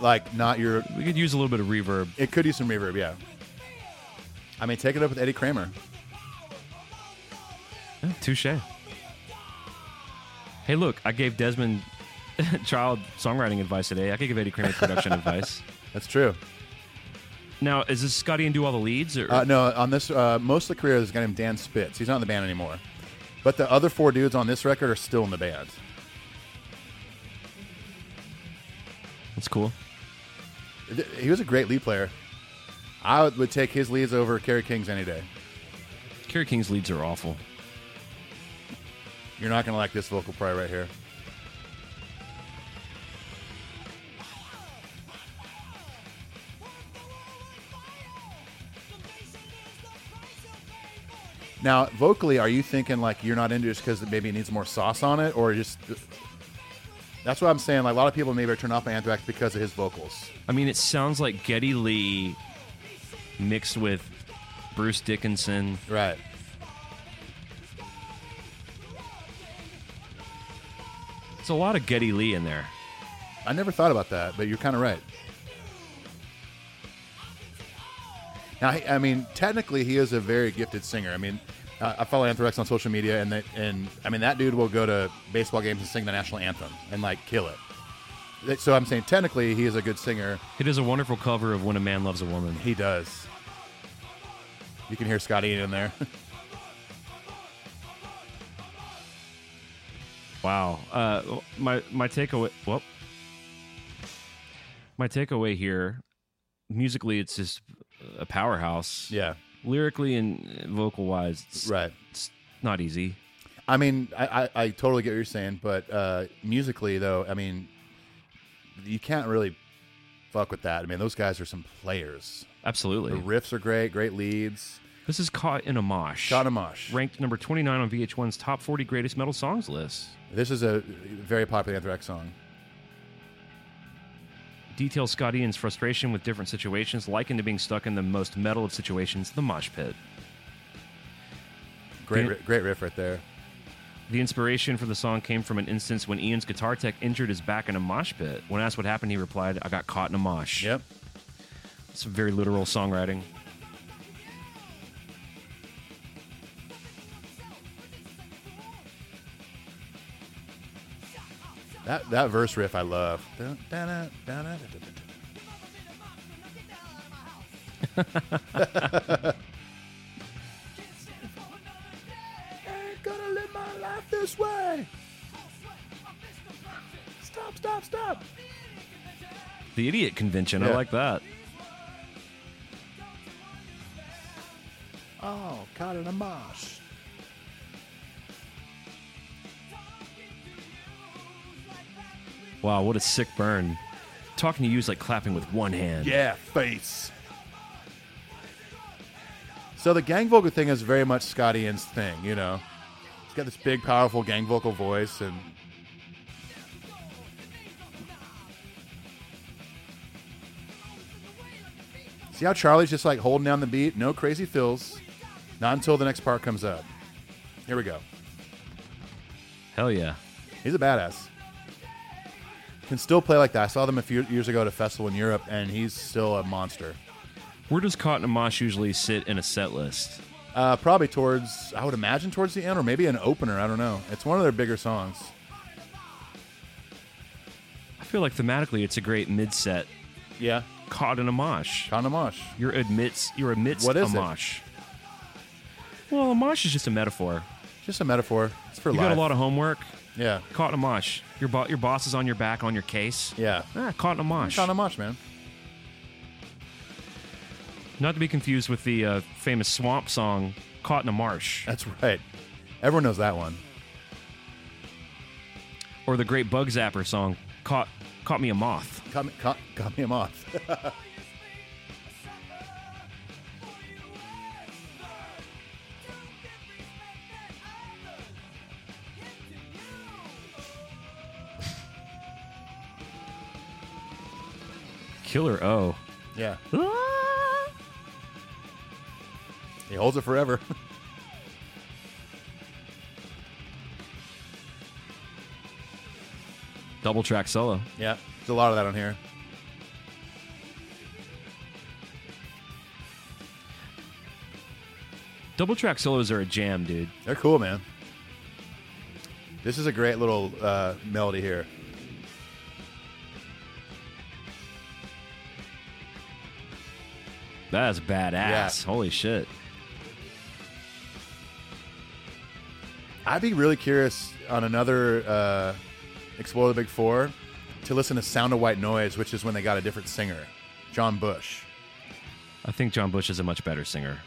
Speaker 5: Like, not your.
Speaker 4: We could use a little bit of reverb.
Speaker 5: It could use some reverb, yeah. I mean, take it up with Eddie Kramer.
Speaker 4: Yeah, touche. Hey, look, I gave Desmond Child songwriting advice today. I could give Eddie Kramer production advice.
Speaker 5: That's true.
Speaker 4: Now, is this Scotty and do all the leads? Or
Speaker 5: Uh, no, on this, uh, most of the career, there's a guy named Dan Spitz. He's not in the band anymore. But the other four dudes on this record are still in the band.
Speaker 4: that's cool.
Speaker 5: Th- He was a great lead player. I would- would take his leads over Kerry King's any day.
Speaker 4: Kerry King's leads are awful.
Speaker 5: You're not going to like this vocal fry right here. Now, vocally, are you thinking like you're not into it because maybe it needs more sauce on it, or just? That's what I'm saying. Like a lot of people maybe are turned off by Anthrax because of his vocals.
Speaker 4: I mean, it sounds like Getty Lee mixed with Bruce Dickinson.
Speaker 5: Right.
Speaker 4: It's a lot of Getty Lee in there.
Speaker 5: I never thought about that, but you're kind of right. Now, he- I mean, technically, he is a very gifted singer. I mean, I I follow Anthrax on social media, and that, and I mean, that dude will go to baseball games and sing the national anthem and like kill it. That- So I'm saying, technically, he is a good singer.
Speaker 4: He does a wonderful cover of When a Man Loves a Woman.
Speaker 5: He does. You can hear Scotty in there.
Speaker 4: Wow. Uh, my my takeaway. Well, my takeaway here, musically, it's just a powerhouse.
Speaker 5: yeah,
Speaker 4: Lyrically and vocal wise, it's,
Speaker 5: right.
Speaker 4: it's not easy.
Speaker 5: I mean, I, I, I totally get what you're saying, but uh, musically, though, I mean, you can't really fuck with that. I mean, those guys are some players. The
Speaker 4: Absolutely.
Speaker 5: riffs are great, great leads.
Speaker 4: This is caught in a mosh.
Speaker 5: Shot Amash.
Speaker 4: Ranked number twenty nine on VH1's top forty greatest metal songs list.
Speaker 5: This is a very popular Anthrax song.
Speaker 4: Details Scott Ian's frustration with different situations, likened to being stuck in the most metal of situations, the mosh pit.
Speaker 5: Great,
Speaker 4: Yeah.
Speaker 5: ri- great riff right there.
Speaker 4: The inspiration for the song came from an instance when Ian's guitar tech injured his back in a mosh pit. When asked what happened, he replied, I got caught in a mosh.
Speaker 5: Yep.
Speaker 4: It's very literal songwriting.
Speaker 5: That that verse riff I love. Dun, dun, dun, dun, dun, dun, dun, dun. Ain't gonna live my life this way. Stop! Stop! Stop!
Speaker 4: The idiot convention. I
Speaker 5: Yeah.
Speaker 4: like that.
Speaker 5: Oh, caught in a mosh.
Speaker 4: Wow, what a sick burn. Talking to you is like clapping with one hand.
Speaker 5: Yeah, face. So the gang vocal thing is very much Scott Ian's thing, you know. He's got this big, powerful gang vocal voice, and see how Charlie's just like holding down the beat, no crazy fills, not until the next part comes up. Here we go.
Speaker 4: Hell yeah.
Speaker 5: He's a badass. Can still play like that. I saw them a few years ago at a festival in Europe, and he's still a monster.
Speaker 4: Where does Caught in a Mosh usually sit in a set list?
Speaker 5: Uh, probably towards, I would imagine towards the end, or maybe an opener. I don't know. It's one of their bigger songs.
Speaker 4: I feel like thematically it's a great mid set.
Speaker 5: Yeah,
Speaker 4: Caught in a mosh.
Speaker 5: Kanamash.
Speaker 4: You're amidst you're amidst
Speaker 5: What is
Speaker 4: a
Speaker 5: it?
Speaker 4: mosh. Well, a mosh is just a metaphor.
Speaker 5: Just a metaphor. It's for
Speaker 4: You
Speaker 5: life.
Speaker 4: got a lot of homework.
Speaker 5: yeah,
Speaker 4: Caught in a mosh. Your bo- your boss is on your back on your case.
Speaker 5: yeah.
Speaker 4: Ah, caught in a mosh.
Speaker 5: Kanamash, man.
Speaker 4: Not to be confused with the uh, famous swamp song "Caught in a Marsh"
Speaker 5: That's right. Everyone knows that one.
Speaker 4: or the great Bug Zapper song "Caught Caught Me a Moth."
Speaker 5: Got me, caught, got me a moth.
Speaker 4: Killer O.
Speaker 5: Yeah. He holds it forever.
Speaker 4: Double track solo.
Speaker 5: yeah. There's a lot of that on here.
Speaker 4: Double track solos are a jam, dude.
Speaker 5: They're cool, man. This is a great little uh, melody here.
Speaker 4: That is badass.
Speaker 5: Yeah.
Speaker 4: Holy shit.
Speaker 5: I'd be really curious on another uh, Explore the Big Four to listen to Sound of White Noise, which is when they got a different singer, John Bush.
Speaker 4: I think John Bush is a much better singer.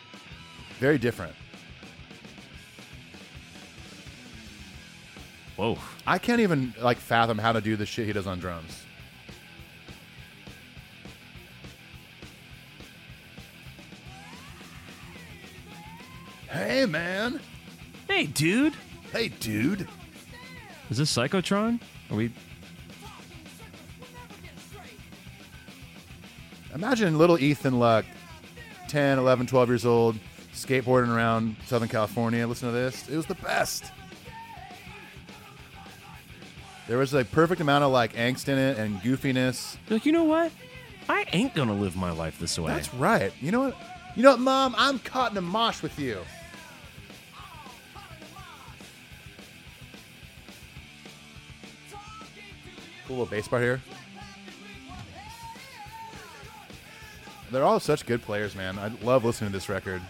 Speaker 5: Very different.
Speaker 4: Whoa.
Speaker 5: I can't even like fathom how to do the shit he does on drums. Hey man.
Speaker 4: Hey, dude.
Speaker 5: Hey dude.
Speaker 4: Is this Psychotron? Are we?
Speaker 5: Imagine little Ethan Luck, 10, 11, 12 years old, skateboarding around Southern California. Listen to this. It was the best. There was a perfect amount of like angst in it and goofiness.
Speaker 4: Like, you know what? I ain't gonna live my life this way.
Speaker 5: That's right. You know what? You know what, Mom? I'm caught in a mosh with you. Cool little bass part here. They're all such good players, man. I love listening to this record.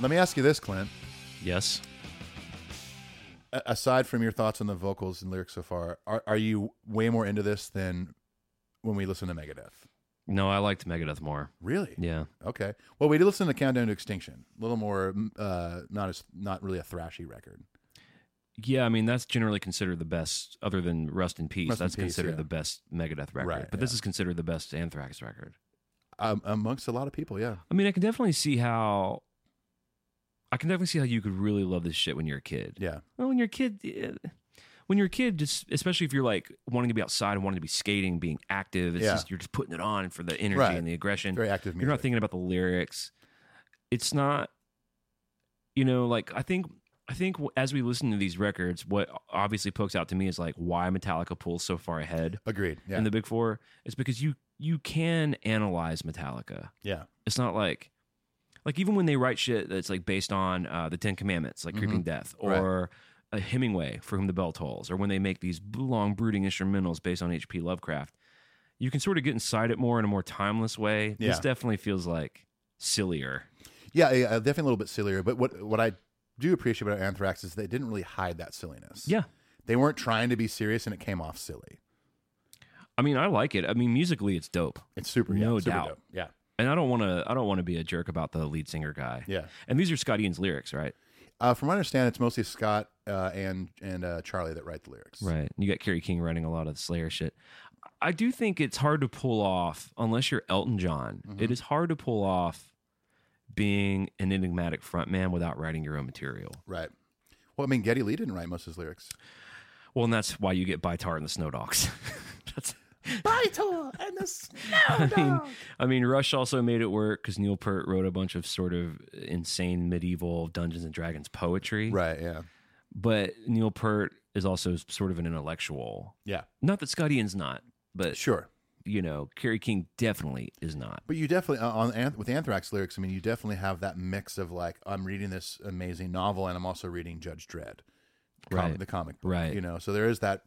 Speaker 5: Let me ask you this, Clint.
Speaker 4: yes.
Speaker 5: A- aside from your thoughts on the vocals and lyrics so far, are, are you way more into this than when we listen to Megadeth?
Speaker 4: No, I liked Megadeth more.
Speaker 5: Really?
Speaker 4: Yeah.
Speaker 5: Okay. Well, we did listen to Countdown to Extinction. A little more, mm, uh, not as not really a thrashy record.
Speaker 4: Yeah, I mean that's generally considered the best, other than Rust in Peace.
Speaker 5: Rust in
Speaker 4: that's
Speaker 5: Peace,
Speaker 4: considered
Speaker 5: yeah.
Speaker 4: the best Megadeth record,
Speaker 5: Right,
Speaker 4: but this
Speaker 5: yeah.
Speaker 4: is considered the best Anthrax record.
Speaker 5: Um, amongst a lot of people, yeah.
Speaker 4: I mean, I can definitely see how. I can definitely see how you could really love this shit when you're a kid.
Speaker 5: Yeah.
Speaker 4: Well, when you're a kid, eh, when you're a kid, just especially if you're like wanting to be outside and wanting to be skating, being active, it's
Speaker 5: Yeah.
Speaker 4: just you're just putting it on for the energy
Speaker 5: Right.
Speaker 4: and the aggression.
Speaker 5: Very active
Speaker 4: You're not
Speaker 5: music.
Speaker 4: thinking about the lyrics. It's not, you know, like I think. I think w- as we listen to these records, what obviously pokes out to me is like why Metallica pulls so far ahead
Speaker 5: Agreed. Yeah.
Speaker 4: in the Big Four is because you you can analyze Metallica.
Speaker 5: yeah.
Speaker 4: It's not like like even when they write shit that's like based on uh, the Ten Commandments, like Creeping Death,
Speaker 5: Mm-hmm. Right.
Speaker 4: or uh Hemingway for whom the bell tolls, or when they make these b- long brooding instrumentals based on H.P. Lovecraft, you can sort of get inside it more in a more timeless way. This
Speaker 5: Yeah.
Speaker 4: definitely feels like sillier.
Speaker 5: Yeah. yeah, Definitely a little bit sillier. But what what I do appreciate about Anthrax is they didn't really hide that silliness.
Speaker 4: Yeah,
Speaker 5: They weren't trying to be serious, and it came off silly.
Speaker 4: I mean, I like it. I mean, musically, it's dope.
Speaker 5: It's super. yeah,
Speaker 4: No
Speaker 5: super
Speaker 4: doubt.
Speaker 5: dope. Yeah.
Speaker 4: And I don't want to. I don't want to be a jerk about the lead singer guy.
Speaker 5: Yeah.
Speaker 4: And these are Scott Ian's lyrics, right?
Speaker 5: Uh, from what I understand, it's mostly Scott uh, and and uh, Charlie that write the lyrics.
Speaker 4: Right. You got Kerry King running a lot of the Slayer shit. I do think it's hard to pull off unless you're Elton John.
Speaker 5: Mm-hmm.
Speaker 4: It is hard to pull off being an enigmatic frontman without writing your own material.
Speaker 5: Right. Well, I mean, Getty Lee didn't write most of his lyrics.
Speaker 4: Well, and that's why you get Bytar and the Snow Dogs. that's
Speaker 5: Vital and the
Speaker 4: I mean, I mean, Rush also made it work because Neil Peart wrote a bunch of sort of insane medieval Dungeons and Dragons poetry.
Speaker 5: Right. Yeah.
Speaker 4: But Neil Peart is also sort of an intellectual.
Speaker 5: Yeah.
Speaker 4: Not that Scott Ian's not, but
Speaker 5: Sure.
Speaker 4: you know, Kerry King definitely is not.
Speaker 5: But you definitely uh, on Anth- with Anthrax lyrics. I mean, you definitely have that mix of like I'm reading this amazing novel and I'm also reading Judge Dredd, com-
Speaker 4: Right.
Speaker 5: the comic book.
Speaker 4: Right.
Speaker 5: You know, so there is that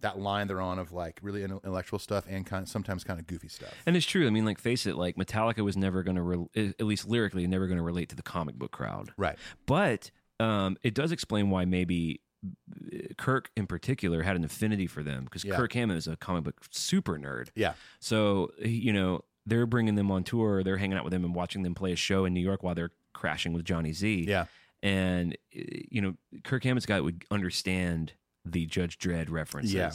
Speaker 5: that line they're on of like really intellectual stuff and kind sometimes kind of goofy stuff.
Speaker 4: And it's true. I mean, like, face it. Like, Metallica was never going to, re- at least lyrically, never going to relate to the comic book crowd.
Speaker 5: right.
Speaker 4: But um, it does explain why maybe uh, Kirk, in particular, had an affinity for them because
Speaker 5: Yeah.
Speaker 4: Kirk Hammett is a comic book super nerd.
Speaker 5: Yeah.
Speaker 4: So you know they're bringing them on tour. They're hanging out with them and watching them play a show in New York while they're crashing with Johnny Z.
Speaker 5: Yeah.
Speaker 4: And uh, you know, Kirk Hammett's guy would understand the Judge Dredd references.
Speaker 5: Yeah.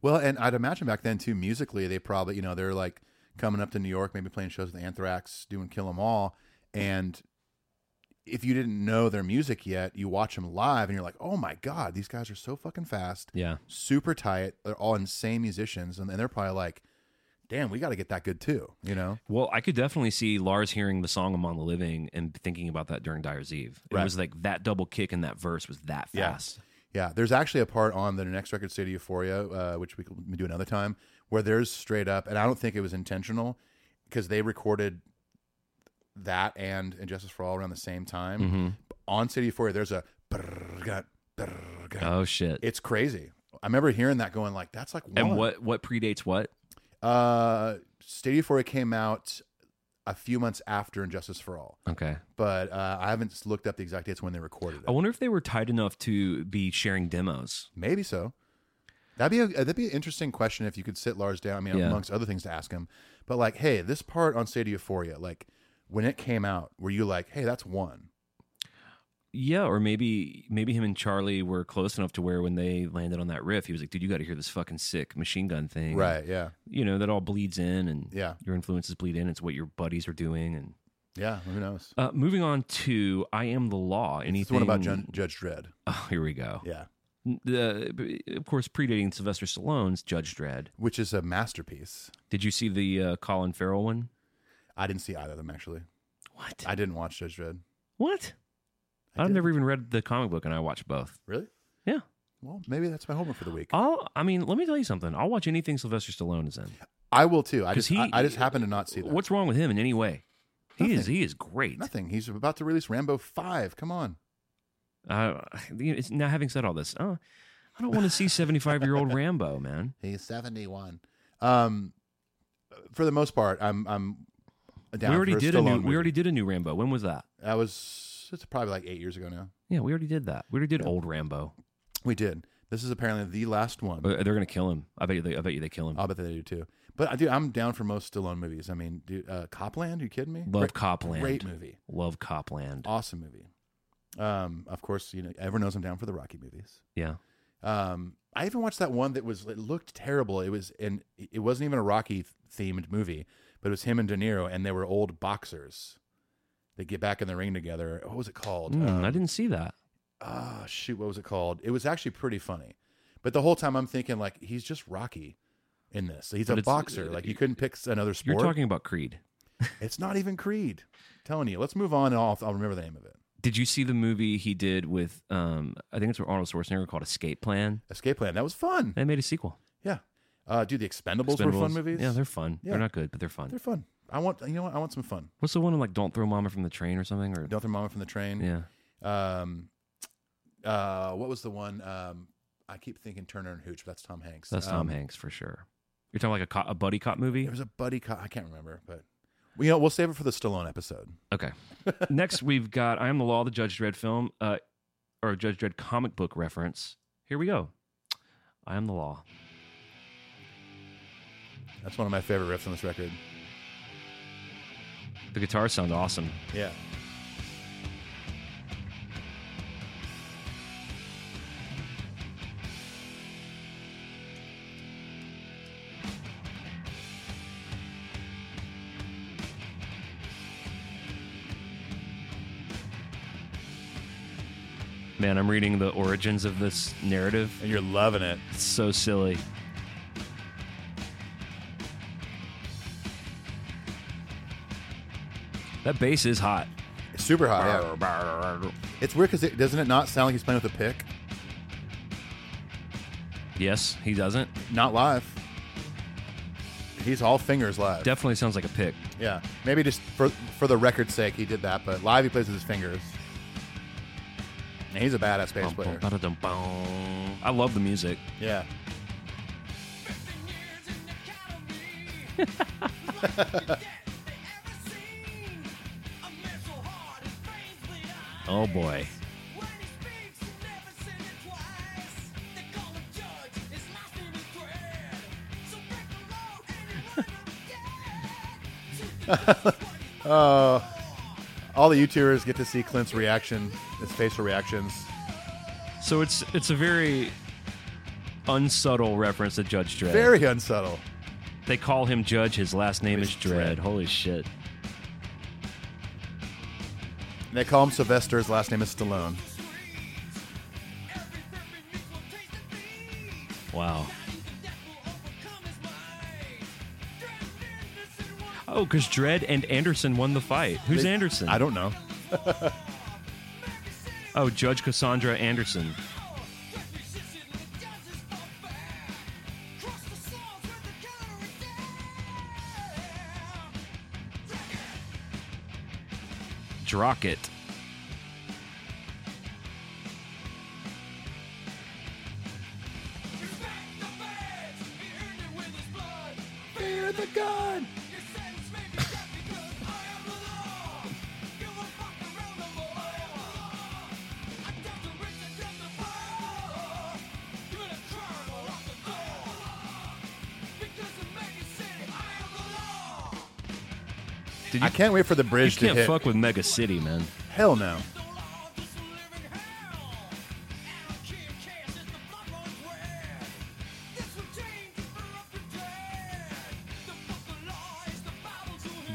Speaker 5: Well, and I'd imagine back then too, musically, they probably, you know, they're like coming up to New York, maybe playing shows with Anthrax, doing Kill 'Em All, and if you didn't know their music yet, you watch them live and you're like, oh my God, these guys are so fucking fast.
Speaker 4: Yeah.
Speaker 5: Super tight. They're all insane musicians. And, and they're probably like, damn, we got to get that good too. You know?
Speaker 4: Well, I could definitely see Lars hearing the song "Among the Living" and thinking about that during Dyer's Eve. It
Speaker 5: Right.
Speaker 4: was like that double kick and that verse was that fast.
Speaker 5: Yeah. There's actually a part on the next record, City Euphoria, uh, which we can do another time, where there's straight up, and I don't think it was intentional because they recorded that and Injustice for All around the same time.
Speaker 4: Mm-hmm.
Speaker 5: On City Euphoria, there's a. brrrr-gut, brrrr-gut.
Speaker 4: Oh shit!
Speaker 5: It's crazy. I remember hearing that going like that's like one.
Speaker 4: and what what predates what?
Speaker 5: Uh, State Euphoria came out a few months after Injustice for All,
Speaker 4: Okay.
Speaker 5: but uh, I haven't s- looked up the exact dates when they recorded it.
Speaker 4: I wonder if they were tight enough to be sharing demos.
Speaker 5: Maybe so. That'd be a, uh, that'd be an interesting question if you could sit Lars down. I mean,
Speaker 4: Yeah.
Speaker 5: amongst other things to ask him, but like, hey, this part on State Euphoria, like when it came out, were you like, hey, that's one?
Speaker 4: Yeah, or maybe maybe him and Charlie were close enough to where when they landed on that riff, he was like, "Dude, you got to hear this fucking sick machine gun thing."
Speaker 5: Right? Yeah.
Speaker 4: You know that all bleeds in, and
Speaker 5: Yeah.
Speaker 4: your influences bleed in. It's what your buddies are doing, and
Speaker 5: Yeah. Who knows?
Speaker 4: uh, moving on to "I Am the Law." Anything?
Speaker 5: It's the one about Jun- Judge Dredd.
Speaker 4: Oh, here we go.
Speaker 5: Yeah.
Speaker 4: the, of course, predating Sylvester Stallone's Judge Dredd.
Speaker 5: Which is a masterpiece.
Speaker 4: Did you see the uh, Colin Farrell one?
Speaker 5: I didn't see either of them actually.
Speaker 4: What?
Speaker 5: I didn't watch Judge Dredd.
Speaker 4: what?
Speaker 5: I
Speaker 4: I've
Speaker 5: did.
Speaker 4: never even read the comic book, and I watched both.
Speaker 5: Really?
Speaker 4: Yeah.
Speaker 5: Well, maybe that's my homework for the week.
Speaker 4: I'll. I mean, let me tell you something. I'll watch anything Sylvester Stallone is in.
Speaker 5: I will too. I
Speaker 4: 'Cause
Speaker 5: just
Speaker 4: he-
Speaker 5: I, I just happen to not see that.
Speaker 4: What's wrong with him in any way? He is.
Speaker 5: Nothing.
Speaker 4: He is great.
Speaker 5: nothing? He's about to release Rambo Five. Come on.
Speaker 4: Uh, it's, now, having said all this, uh, I don't want to see seventy-five-year-old Rambo, man.
Speaker 5: He's seventy one. Um, for the most part, I'm I'm down.
Speaker 4: we already
Speaker 5: for
Speaker 4: did
Speaker 5: Stallone
Speaker 4: a new.
Speaker 5: movie.
Speaker 4: We already did a new Rambo. When was that?
Speaker 5: That was it's probably like eight years ago now.
Speaker 4: Yeah, we already did that. We already did old Rambo.
Speaker 5: We did. This is apparently the last one.
Speaker 4: Uh, They're gonna kill him. I bet you. They, I bet you they kill him.
Speaker 5: I'll bet they do too. But I do. I'm down for most Stallone movies. I mean, dude, uh, Copland. you kidding me?
Speaker 4: Love
Speaker 5: Great-
Speaker 4: Copland.
Speaker 5: Great movie.
Speaker 4: Love Copland.
Speaker 5: Awesome movie. Um, of course, you know everyone knows I'm down for the Rocky movies.
Speaker 4: Yeah.
Speaker 5: Um, I even watched that one that was it looked terrible. It was and it wasn't even a Rocky themed movie, but it was him and De Niro, and they were old boxers. They get back in the ring together. What was it called?
Speaker 4: Mm,
Speaker 5: Um,
Speaker 4: I didn't see that.
Speaker 5: Ah, shoot, what was it called? It was actually pretty funny, but the whole time I'm thinking like he's just Rocky in this. He's
Speaker 4: But
Speaker 5: a
Speaker 4: it's- uh,
Speaker 5: boxer. Like you couldn't pick another
Speaker 4: You're
Speaker 5: sport.
Speaker 4: talking about Creed.
Speaker 5: It's not even Creed. I'm telling you, let's move on, and I'll, I'll remember the name of it.
Speaker 4: Did you see the movie he did with? Um, I think it's with Arnold Schwarzenegger called Escape Plan.
Speaker 5: Escape Plan. That was fun.
Speaker 4: They made a sequel.
Speaker 5: Yeah, uh, dude, the Expendables, were
Speaker 4: Expendables.
Speaker 5: fun movies.
Speaker 4: Yeah, they're fun.
Speaker 5: Yeah.
Speaker 4: They're not good, but they're fun.
Speaker 5: they're fun. I want you know what? I want some fun.
Speaker 4: What's the one like? Don't throw mama from the train or something? Or
Speaker 5: Don't throw mama from the train.
Speaker 4: yeah,
Speaker 5: Um, uh, what was the one? Um, I keep thinking Turner and Hooch, but that's Tom Hanks.
Speaker 4: that's Tom
Speaker 5: Um,
Speaker 4: Hanks for sure. You're talking like a, co- a buddy cop movie.
Speaker 5: It was a buddy cop. I can't remember, but we you know, we'll save it for the Stallone episode.
Speaker 4: Okay. Next, we've got I Am the Law, the Judge Dredd film, uh, or Judge Dredd comic book reference. Here we go. I Am the Law.
Speaker 5: That's one of my favorite riffs on this record.
Speaker 4: The guitars sound awesome.
Speaker 5: Yeah.
Speaker 4: Man, I'm reading the origins of this narrative.
Speaker 5: And you're loving it.
Speaker 4: It's so silly. That bass is hot.
Speaker 5: It's super hot. Yeah. It's weird because it, doesn't it not sound like he's playing with a pick?
Speaker 4: Yes, he doesn't.
Speaker 5: Not live. He's all fingers live.
Speaker 4: Definitely sounds like a pick.
Speaker 5: yeah. Maybe just for for the record's sake, he did that, but live he plays with his fingers. And he's a badass bass player.
Speaker 4: I love the music.
Speaker 5: Yeah.
Speaker 4: Oh, boy.
Speaker 5: Uh, all the YouTubers get to see Clint's reaction, his facial reactions.
Speaker 4: So it's it's a very unsubtle reference to Judge Dredd.
Speaker 5: Very unsubtle.
Speaker 4: They call him Judge. His last name is
Speaker 5: It's Dredd.
Speaker 4: Dredd. Holy shit.
Speaker 5: They call him Sylvester. His last name is Stallone.
Speaker 4: Wow. Oh, because Dredd and Anderson won the fight. Who's
Speaker 5: They-
Speaker 4: Anderson?
Speaker 5: I don't know.
Speaker 4: Oh, Judge Cassandra Anderson. Drocket.
Speaker 5: Fear the gun. I can't wait for the
Speaker 4: You
Speaker 5: bridge to
Speaker 4: can't
Speaker 5: hit.
Speaker 4: fuck with Mega City, man.
Speaker 5: Hell no.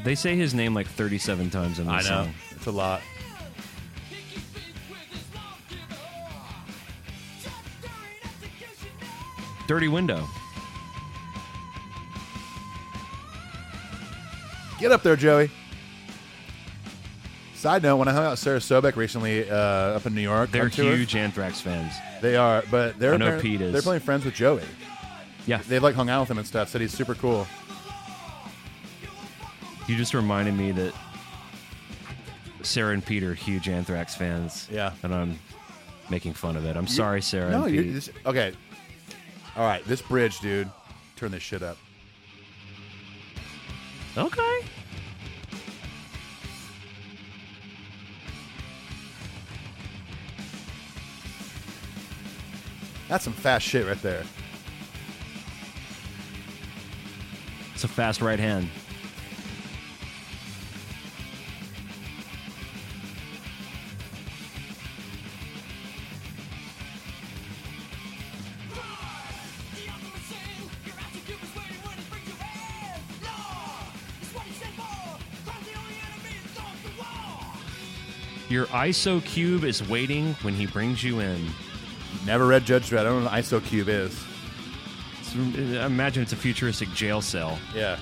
Speaker 4: They say his name like 37 times in this song.
Speaker 5: It's a lot.
Speaker 4: Dirty Window.
Speaker 5: Get up there, Joey. Side note: When I hung out with Sarah Sobek recently uh, up in New York,
Speaker 4: They're
Speaker 5: on tour,
Speaker 4: huge Anthrax fans.
Speaker 5: They are, but they're
Speaker 4: I know
Speaker 5: apparent-
Speaker 4: Pete is.
Speaker 5: they're playing friends with Joey.
Speaker 4: Yeah.
Speaker 5: They've like hung out with him and stuff. Said he's super cool.
Speaker 4: You just reminded me that Sarah and Pete are huge Anthrax fans.
Speaker 5: Yeah.
Speaker 4: And I'm making fun of it. I'm sorry, Sarah.
Speaker 5: No,
Speaker 4: and
Speaker 5: you're
Speaker 4: Pete.
Speaker 5: this, okay. All right, this bridge, dude. Turn this shit up.
Speaker 4: Okay.
Speaker 5: That's some fast shit right there.
Speaker 4: It's a fast right hand. Your ISO cube is waiting when he brings you in.
Speaker 5: Never read Judge Dredd. I don't know what ISO Cube is.
Speaker 4: It's- I imagine it's a futuristic jail cell
Speaker 5: Yeah,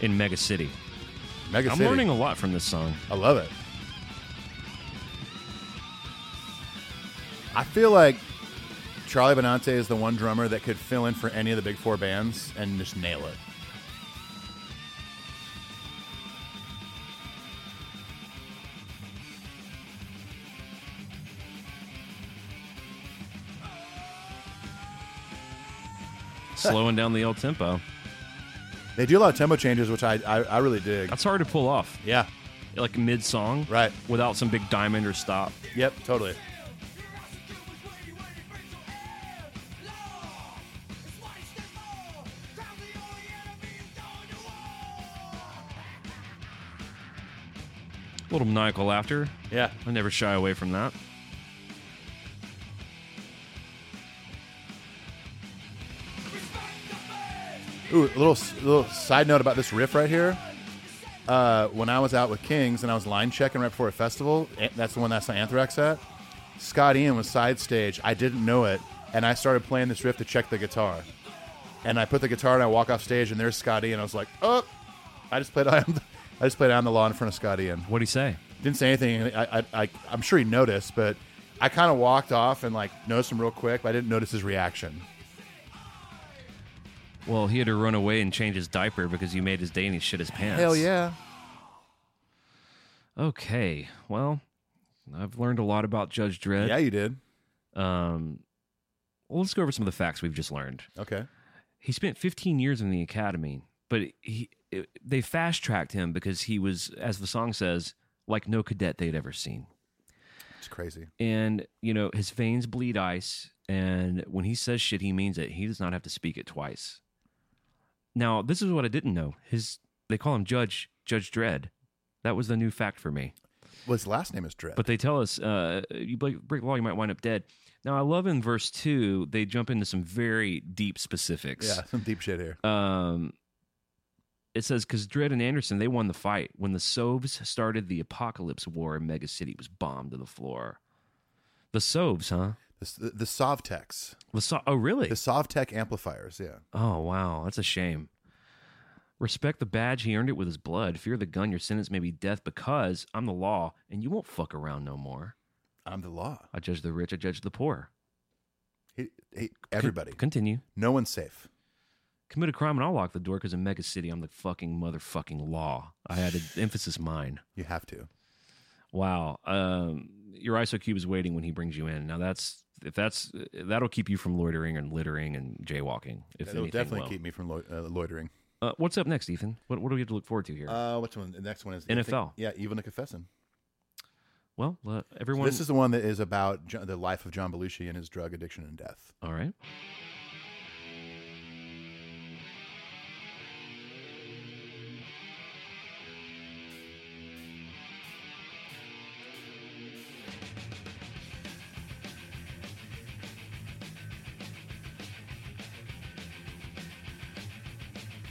Speaker 4: in Mega City.
Speaker 5: Mega
Speaker 4: I'm
Speaker 5: City.
Speaker 4: learning a lot from this song.
Speaker 5: I love it. I feel like Charlie Benante is the one drummer that could fill in for any of the big four bands and just nail it.
Speaker 4: Slowing down the old tempo.
Speaker 5: They do a lot of tempo changes, which I I, I really dig.
Speaker 4: That's hard to pull off.
Speaker 5: Yeah.
Speaker 4: Like mid song.
Speaker 5: Right.
Speaker 4: Without some big diamond or stop.
Speaker 5: Yep. Totally.
Speaker 4: A little maniacal laughter.
Speaker 5: Yeah.
Speaker 4: I never shy away from that.
Speaker 5: Ooh, a little little side note about this riff right here. Uh, when I was out with Kings and I was line checking right before a festival, a- that's the one that's on Anthrax at. Scott Ian was side stage. I didn't know it, and I started playing this riff to check the guitar. And I put the guitar and I walk off stage, and there's Scott Ian. I was like, oh, I just played on, I just played on the law in front of Scott Ian.
Speaker 4: What'd he say?
Speaker 5: Didn't say anything. I, I, I I'm sure he noticed, but I kind of walked off and like noticed him real quick, but I didn't notice his reaction.
Speaker 4: Well, he had to run away and change his diaper because you made his day and he shit his pants.
Speaker 5: Hell yeah.
Speaker 4: Okay. Well, I've learned a lot about Judge Dredd.
Speaker 5: Yeah, you did.
Speaker 4: Um, well, let's go over some of the facts we've just learned.
Speaker 5: Okay.
Speaker 4: He spent 15 years in the academy, but he it, they fast tracked him because he was, as the song says, like no cadet they'd ever seen.
Speaker 5: It's crazy.
Speaker 4: And you know his veins bleed ice, and when he says shit, he means it. He does not have to speak it twice. Now, this is what I didn't know. His they call him Judge Judge Dredd. That was the new fact for me.
Speaker 5: Well, his last name is Dredd.
Speaker 4: But they tell us, uh, you break, break the law, you might wind up dead. Now, I love in verse two, they jump into some very deep specifics.
Speaker 5: yeah, some deep shit here.
Speaker 4: Um, It says because Dredd and Anderson they won the fight when the Soves started the apocalypse war. and Mega City was bombed to the floor. The Soves, huh?
Speaker 5: The, the Sovtex,
Speaker 4: The so- oh really?
Speaker 5: the Sovtech amplifiers. Yeah,
Speaker 4: Oh wow, that's a shame. Respect the badge he earned it with his blood. Fear the gun. Your sentence may be death because I'm the law and you won't fuck around no more.
Speaker 5: I'm the law.
Speaker 4: I judge the rich. I judge the poor.
Speaker 5: He, he, everybody,
Speaker 4: Continue.
Speaker 5: no one's safe.
Speaker 4: Commit a crime and I'll lock the door because in Mega City I'm the fucking motherfucking law. I had an emphasis mine.
Speaker 5: You have to.
Speaker 4: Wow. Um, your ISO cube is waiting when he brings you in. Now that's if that's that'll keep you from loitering and littering and jaywalking. If
Speaker 5: It'll
Speaker 4: anything
Speaker 5: definitely
Speaker 4: will.
Speaker 5: keep me from lo- uh, loitering.
Speaker 4: Uh, what's up next, Ethan? What what do we have to look forward to here?
Speaker 5: Uh, which one? The next one is the
Speaker 4: NFL.
Speaker 5: yeah, Evil Nick Fessin.
Speaker 4: well, uh, everyone.
Speaker 5: This is the one that is about Jo- the life of John Belushi and his drug addiction and death.
Speaker 4: all right.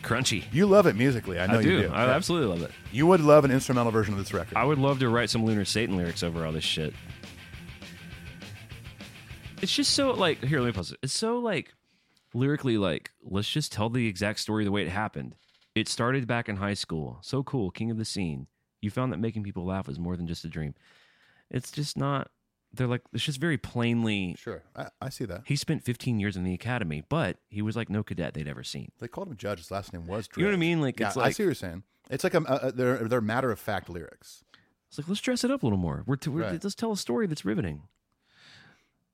Speaker 4: Crunchy.
Speaker 5: You love it musically. I know
Speaker 4: I do.
Speaker 5: you do.
Speaker 4: I
Speaker 5: Yeah.
Speaker 4: absolutely love it.
Speaker 5: You would love an instrumental version of this record.
Speaker 4: I would love to write some Lunar Satan lyrics over all this shit. It's just so like here, let me pause it. It's so like lyrically like let's just tell the exact story the way it happened. It started back in high school. So cool, king of the scene. You found that making people laugh was more than just a dream. It's just not. They're like it's just very plainly.
Speaker 5: sure, I, I see that.
Speaker 4: He spent 15 years in the academy, but he was like no cadet they'd ever seen.
Speaker 5: They called him Judge. His last name was. Dredd.
Speaker 4: You know what I mean? Like,
Speaker 5: yeah,
Speaker 4: it's
Speaker 5: I
Speaker 4: like-
Speaker 5: see what you're saying. It's like a, a, a- they're they're matter of fact lyrics.
Speaker 4: It's like, let's dress it up a little more. We're, t- we're
Speaker 5: Right.
Speaker 4: let's tell a story that's riveting.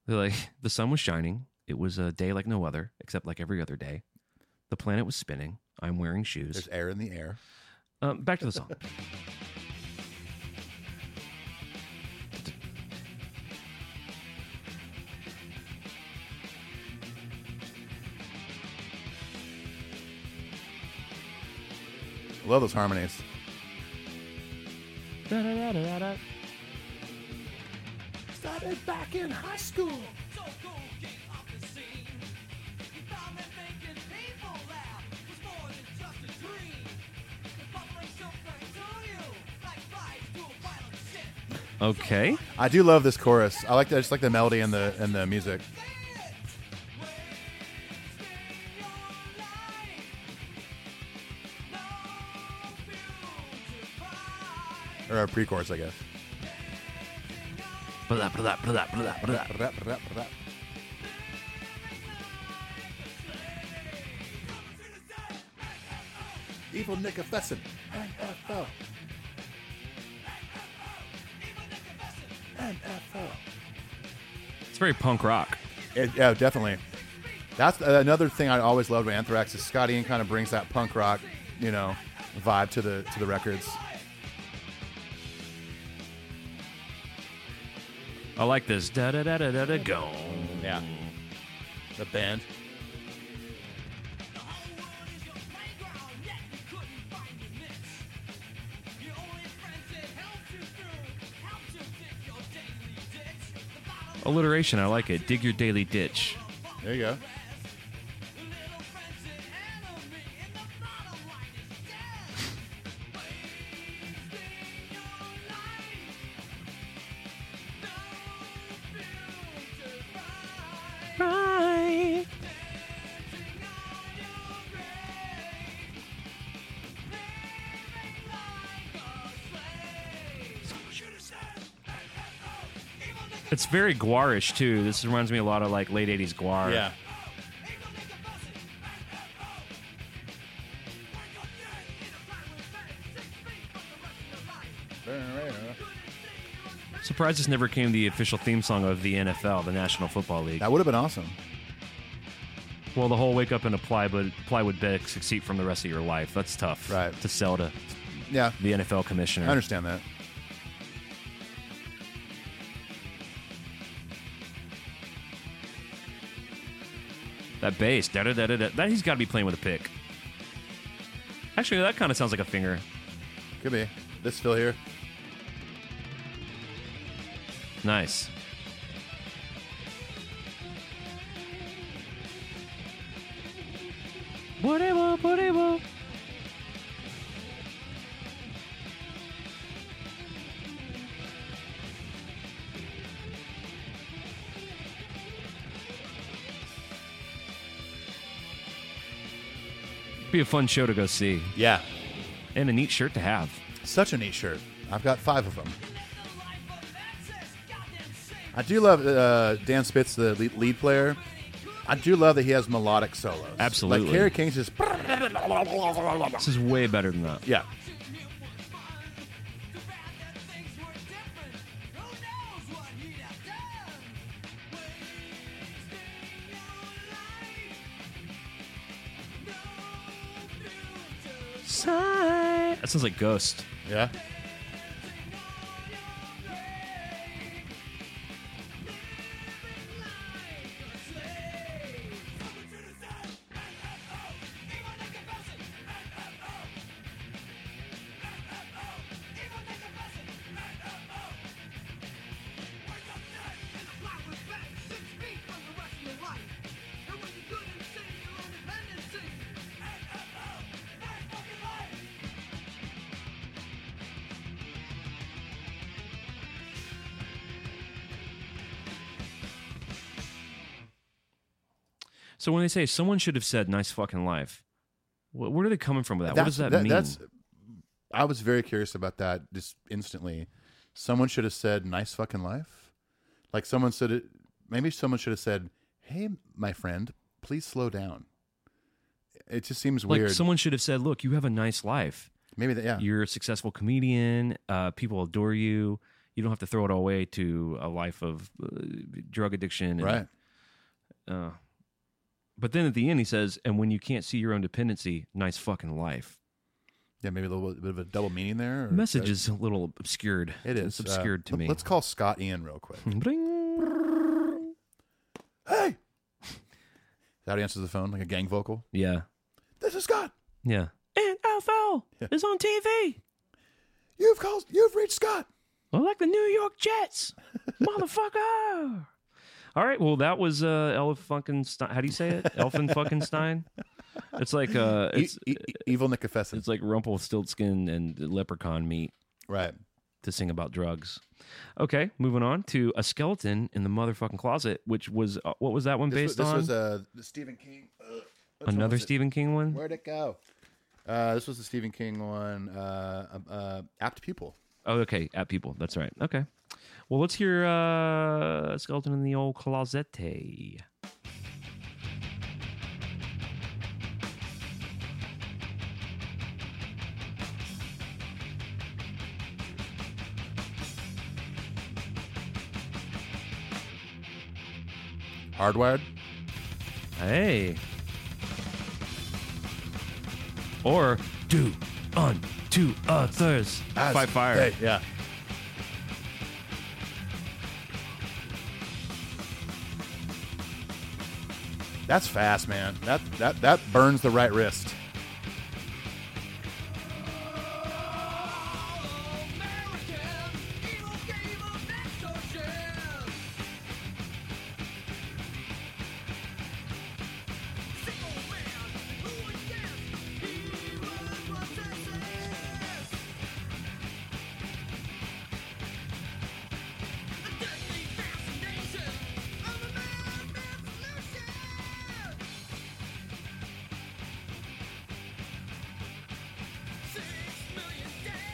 Speaker 4: They're like, the sun was shining. It was a day like no other, except like every other day. The planet was spinning. I'm wearing shoes.
Speaker 5: There's air in the air.
Speaker 4: Um, back to the song.
Speaker 5: Love those harmonies. Started back in high school.
Speaker 4: okay.
Speaker 5: I do love this chorus. I like. The, I just like the melody and the and the music. Or a pre-chorus, I guess.
Speaker 4: Blah, blah, blah, blah, blah.
Speaker 5: Rap, rap, rap. Evil Nick Fessin. NFL.
Speaker 4: It's very punk rock.
Speaker 5: It- yeah, definitely. That's another thing I always loved with Anthrax is Scott Ian kind of brings that punk rock, you know, vibe to the to the records.
Speaker 4: I like this. Da da da da da da. Gone.
Speaker 5: Yeah. The band.
Speaker 4: Alliteration. I like it. Dig your daily ditch.
Speaker 5: There you go.
Speaker 4: It's very guarish too. This reminds me a lot of like late '80s guar. Surprised this never came the official theme song of the NFL, the National Football League.
Speaker 5: That would have been awesome.
Speaker 4: Well, the whole wake up and apply, but plywood bed succeed from the rest of your life. That's tough,
Speaker 5: Right.
Speaker 4: To sell to
Speaker 5: Yeah.
Speaker 4: the NFL commissioner.
Speaker 5: I understand that.
Speaker 4: That bass, da da da da da. That he's got to be playing with a pick. Actually, that kind of sounds like a finger.
Speaker 5: Could be. This Phil here.
Speaker 4: Nice. Whatever, whatever. Be a fun show to go see,
Speaker 5: Yeah,
Speaker 4: and a neat shirt to have.
Speaker 5: such a neat shirt. I've got five of them. I do love uh, Dan Spitz, the lead, lead player. I do love that he has melodic solos.
Speaker 4: Absolutely.
Speaker 5: like Harry King's just
Speaker 4: This is way better than that.
Speaker 5: yeah.
Speaker 4: That sounds like Ghost.
Speaker 5: Yeah.
Speaker 4: So when they say someone should have said "nice fucking life," wh- where are they coming from with that? what
Speaker 5: That's-
Speaker 4: does that, mean?
Speaker 5: That's, I was very curious about that just instantly. Someone should have said "nice fucking life," like someone said. It, maybe someone should have said, "Hey, my friend, please slow down." It just seems
Speaker 4: like
Speaker 5: weird.
Speaker 4: someone should have said, "Look, you have a nice life.
Speaker 5: maybe that. Yeah,
Speaker 4: You're a successful comedian. Uh, people adore you. You don't have to throw it all away to a life of uh, drug addiction." and-
Speaker 5: right.
Speaker 4: But then at the end, he says, "And when you can't see your own dependency, nice fucking life."
Speaker 5: Yeah, maybe a little bit of a double meaning there. or-
Speaker 4: The message is a little obscured.
Speaker 5: It
Speaker 4: It's
Speaker 5: is
Speaker 4: obscured
Speaker 5: Uh,
Speaker 4: to
Speaker 5: let-
Speaker 4: me.
Speaker 5: Let's call Scott Ian real quick.
Speaker 4: Bling.
Speaker 5: hey, that answers the phone like a gang vocal.
Speaker 4: Yeah,
Speaker 5: This is Scott.
Speaker 4: yeah. NFL is on TV.
Speaker 5: You've called. You've reached Scott.
Speaker 4: I like the New York Jets, motherfucker. All right, well, that was uh, Elf fucking. Stein. How do you say it? Elfin fucking Stein. It's like uh,
Speaker 5: E-
Speaker 4: it's
Speaker 5: e- e- evil Nick Fesson.
Speaker 4: it's like Rumpelstiltskin and leprechaun meet
Speaker 5: Right.
Speaker 4: to sing about drugs. Okay, moving on to a skeleton in the motherfucking closet, which was uh, what was that one
Speaker 5: This,
Speaker 4: based
Speaker 5: was, this
Speaker 4: on?
Speaker 5: was uh, the Stephen King. Ugh, which one
Speaker 4: Another
Speaker 5: was it?
Speaker 4: Stephen King one.
Speaker 5: Where'd it go? Uh, this was the Stephen King one, uh, um, uh, Apt Pupil.
Speaker 4: Oh, okay, at people. That's right. Okay. Well, let's hear uh, a skeleton in the old closet.
Speaker 5: Hardwired.
Speaker 4: Hey. Or do on two others. Fight fire.
Speaker 5: Hey, yeah. That's fast, man. That that that burns the right wrist.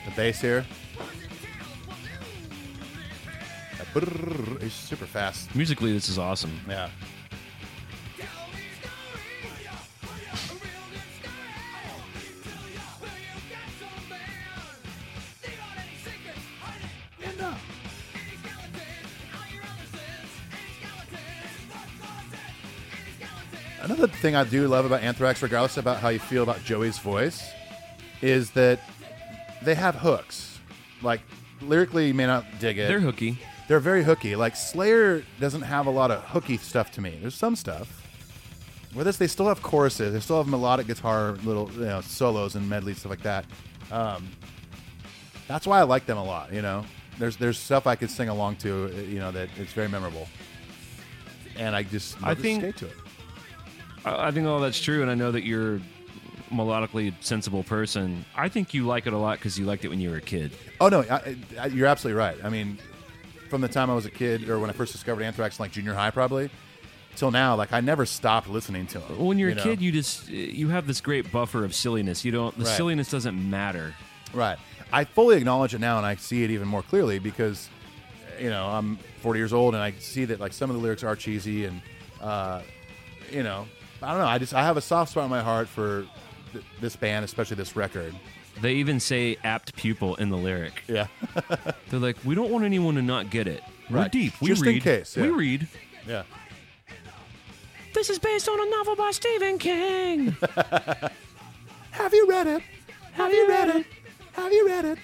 Speaker 5: The bass here. That brrrr is super fast.
Speaker 4: Musically, this is awesome.
Speaker 5: Yeah. Another thing I do love about Anthrax, regardless about how you feel about Joey's voice, is that they have hooks. Like lyrically, you may not dig it.
Speaker 4: They're hooky.
Speaker 5: They're very hooky. Like Slayer doesn't have a lot of hooky stuff to me. There's some stuff. With this, they still have choruses. They still have melodic guitar little you know, solos and medleys stuff like that. Um, that's why I like them a lot. You know, there's there's stuff I could sing along to. uh, You know, that it's very memorable. And I just
Speaker 4: I
Speaker 5: love to
Speaker 4: think-
Speaker 5: skate to it.
Speaker 4: I I think all that's true, and I know that you're melodically sensible person. I think you like it a lot because you liked it when you were a kid.
Speaker 5: Oh no, I, I, you're absolutely right. I mean, from the time I was a kid, or when I first discovered Anthrax, in like junior high, probably, till now, like I never stopped listening to them.
Speaker 4: Well, when you're
Speaker 5: you
Speaker 4: a
Speaker 5: know?
Speaker 4: kid, you just you have this great buffer of silliness. You don't the
Speaker 5: Right.
Speaker 4: silliness doesn't matter.
Speaker 5: Right. I fully acknowledge it now, and I see it even more clearly because, you know, I'm 40 years old, and I see that like some of the lyrics are cheesy, and, uh, you know, I don't know. I just I have a soft spot in my heart for th- this band, especially this record.
Speaker 4: They even say apt pupil in the lyric.
Speaker 5: Yeah.
Speaker 4: They're like, we don't want anyone to not get it. We're
Speaker 5: Right.
Speaker 4: deep. We
Speaker 5: Just in
Speaker 4: read.
Speaker 5: case,
Speaker 4: We
Speaker 5: yeah.
Speaker 4: read.
Speaker 5: yeah.
Speaker 6: This is based on a novel by Stephen King.
Speaker 5: Have you read it? Have you read it? Have you read it?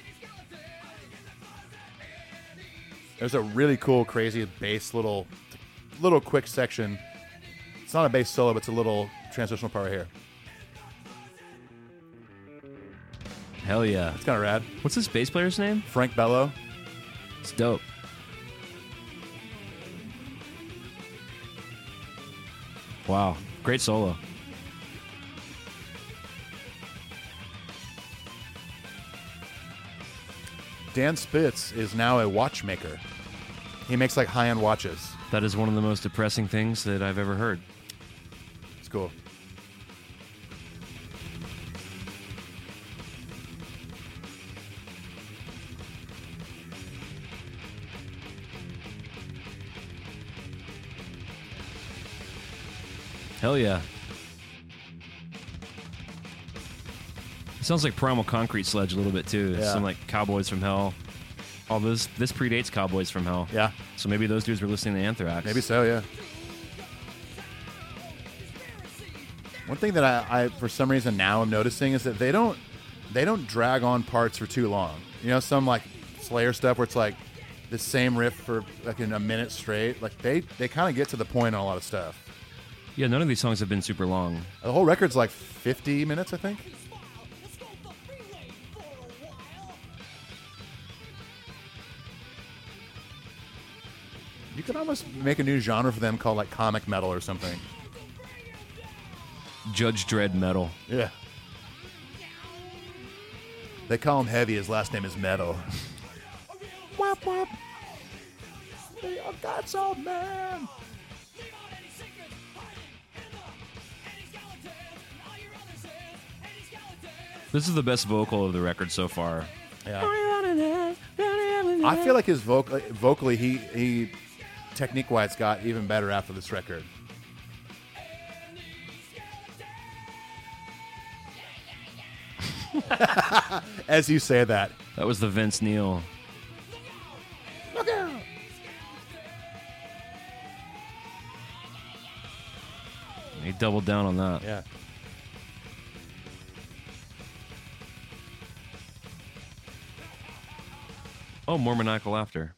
Speaker 5: There's a really cool, crazy bass little, little quick section. It's not a bass solo, but it's a little transitional part right here.
Speaker 4: Hell yeah.
Speaker 5: It's kind of rad.
Speaker 4: What's this bass player's name?
Speaker 5: Frank Bello.
Speaker 4: It's dope. Wow. Great solo.
Speaker 5: Dan Spitz is now a watchmaker. He makes like high end watches.
Speaker 4: That is one of the most depressing things that I've ever heard.
Speaker 5: It's cool.
Speaker 4: Hell yeah. It sounds like Primal Concrete Sledge a little bit too.
Speaker 5: Yeah.
Speaker 4: Some like Cowboys from Hell. All those this predates Cowboys from Hell.
Speaker 5: Yeah.
Speaker 4: So maybe those dudes were listening to Anthrax.
Speaker 5: Maybe so, yeah. One thing that I, I for some reason now am noticing is that they don't they don't drag on parts for too long. You know, some like Slayer stuff where it's like the same riff for like in a minute straight. Like they they kind of get to the point on a lot of stuff.
Speaker 4: Yeah, none of these songs have been super long.
Speaker 5: The whole record's like 50 minutes, I think. You could almost make a new genre for them called like comic metal or something.
Speaker 4: Judge Dread Metal.
Speaker 5: Yeah. They call him Heavy. His last name is Metal. wop, wop. They are God's old man.
Speaker 4: This is the best vocal of the record so far.
Speaker 5: I feel like his vocal, vocally, he, he technique wise got even better after this record. As you say that,
Speaker 4: That was the Vince Neil. He doubled down on that.
Speaker 5: yeah.
Speaker 4: Oh, more maniacal laughter.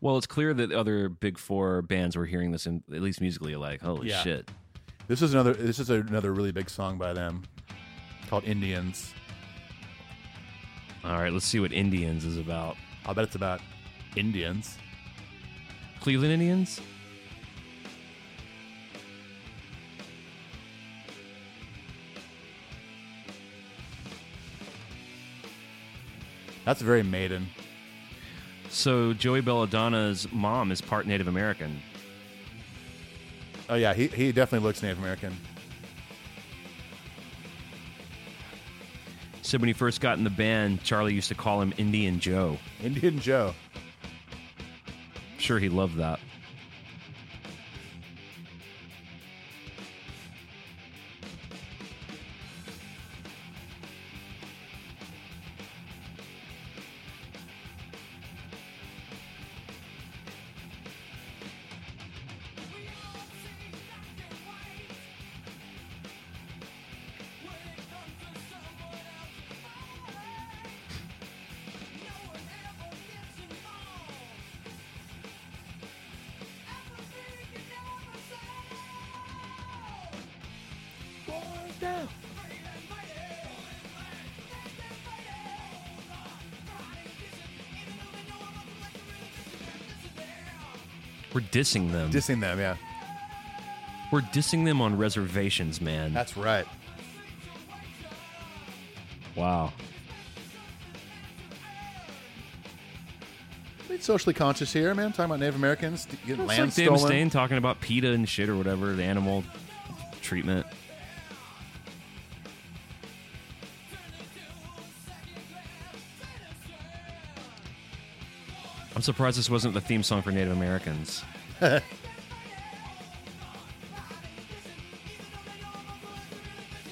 Speaker 4: Well, it's clear that other big four bands were hearing this, and at least musically, like, holy
Speaker 5: Yeah.
Speaker 4: shit.
Speaker 5: This is another. This is another really big song by them called Indians.
Speaker 4: All right, let's see what Indians is about.
Speaker 5: I'll bet it's about Indians.
Speaker 4: Cleveland Indians?
Speaker 5: That's very Maiden.
Speaker 4: So Joey Belladonna's mom is part Native American.
Speaker 5: Oh yeah, he, he definitely looks Native American.
Speaker 4: So when he first got in the band, Charlie used to call him Indian Joe.
Speaker 5: Indian Joe.
Speaker 4: Sure, he loved that. We're dissing them.
Speaker 5: Dissing them, yeah.
Speaker 4: We're dissing them on reservations, man.
Speaker 5: That's right.
Speaker 4: wow.
Speaker 5: Being socially conscious here, man. Talking about Native Americans getting
Speaker 4: It's
Speaker 5: land
Speaker 4: like Dave
Speaker 5: stolen.
Speaker 4: Mustaine talking about PETA and shit or whatever, the animal treatment. I'm surprised this wasn't the theme song for Native Americans.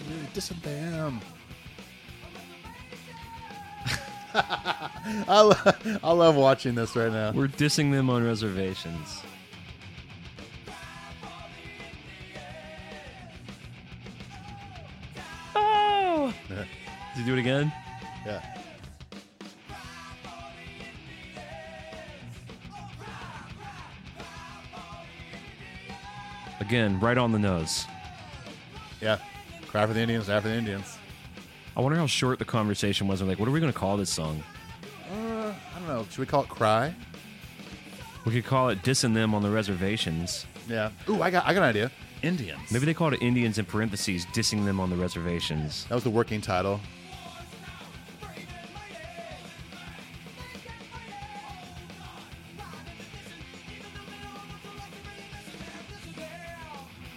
Speaker 5: Really disabam. I, lo- I love watching this right now.
Speaker 4: We're dissing them on reservations. Oh! Did you do it again?
Speaker 5: Yeah.
Speaker 4: Again, right on the nose.
Speaker 5: Yeah. Cry for the Indians, die for the Indians.
Speaker 4: I wonder how short the conversation was. I'm like, what are we going to call this song?
Speaker 5: I don't know. Should we call it Cry?
Speaker 4: We could call it Dissing Them on the Reservations.
Speaker 5: Yeah. Ooh, I got I got an idea. Indians.
Speaker 4: Maybe they called it Indians in parentheses, Dissing Them on the Reservations.
Speaker 5: that was the working title.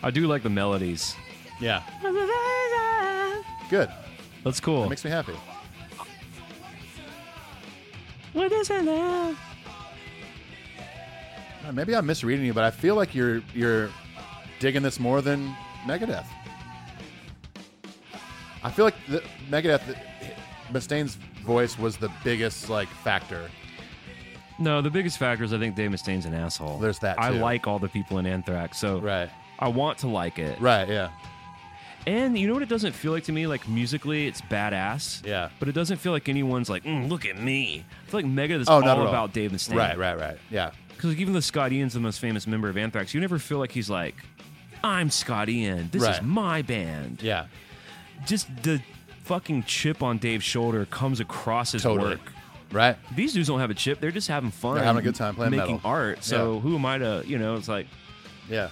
Speaker 4: I do like the melodies.
Speaker 5: Yeah. Good.
Speaker 4: That's cool.
Speaker 5: That makes me happy. Uh, Maybe I'm misreading you, but I feel like you're you're digging this more than Megadeth. I feel like the, Megadeth, the, Mustaine's voice was the biggest like factor.
Speaker 4: No, the biggest factor is I think Dave Mustaine's an asshole.
Speaker 5: There's that,
Speaker 4: I
Speaker 5: too.
Speaker 4: like all the people in Anthrax, so
Speaker 5: Right.
Speaker 4: I want to like it.
Speaker 5: Right. Yeah.
Speaker 4: And you know what it doesn't feel like to me? Like musically, it's badass.
Speaker 5: Yeah.
Speaker 4: But it doesn't feel like anyone's like, mm, look at me. I feel like Megadeth is
Speaker 5: Oh,
Speaker 4: all
Speaker 5: not at all.
Speaker 4: about Dave Mustaine.
Speaker 5: Right. Right. Right. Yeah.
Speaker 4: Because like, even though Scott Ian's the most famous member of Anthrax, you never feel like he's like, I'm Scott Ian. This
Speaker 5: Right.
Speaker 4: is my band.
Speaker 5: Yeah.
Speaker 4: Just the fucking chip on Dave's shoulder comes across his
Speaker 5: Totally.
Speaker 4: work.
Speaker 5: Right.
Speaker 4: These dudes don't have a chip. They're just having fun.
Speaker 5: They're having a good time playing
Speaker 4: making
Speaker 5: metal.
Speaker 4: art. So
Speaker 5: Yeah.
Speaker 4: who am I to, you know, it's like,
Speaker 5: Yeah.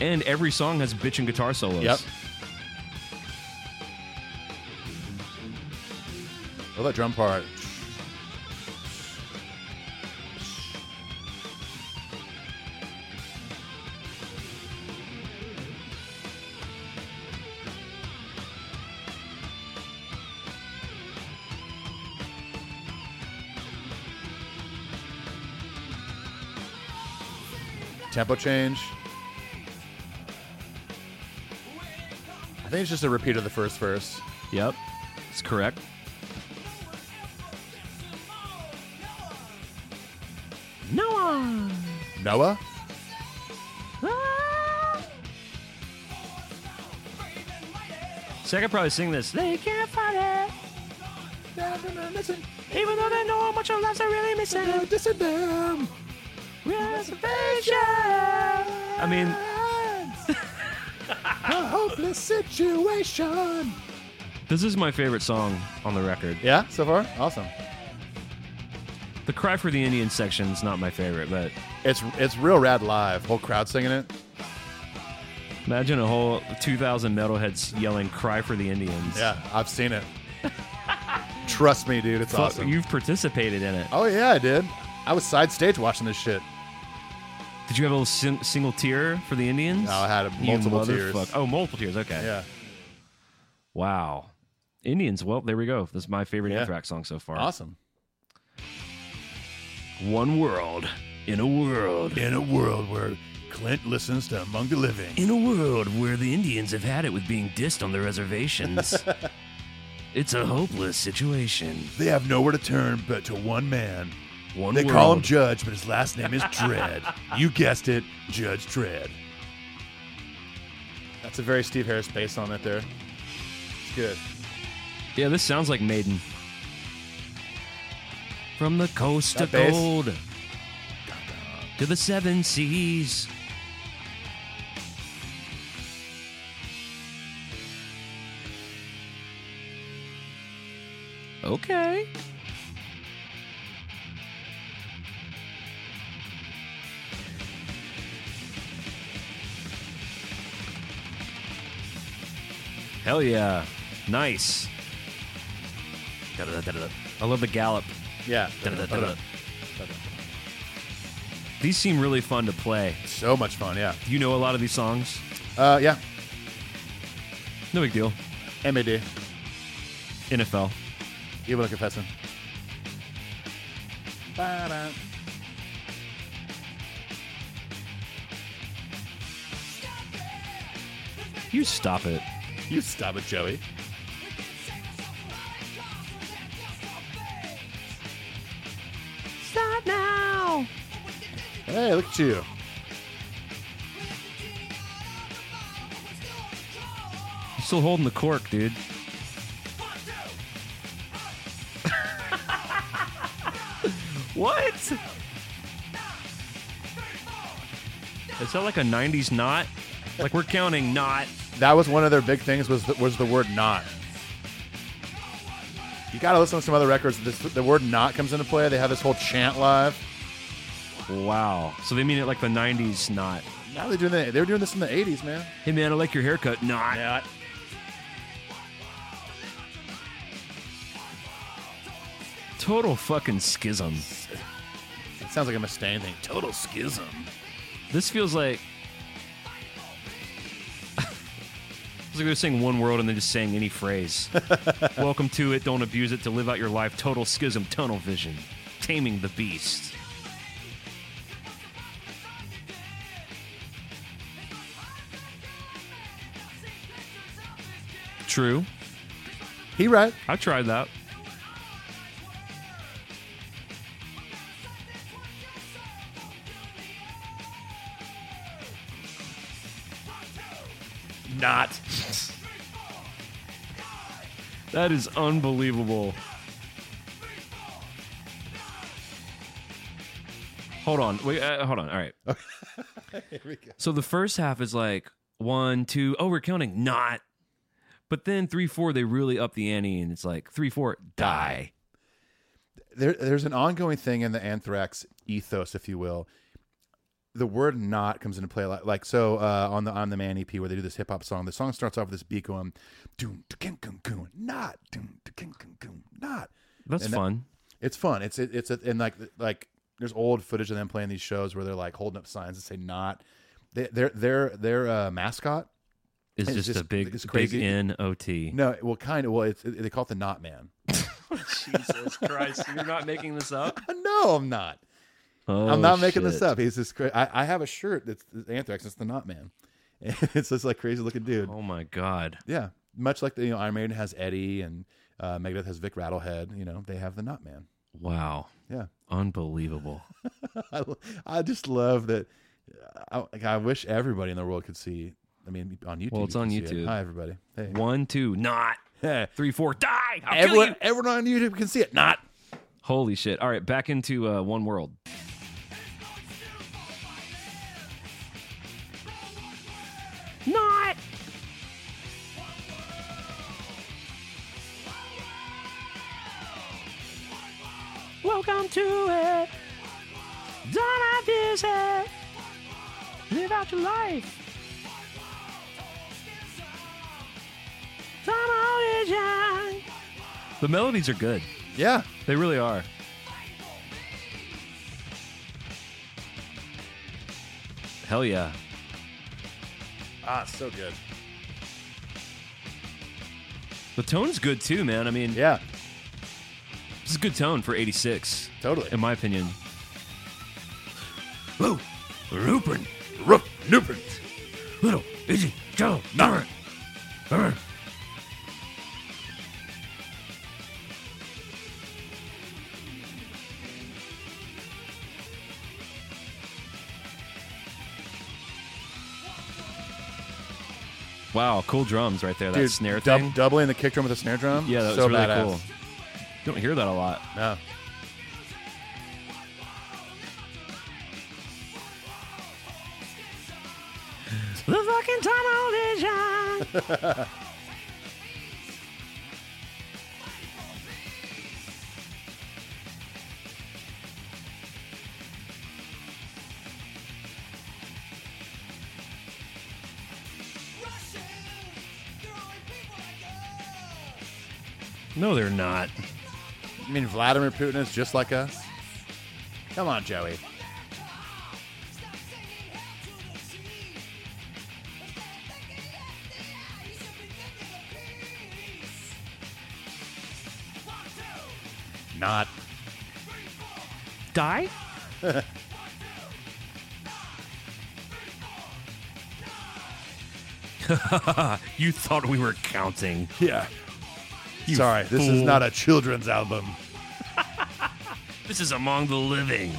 Speaker 4: and every song has bitchin' guitar solos.
Speaker 5: Yep. Oh, that drum part. Tempo change. I think it's just a repeat of the first verse.
Speaker 4: Yep. It's correct. Noah.
Speaker 5: Noah?
Speaker 4: See, I could probably sing this. They can't fight it. Even though they know how much our lives are really missing. Reservation. I mean,
Speaker 5: a hopeless situation.
Speaker 4: this is my favorite song on the record.
Speaker 5: Yeah, so far? Awesome.
Speaker 4: The Cry for the Indian section is not my favorite, but
Speaker 5: It's it's real rad live. Whole crowd singing it.
Speaker 4: imagine a whole 2,000 metalheads yelling "Cry for the Indians."
Speaker 5: Yeah, I've seen it. Trust me, dude, it's
Speaker 4: Fuck,
Speaker 5: awesome.
Speaker 4: you've participated in it.
Speaker 5: oh yeah, I did. I was side stage watching this shit.
Speaker 4: Did you have a little sin- single tear for the Indians?
Speaker 5: No, I had a-
Speaker 4: You
Speaker 5: multiple tears.
Speaker 4: motherfuck- Oh, multiple tears. Okay.
Speaker 5: Yeah.
Speaker 4: Wow. Indians. Well, there we go. This is my favorite
Speaker 5: Yeah.
Speaker 4: Anthrax song so far.
Speaker 5: Awesome.
Speaker 4: One world. In a world.
Speaker 5: In a world where Clint listens to Among the Living.
Speaker 4: In a world where the Indians have had it with being dissed on the reservations. it's a hopeless situation.
Speaker 5: They have nowhere to turn but to one man.
Speaker 4: One
Speaker 5: They
Speaker 4: world.
Speaker 5: call him Judge, but his last name is Dread. you guessed it, Judge Dread. That's a very Steve Harris bass on it there. It's good.
Speaker 4: yeah, this sounds like Maiden. From the coast
Speaker 5: That
Speaker 4: of
Speaker 5: bass.
Speaker 4: gold to the seven seas. Okay. Hell yeah. Nice. Da-da-da-da-da. I love the gallop.
Speaker 5: Yeah.
Speaker 4: Da-da-da-da-da. These seem really fun to play.
Speaker 5: So much fun. Yeah.
Speaker 4: Do you know a lot of these songs?
Speaker 5: Uh, yeah.
Speaker 4: No big deal.
Speaker 5: MED.
Speaker 4: NFL.
Speaker 5: Evil and Confessing. Ba-da.
Speaker 4: You stop it.
Speaker 5: You stop it, Joey.
Speaker 3: Stop now.
Speaker 5: Hey, look at you.
Speaker 4: You're still holding the cork, dude. what? Is that like a 90s knot? Like we're counting knot.
Speaker 5: That was one of their big things was the, was the word not. You gotta listen to some other records. This, the word not comes into play. They have this whole chant live.
Speaker 4: Wow. So they mean it like the 90s knot.
Speaker 5: Now they're doing that. They were doing this in the '80s, man.
Speaker 4: Hey man, I like your haircut. Knot. Total fucking schism.
Speaker 5: It sounds like a Mustaine thing. Total schism.
Speaker 4: This feels like. it's like they're saying one word and then just saying any phrase. Welcome to it. Don't abuse it to live out your life. Total schism. Tunnel vision. Taming the beast. True.
Speaker 5: He right.
Speaker 4: I tried that.
Speaker 5: Not.
Speaker 4: That is unbelievable. Hold on. Wait, uh, hold on. All right. So the first half is like one, two, oh, we're counting, not. But then three, four, they really up the ante, and it's like three, four, die.
Speaker 5: There, there's an ongoing thing in the Anthrax ethos, if you will. The word "not" comes into play a lot. Like so uh, on the on the Man EP, where they do this hip hop song. The song starts off with this beat going, "Doom, doom, doom, doom, not, doom, doom, doom, not."
Speaker 4: That's
Speaker 5: And that-
Speaker 4: fun.
Speaker 5: It's fun. It's it, it's a, and like like there's old footage of them playing these shows where they're like holding up signs that say "not." They, their their their uh, mascot.
Speaker 4: It's
Speaker 5: it's
Speaker 4: just,
Speaker 5: just-
Speaker 4: a big,
Speaker 5: it's
Speaker 4: big
Speaker 5: crazy.
Speaker 4: N O T.
Speaker 5: No, well, kind of. Well, it's, they call it the Knot Man.
Speaker 4: Jesus Christ, you're not making this up.
Speaker 5: Uh, no, I'm not.
Speaker 4: Oh,
Speaker 5: I'm not making
Speaker 4: shit.
Speaker 5: this up. He's this. Cra- I, I have a shirt that's that's Anthrax. It's the Knot Man. And it's this like crazy looking dude.
Speaker 4: Oh my God.
Speaker 5: Yeah, much like the you know Iron Maiden has Eddie and uh, Megadeth has Vic Rattlehead. You know they have the Knot Man.
Speaker 4: Wow.
Speaker 5: Yeah,
Speaker 4: Unbelievable.
Speaker 5: I, I just love that. uh, I, like, I wish everybody in the world could see. I mean, on YouTube.
Speaker 4: Well, it's
Speaker 5: you can
Speaker 4: on
Speaker 5: see it.
Speaker 4: YouTube.
Speaker 5: Hi, everybody. Hey.
Speaker 4: One, two, not. Three, four, die. I'll kill you.
Speaker 5: Everyone, everyone on YouTube can see it. Not.
Speaker 4: Holy shit. All right, back into uh, One World. Not. Welcome to it. Don't abuse it. Live out your life. Don't abuse it. The melodies are good.
Speaker 5: Yeah.
Speaker 4: They really are. Hell yeah.
Speaker 5: Ah, so good.
Speaker 4: The tone's good too, man. I mean,
Speaker 5: Yeah.
Speaker 4: this is a good tone for 86,
Speaker 5: Totally.
Speaker 4: in my opinion. Woo! Rupin!
Speaker 5: Rup, Lupin.
Speaker 4: Little, easy, Joe, Nara! Wow, cool drums right there. That
Speaker 5: Dude,
Speaker 4: snare
Speaker 5: dub-
Speaker 4: thing.
Speaker 5: doubling the kick drum with a snare drum.
Speaker 4: Yeah, that was
Speaker 5: so
Speaker 4: really
Speaker 5: badass.
Speaker 4: cool. You don't hear that a lot.
Speaker 5: No.
Speaker 4: The fucking tunnel vision. no, they're not.
Speaker 5: I mean, Vladimir Putin is just like us. Come on, Joey. Not.
Speaker 6: Die?
Speaker 4: You thought we were counting.
Speaker 5: Yeah. Sorry, this is
Speaker 4: fool.
Speaker 5: not a children's album.
Speaker 4: This is among the living.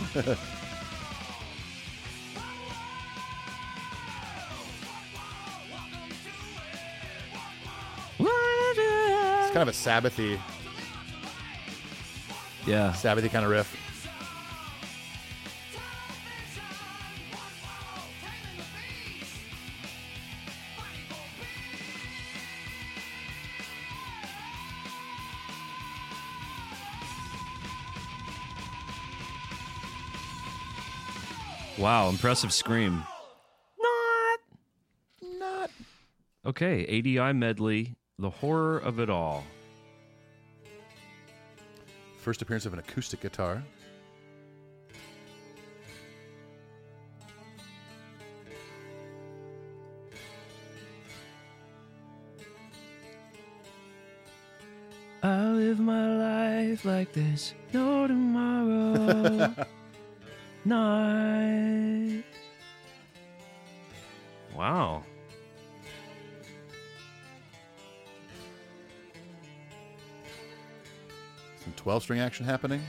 Speaker 5: It's kind of a Sabbathy,
Speaker 4: Yeah.
Speaker 5: Sabbathy kind of riff.
Speaker 4: Wow, impressive scream. Not. Not. Okay, ADI medley, the horror of it all.
Speaker 5: First appearance of an acoustic guitar.
Speaker 6: I live my life like this. No tomorrow. Night.
Speaker 4: Wow.
Speaker 5: Some 12 string action happening.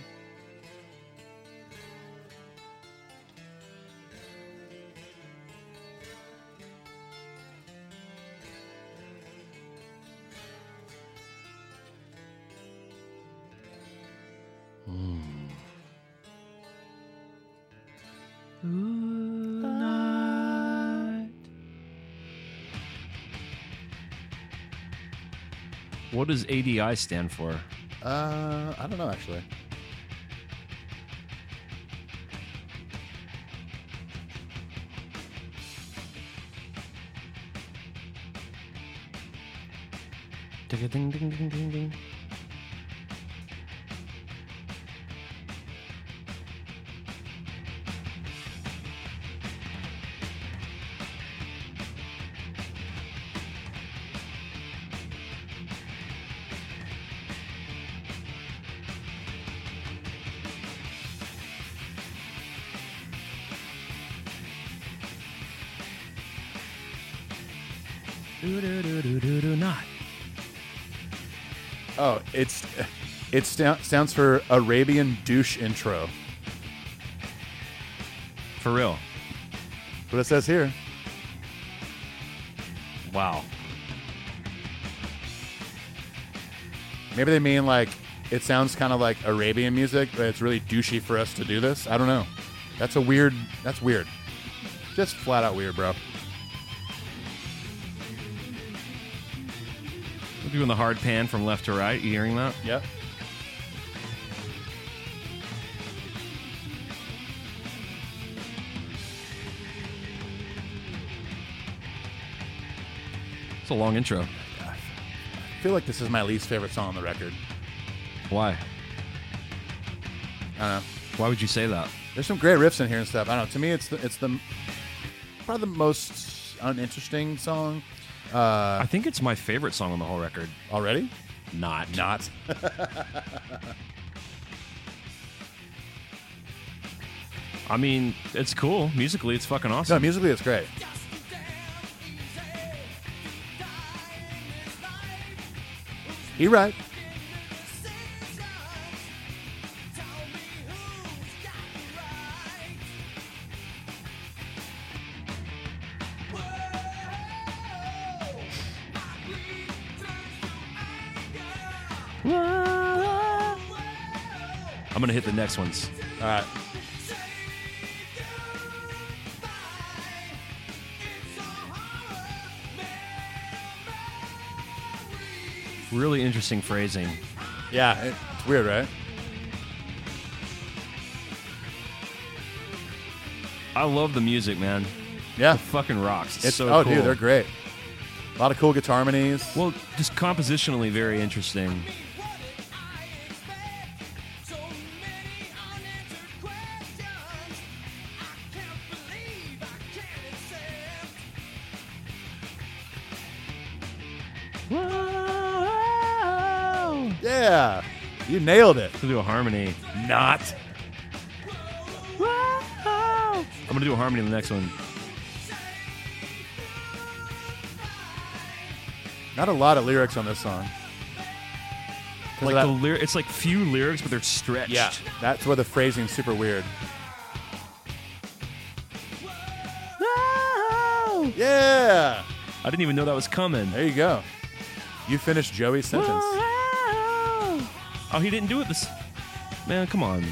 Speaker 4: What does ADI stand for?
Speaker 5: Uh, I don't know, actually.
Speaker 6: Ding, ding, ding, ding, ding.
Speaker 4: Do, do, do, do, do, do, not.
Speaker 5: Oh, it's it sta- sounds for Arabian douche intro.
Speaker 4: For real.
Speaker 5: What it says here.
Speaker 4: Wow.
Speaker 5: Maybe they mean like it sounds kind of like Arabian music, but it's really douchey for us to do this. I don't know. That's a weird. That's weird. Just flat out weird, bro.
Speaker 4: We're doing the hard pan from left to right. You hearing that?
Speaker 5: Yep.
Speaker 4: It's a long intro.
Speaker 5: I feel like this is my least favorite song on the record.
Speaker 4: Why?
Speaker 5: I don't know.
Speaker 4: Why would you say that?
Speaker 5: There's some great riffs in here and stuff. I don't know. To me, it's the, it's the probably the most uninteresting song
Speaker 4: I think it's my favorite song on the whole record.
Speaker 5: already.
Speaker 4: Not.
Speaker 5: Not.
Speaker 4: I mean, it's cool. Musically, it's fucking awesome.
Speaker 5: No, musically it's great. You're right.
Speaker 4: I'm going to hit the next ones.
Speaker 5: All right.
Speaker 4: Really interesting phrasing.
Speaker 5: Yeah, it- it's weird, right?
Speaker 4: I love the music, man.
Speaker 5: Yeah.
Speaker 4: Fucking rocks. It's,
Speaker 5: It's,
Speaker 4: so
Speaker 5: oh,
Speaker 4: cool.
Speaker 5: dude, they're great. A lot of cool guitar harmonies.
Speaker 4: Well, just compositionally very interesting.
Speaker 5: Yeah, you nailed it.
Speaker 4: to do a harmony.
Speaker 5: Not.
Speaker 4: I'm gonna do a harmony in the next one.
Speaker 5: Not a lot of lyrics on this song.
Speaker 4: Like
Speaker 5: that-
Speaker 4: the lyri it's like few lyrics, but they're stretched.
Speaker 5: That's where the phrasing's super weird. Yeah.
Speaker 4: I didn't even know that was coming.
Speaker 5: There you go. You finished Joey's sentence.
Speaker 4: Oh, he didn't do it this. Man, come on.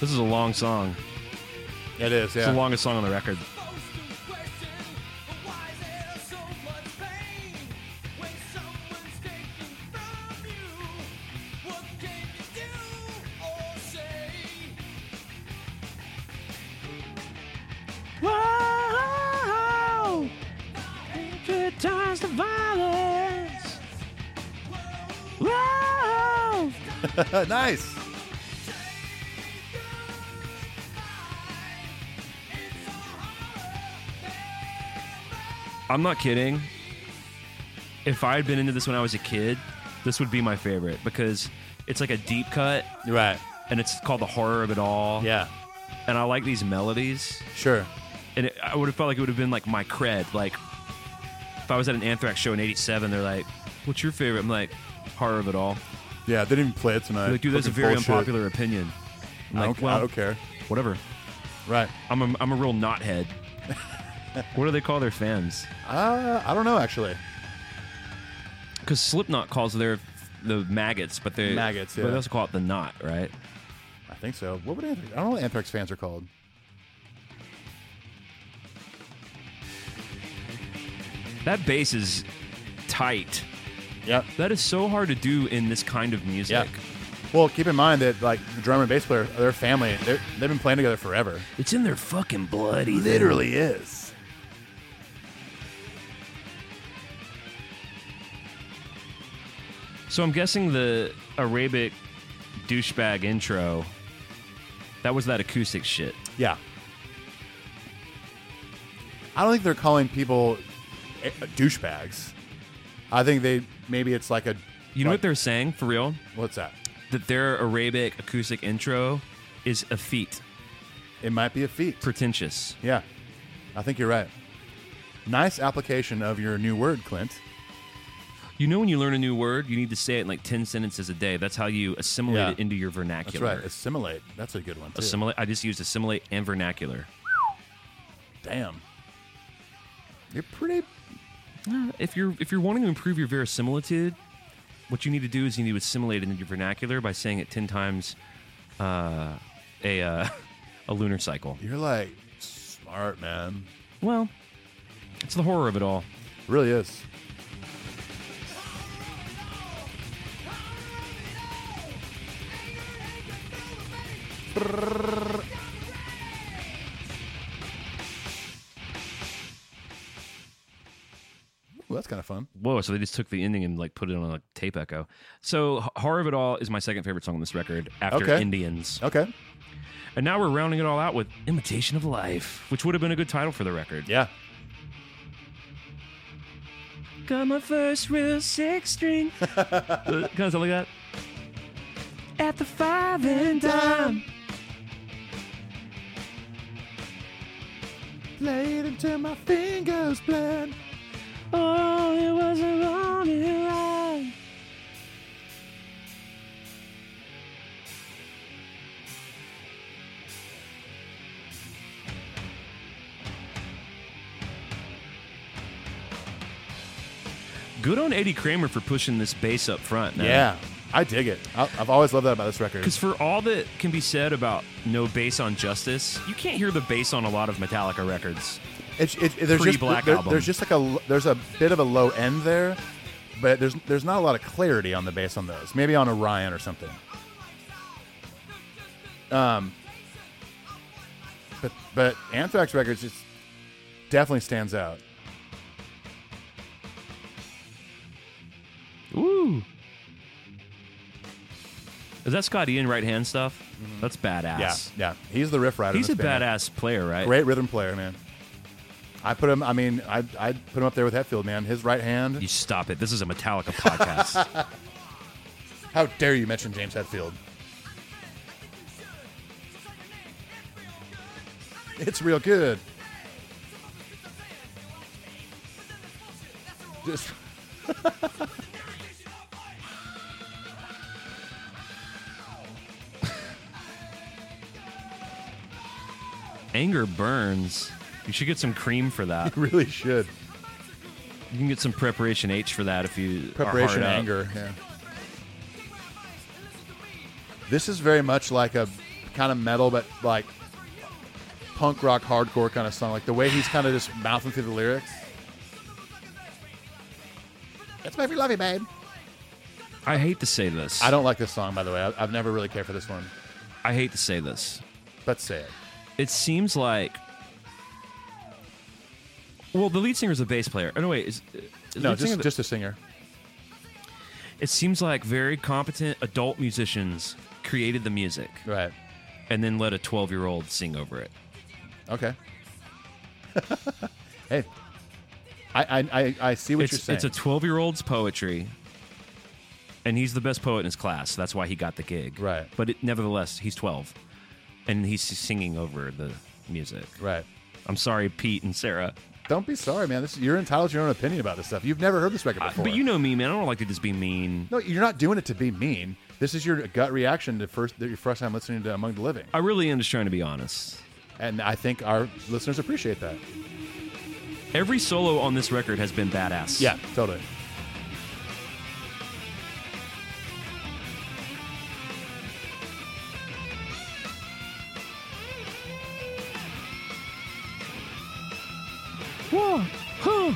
Speaker 4: This is a long song.
Speaker 5: It is.
Speaker 4: It's
Speaker 5: Yeah.
Speaker 4: the longest song on the record.
Speaker 5: nice.
Speaker 4: I'm not kidding. If I had been into this when I was a kid, this would be my favorite because it's like a deep cut
Speaker 5: Right.
Speaker 4: and it's called The Horror of It All.
Speaker 5: Yeah.
Speaker 4: And I like these melodies.
Speaker 5: Sure.
Speaker 4: And it, I would have felt like it would have been like my cred. Like if I was at an Anthrax show in 87, they're like, what's your favorite? I'm like, Horror of It All.
Speaker 5: Yeah. They didn't even play it tonight.
Speaker 4: They're like, dude, that's a
Speaker 5: Fucking
Speaker 4: very
Speaker 5: bullshit.
Speaker 4: unpopular opinion. I'm
Speaker 5: I
Speaker 4: like,
Speaker 5: don't,
Speaker 4: well,
Speaker 5: I don't care.
Speaker 4: whatever.
Speaker 5: Right.
Speaker 4: I'm a, I'm a real knothead. what do they call their fans?
Speaker 5: Uh, I don't know actually.
Speaker 4: Because Slipknot calls their the maggots, but they
Speaker 5: Maggots,
Speaker 4: But
Speaker 5: yeah.
Speaker 4: they also call it the knot, right?
Speaker 5: I think so. What would Anthrax? I don't know what Anthrax fans are called.
Speaker 4: That bass is tight.
Speaker 5: Yep.
Speaker 4: That is so hard to do in this kind of
Speaker 5: Yeah.
Speaker 4: music.
Speaker 5: Well, keep in mind that like the drummer and bass player, their family, they're- they've been playing together forever.
Speaker 4: It's in their fucking blood. Ethan.
Speaker 5: is.
Speaker 4: So I'm guessing the Arabic douchebag intro. That was that acoustic shit.
Speaker 5: Yeah. I don't think they're calling people eh, douchebags. I think they maybe it's like a
Speaker 4: You know
Speaker 5: like-
Speaker 4: what they're saying for real?
Speaker 5: what's that?
Speaker 4: That their Arabic acoustic intro is effete,
Speaker 5: It might be a feat.
Speaker 4: pretentious.
Speaker 5: Yeah, I think you're right. Nice application of your new word, Clint.
Speaker 4: You know when you learn a new word, you need to say it in like ten sentences a day. That's how you assimilate
Speaker 5: Yeah.
Speaker 4: it into your
Speaker 5: That's
Speaker 4: vernacular.
Speaker 5: right. Assimilate. That's a good one. Too.
Speaker 4: Assimilate. I just used assimilate and vernacular.
Speaker 5: Damn. You're pretty.
Speaker 4: If you're if you're wanting to improve your verisimilitude, what you need to do is you need to assimilate it into your vernacular by saying it ten times uh, a uh, a lunar cycle.
Speaker 5: You're like smart, man.
Speaker 4: Well, it's the horror of it all.
Speaker 5: Really is. Ooh, that's kind of fun.
Speaker 4: Whoa! So they just took the ending and like put it on a tape echo. So H- horror of it all is my second favorite song on this record after
Speaker 5: Okay.
Speaker 4: Indians,
Speaker 5: Okay.
Speaker 4: and now we're rounding it all out with Imitation of Life, which would have been a good title for the record.
Speaker 5: Yeah.
Speaker 4: Got my first real six string. Uh, kind of something like that. At the five and dime.
Speaker 5: Played until my fingers bled.
Speaker 4: Oh, it was a lonely ride. Good on Eddie Kramer for pushing this bass up front. Now.
Speaker 5: Yeah, I dig it. I, I've always loved that about this record.
Speaker 4: Because for all that can be said about no bass on Justice, you can't hear the bass on a lot of Metallica records.
Speaker 5: It's it, it- there's just
Speaker 4: Pre-Black
Speaker 5: there-
Speaker 4: Album.
Speaker 5: there's just like a l- there's a bit of a low end there, but there's there's not a lot of clarity on the bass on those. Maybe on Orion or something. Um, but but Anthrax records just definitely stands out.
Speaker 4: Woo! Is that Scott Ian right hand stuff? That's badass.
Speaker 5: Mm-hmm. Yeah, yeah. He's the riff rider. in
Speaker 4: He's a
Speaker 5: this band.
Speaker 4: badass player, right?
Speaker 5: Great rhythm player, man. I put him. I mean, I I put him up there with Hetfield, man. His right hand.
Speaker 4: You stop it. This is a Metallica podcast.
Speaker 5: How dare you mention James Hetfield? It's real good. Just
Speaker 4: Anger burns. You should get some cream for that.
Speaker 5: really should
Speaker 4: You can get some preparation H for that if you are hard
Speaker 5: preparation
Speaker 4: up.
Speaker 5: anger. Yeah. This is very much like a kind of metal, but like punk rock hardcore kind of song. Like the way he's kind of just mouthing through the lyrics. That's my if you love you, babe.
Speaker 4: I hate to say this.
Speaker 5: I don't like this song, by the way. I, I've never really cared for this one,
Speaker 4: I hate to say this.
Speaker 5: but say it.
Speaker 4: It seems like. Well, the lead singer is a bass player. Oh, no, wait. Is, is
Speaker 5: No,
Speaker 4: lead singer
Speaker 5: just
Speaker 4: the-
Speaker 5: just a singer.
Speaker 4: it seems like very competent adult musicians created the music
Speaker 5: Right.
Speaker 4: and then let a 12 year old sing over it.
Speaker 5: Okay. hey, I, I I I see what you're
Speaker 4: it's,
Speaker 5: saying.
Speaker 4: it's a 12 year old's poetry and he's the best poet in his class that's why he got the gig
Speaker 5: Right.
Speaker 4: but it, nevertheless he's 12 and he's singing over the music
Speaker 5: right.
Speaker 4: i'm sorry pete and sarah
Speaker 5: Don't be sorry, man. This you're entitled to your own opinion about this stuff. You've never heard this record
Speaker 4: I-
Speaker 5: before,
Speaker 4: Uh, but you know me man i don't like to just be mean
Speaker 5: No, you're not doing it to be mean. This is your gut reaction to first your first time listening to Among the Living,
Speaker 4: i really am just trying to be honest
Speaker 5: and I think our listeners appreciate that.
Speaker 4: every solo on this record has been badass
Speaker 5: totally.
Speaker 6: Whoa, huh.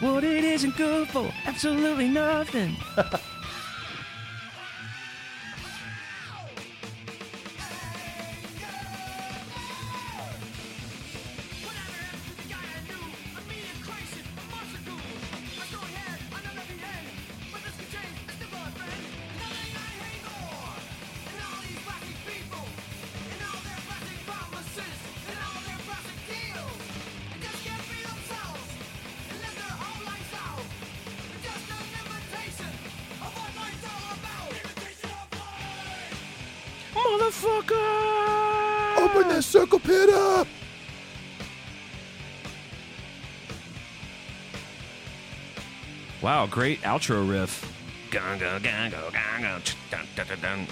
Speaker 6: What it isn't good for, absolutely nothing.
Speaker 4: motherfucker
Speaker 5: Open this circle pit up.
Speaker 4: wow great outro riff
Speaker 2: Gongo, gongo, gongo. ch- Dun, dun, dun, dun.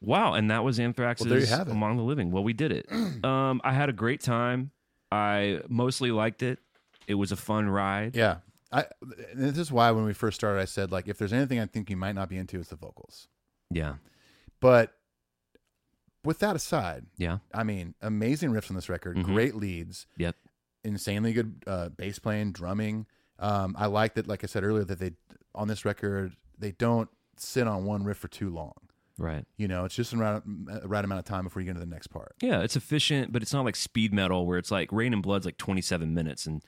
Speaker 4: Wow, and that was Anthrax's
Speaker 5: Well, there you have it.
Speaker 4: Among the Living. Well, we did it. um, I had a great time. I mostly liked it. It was a fun ride.
Speaker 5: Yeah, I. And this is why when we first started, I said like, if there's anything I think you might not be into, it's the vocals.
Speaker 4: Yeah.
Speaker 5: But with that aside,
Speaker 4: Yeah.
Speaker 5: I mean, amazing riffs on this record,
Speaker 4: Mhm.
Speaker 5: great leads,
Speaker 4: Yep.
Speaker 5: insanely good uh, bass playing, drumming. Um, I like that, like I said earlier, that they on this record they don't sit on one riff for too long.
Speaker 4: Right.
Speaker 5: You know, it's just the right, right amount of time before you get into the next part.
Speaker 4: Yeah, it's efficient, but it's not like speed metal where it's like Rain and Blood's like 27 minutes and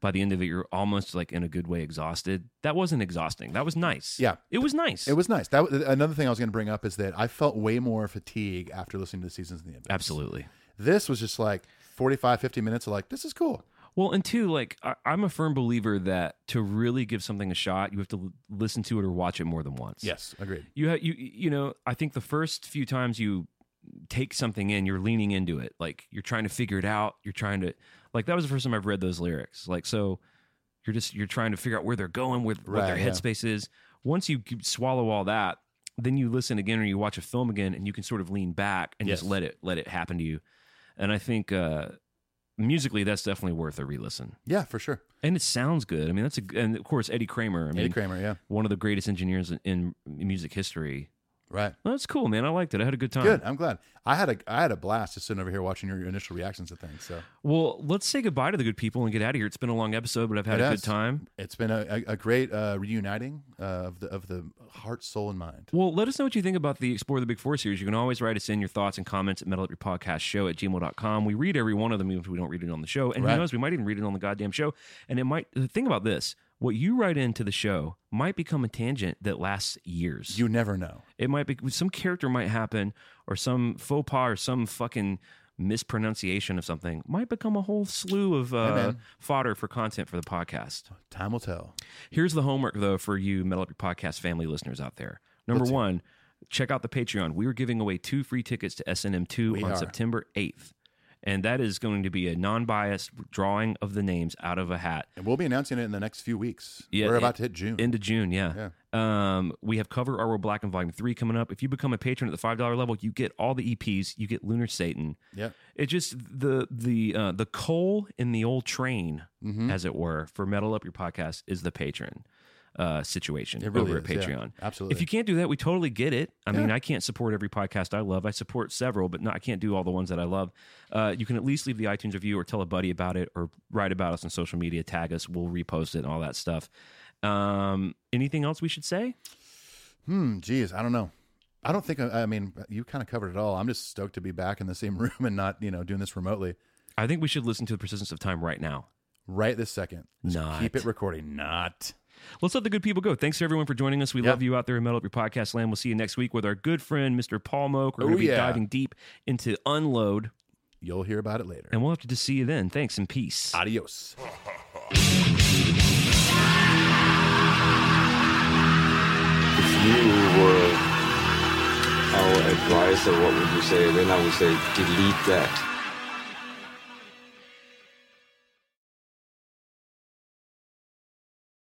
Speaker 4: by the end of it you're almost like in a good way exhausted. That wasn't exhausting. That was nice.
Speaker 5: Yeah.
Speaker 4: It was nice.
Speaker 5: It was nice. That was, another thing I was going to bring up is that I felt way more fatigue after listening to the seasons in the end.
Speaker 4: Absolutely.
Speaker 5: This was just like 45, 50 minutes of like this is cool.
Speaker 4: Well, and two, like I, I'm a firm believer that to really give something a shot, you have to l- listen to it or watch it more than once.
Speaker 5: Yes, agreed.
Speaker 4: you ha- you you know i think the first few times you take something in you're leaning into it like you're trying to figure it out you're trying to like that was the first time i've read those lyrics like so you're just you're trying to figure out where they're going with what their
Speaker 5: Right, yeah.
Speaker 4: headspace is once you c- swallow all that then you listen again or you watch a film again and you can sort of lean back and just
Speaker 5: Yes.
Speaker 4: let it let it happen to you and i think uh musically that's definitely worth a re-listen
Speaker 5: Yeah, for sure.
Speaker 4: and it sounds good i mean that's a g- and of course eddie kramer i mean
Speaker 5: Eddie Kramer. Yeah,
Speaker 4: one of the greatest engineers in, in music history.
Speaker 5: Right.
Speaker 4: Well, that's cool, man. I liked it. I had a good time.
Speaker 5: Good. I'm glad. I had a I had a blast just sitting over here watching your initial reactions to things. So
Speaker 4: Well, let's say goodbye to the good people and get out of here. It's been a long episode, but I've had
Speaker 5: It
Speaker 4: a
Speaker 5: has.
Speaker 4: good time.
Speaker 5: it's been a, a, a great uh, reuniting uh, of the of the heart, soul, and mind.
Speaker 4: Well, let us know what you think about the Explore the Big Four series. You can always write us in your thoughts and comments at metal show at gmail.com. We read every one of them, even if we don't read it on the show. And
Speaker 5: Right.
Speaker 4: who knows, we might even read it on the goddamn show. And it might, the thing about this, what you write into the show might become a tangent that lasts years.
Speaker 5: You never know.
Speaker 4: it might be some character might happen or some faux pas or some fucking mispronunciation of something might become a whole slew of uh, fodder for content for the podcast.
Speaker 5: Time will tell.
Speaker 4: Here's the homework, though, for you Metal Up Your Podcast family listeners out there. Number one, check out the Patreon. We are giving away two free tickets to SNM2 on
Speaker 5: are.
Speaker 4: September 8th. And that is going to be a non biased drawing of the names out of a hat.
Speaker 5: And we'll be announcing it in the next few weeks.
Speaker 4: Yeah,
Speaker 5: We're
Speaker 4: it-
Speaker 5: about to hit June.
Speaker 4: Into June, yeah. Um, we have Cover Our World Black and Volume 3 coming up. If you become a patron at the $5 level, you get all the EPs, you get Lunar Satan.
Speaker 5: Yep.
Speaker 4: It just the the uh, the coal in the old train,
Speaker 5: Mm-hmm.
Speaker 4: as it were, for Metal Up Your Podcast is the patron uh, situation
Speaker 5: really
Speaker 4: over at
Speaker 5: is, yeah.
Speaker 4: Patreon.
Speaker 5: Absolutely.
Speaker 4: If you can't do that, we totally get it. I mean, I can't support every podcast I love. I support several, but not, I can't do all the ones that I love. Uh, you can at least leave the iTunes review or tell a buddy about it or write about us on social media, tag us, we'll repost it and all that stuff. Um, anything else we should say?
Speaker 5: Hmm, geez, I don't know. I don't think. I I mean, you kind of covered it all. I'm just stoked to be back in the same room and not, you know, doing this remotely
Speaker 4: I think we should listen to the persistence of time right now.
Speaker 5: right this second. Just
Speaker 4: Not.
Speaker 5: keep it recording. Not.
Speaker 4: Let's let the good people go. Thanks to everyone for joining us. We
Speaker 5: Yeah.
Speaker 4: love you out there in Metal Up Your Podcast Land. We'll see you next week with our good friend, Mr. Paul Moak. We're going
Speaker 5: Oh,
Speaker 4: to be
Speaker 5: yeah.
Speaker 4: diving deep into Unload,
Speaker 5: You'll hear about it later.
Speaker 4: and we'll have to just see you then. Thanks and peace.
Speaker 5: Adios.
Speaker 7: you were our advisor, what would you say? Then I would say delete that.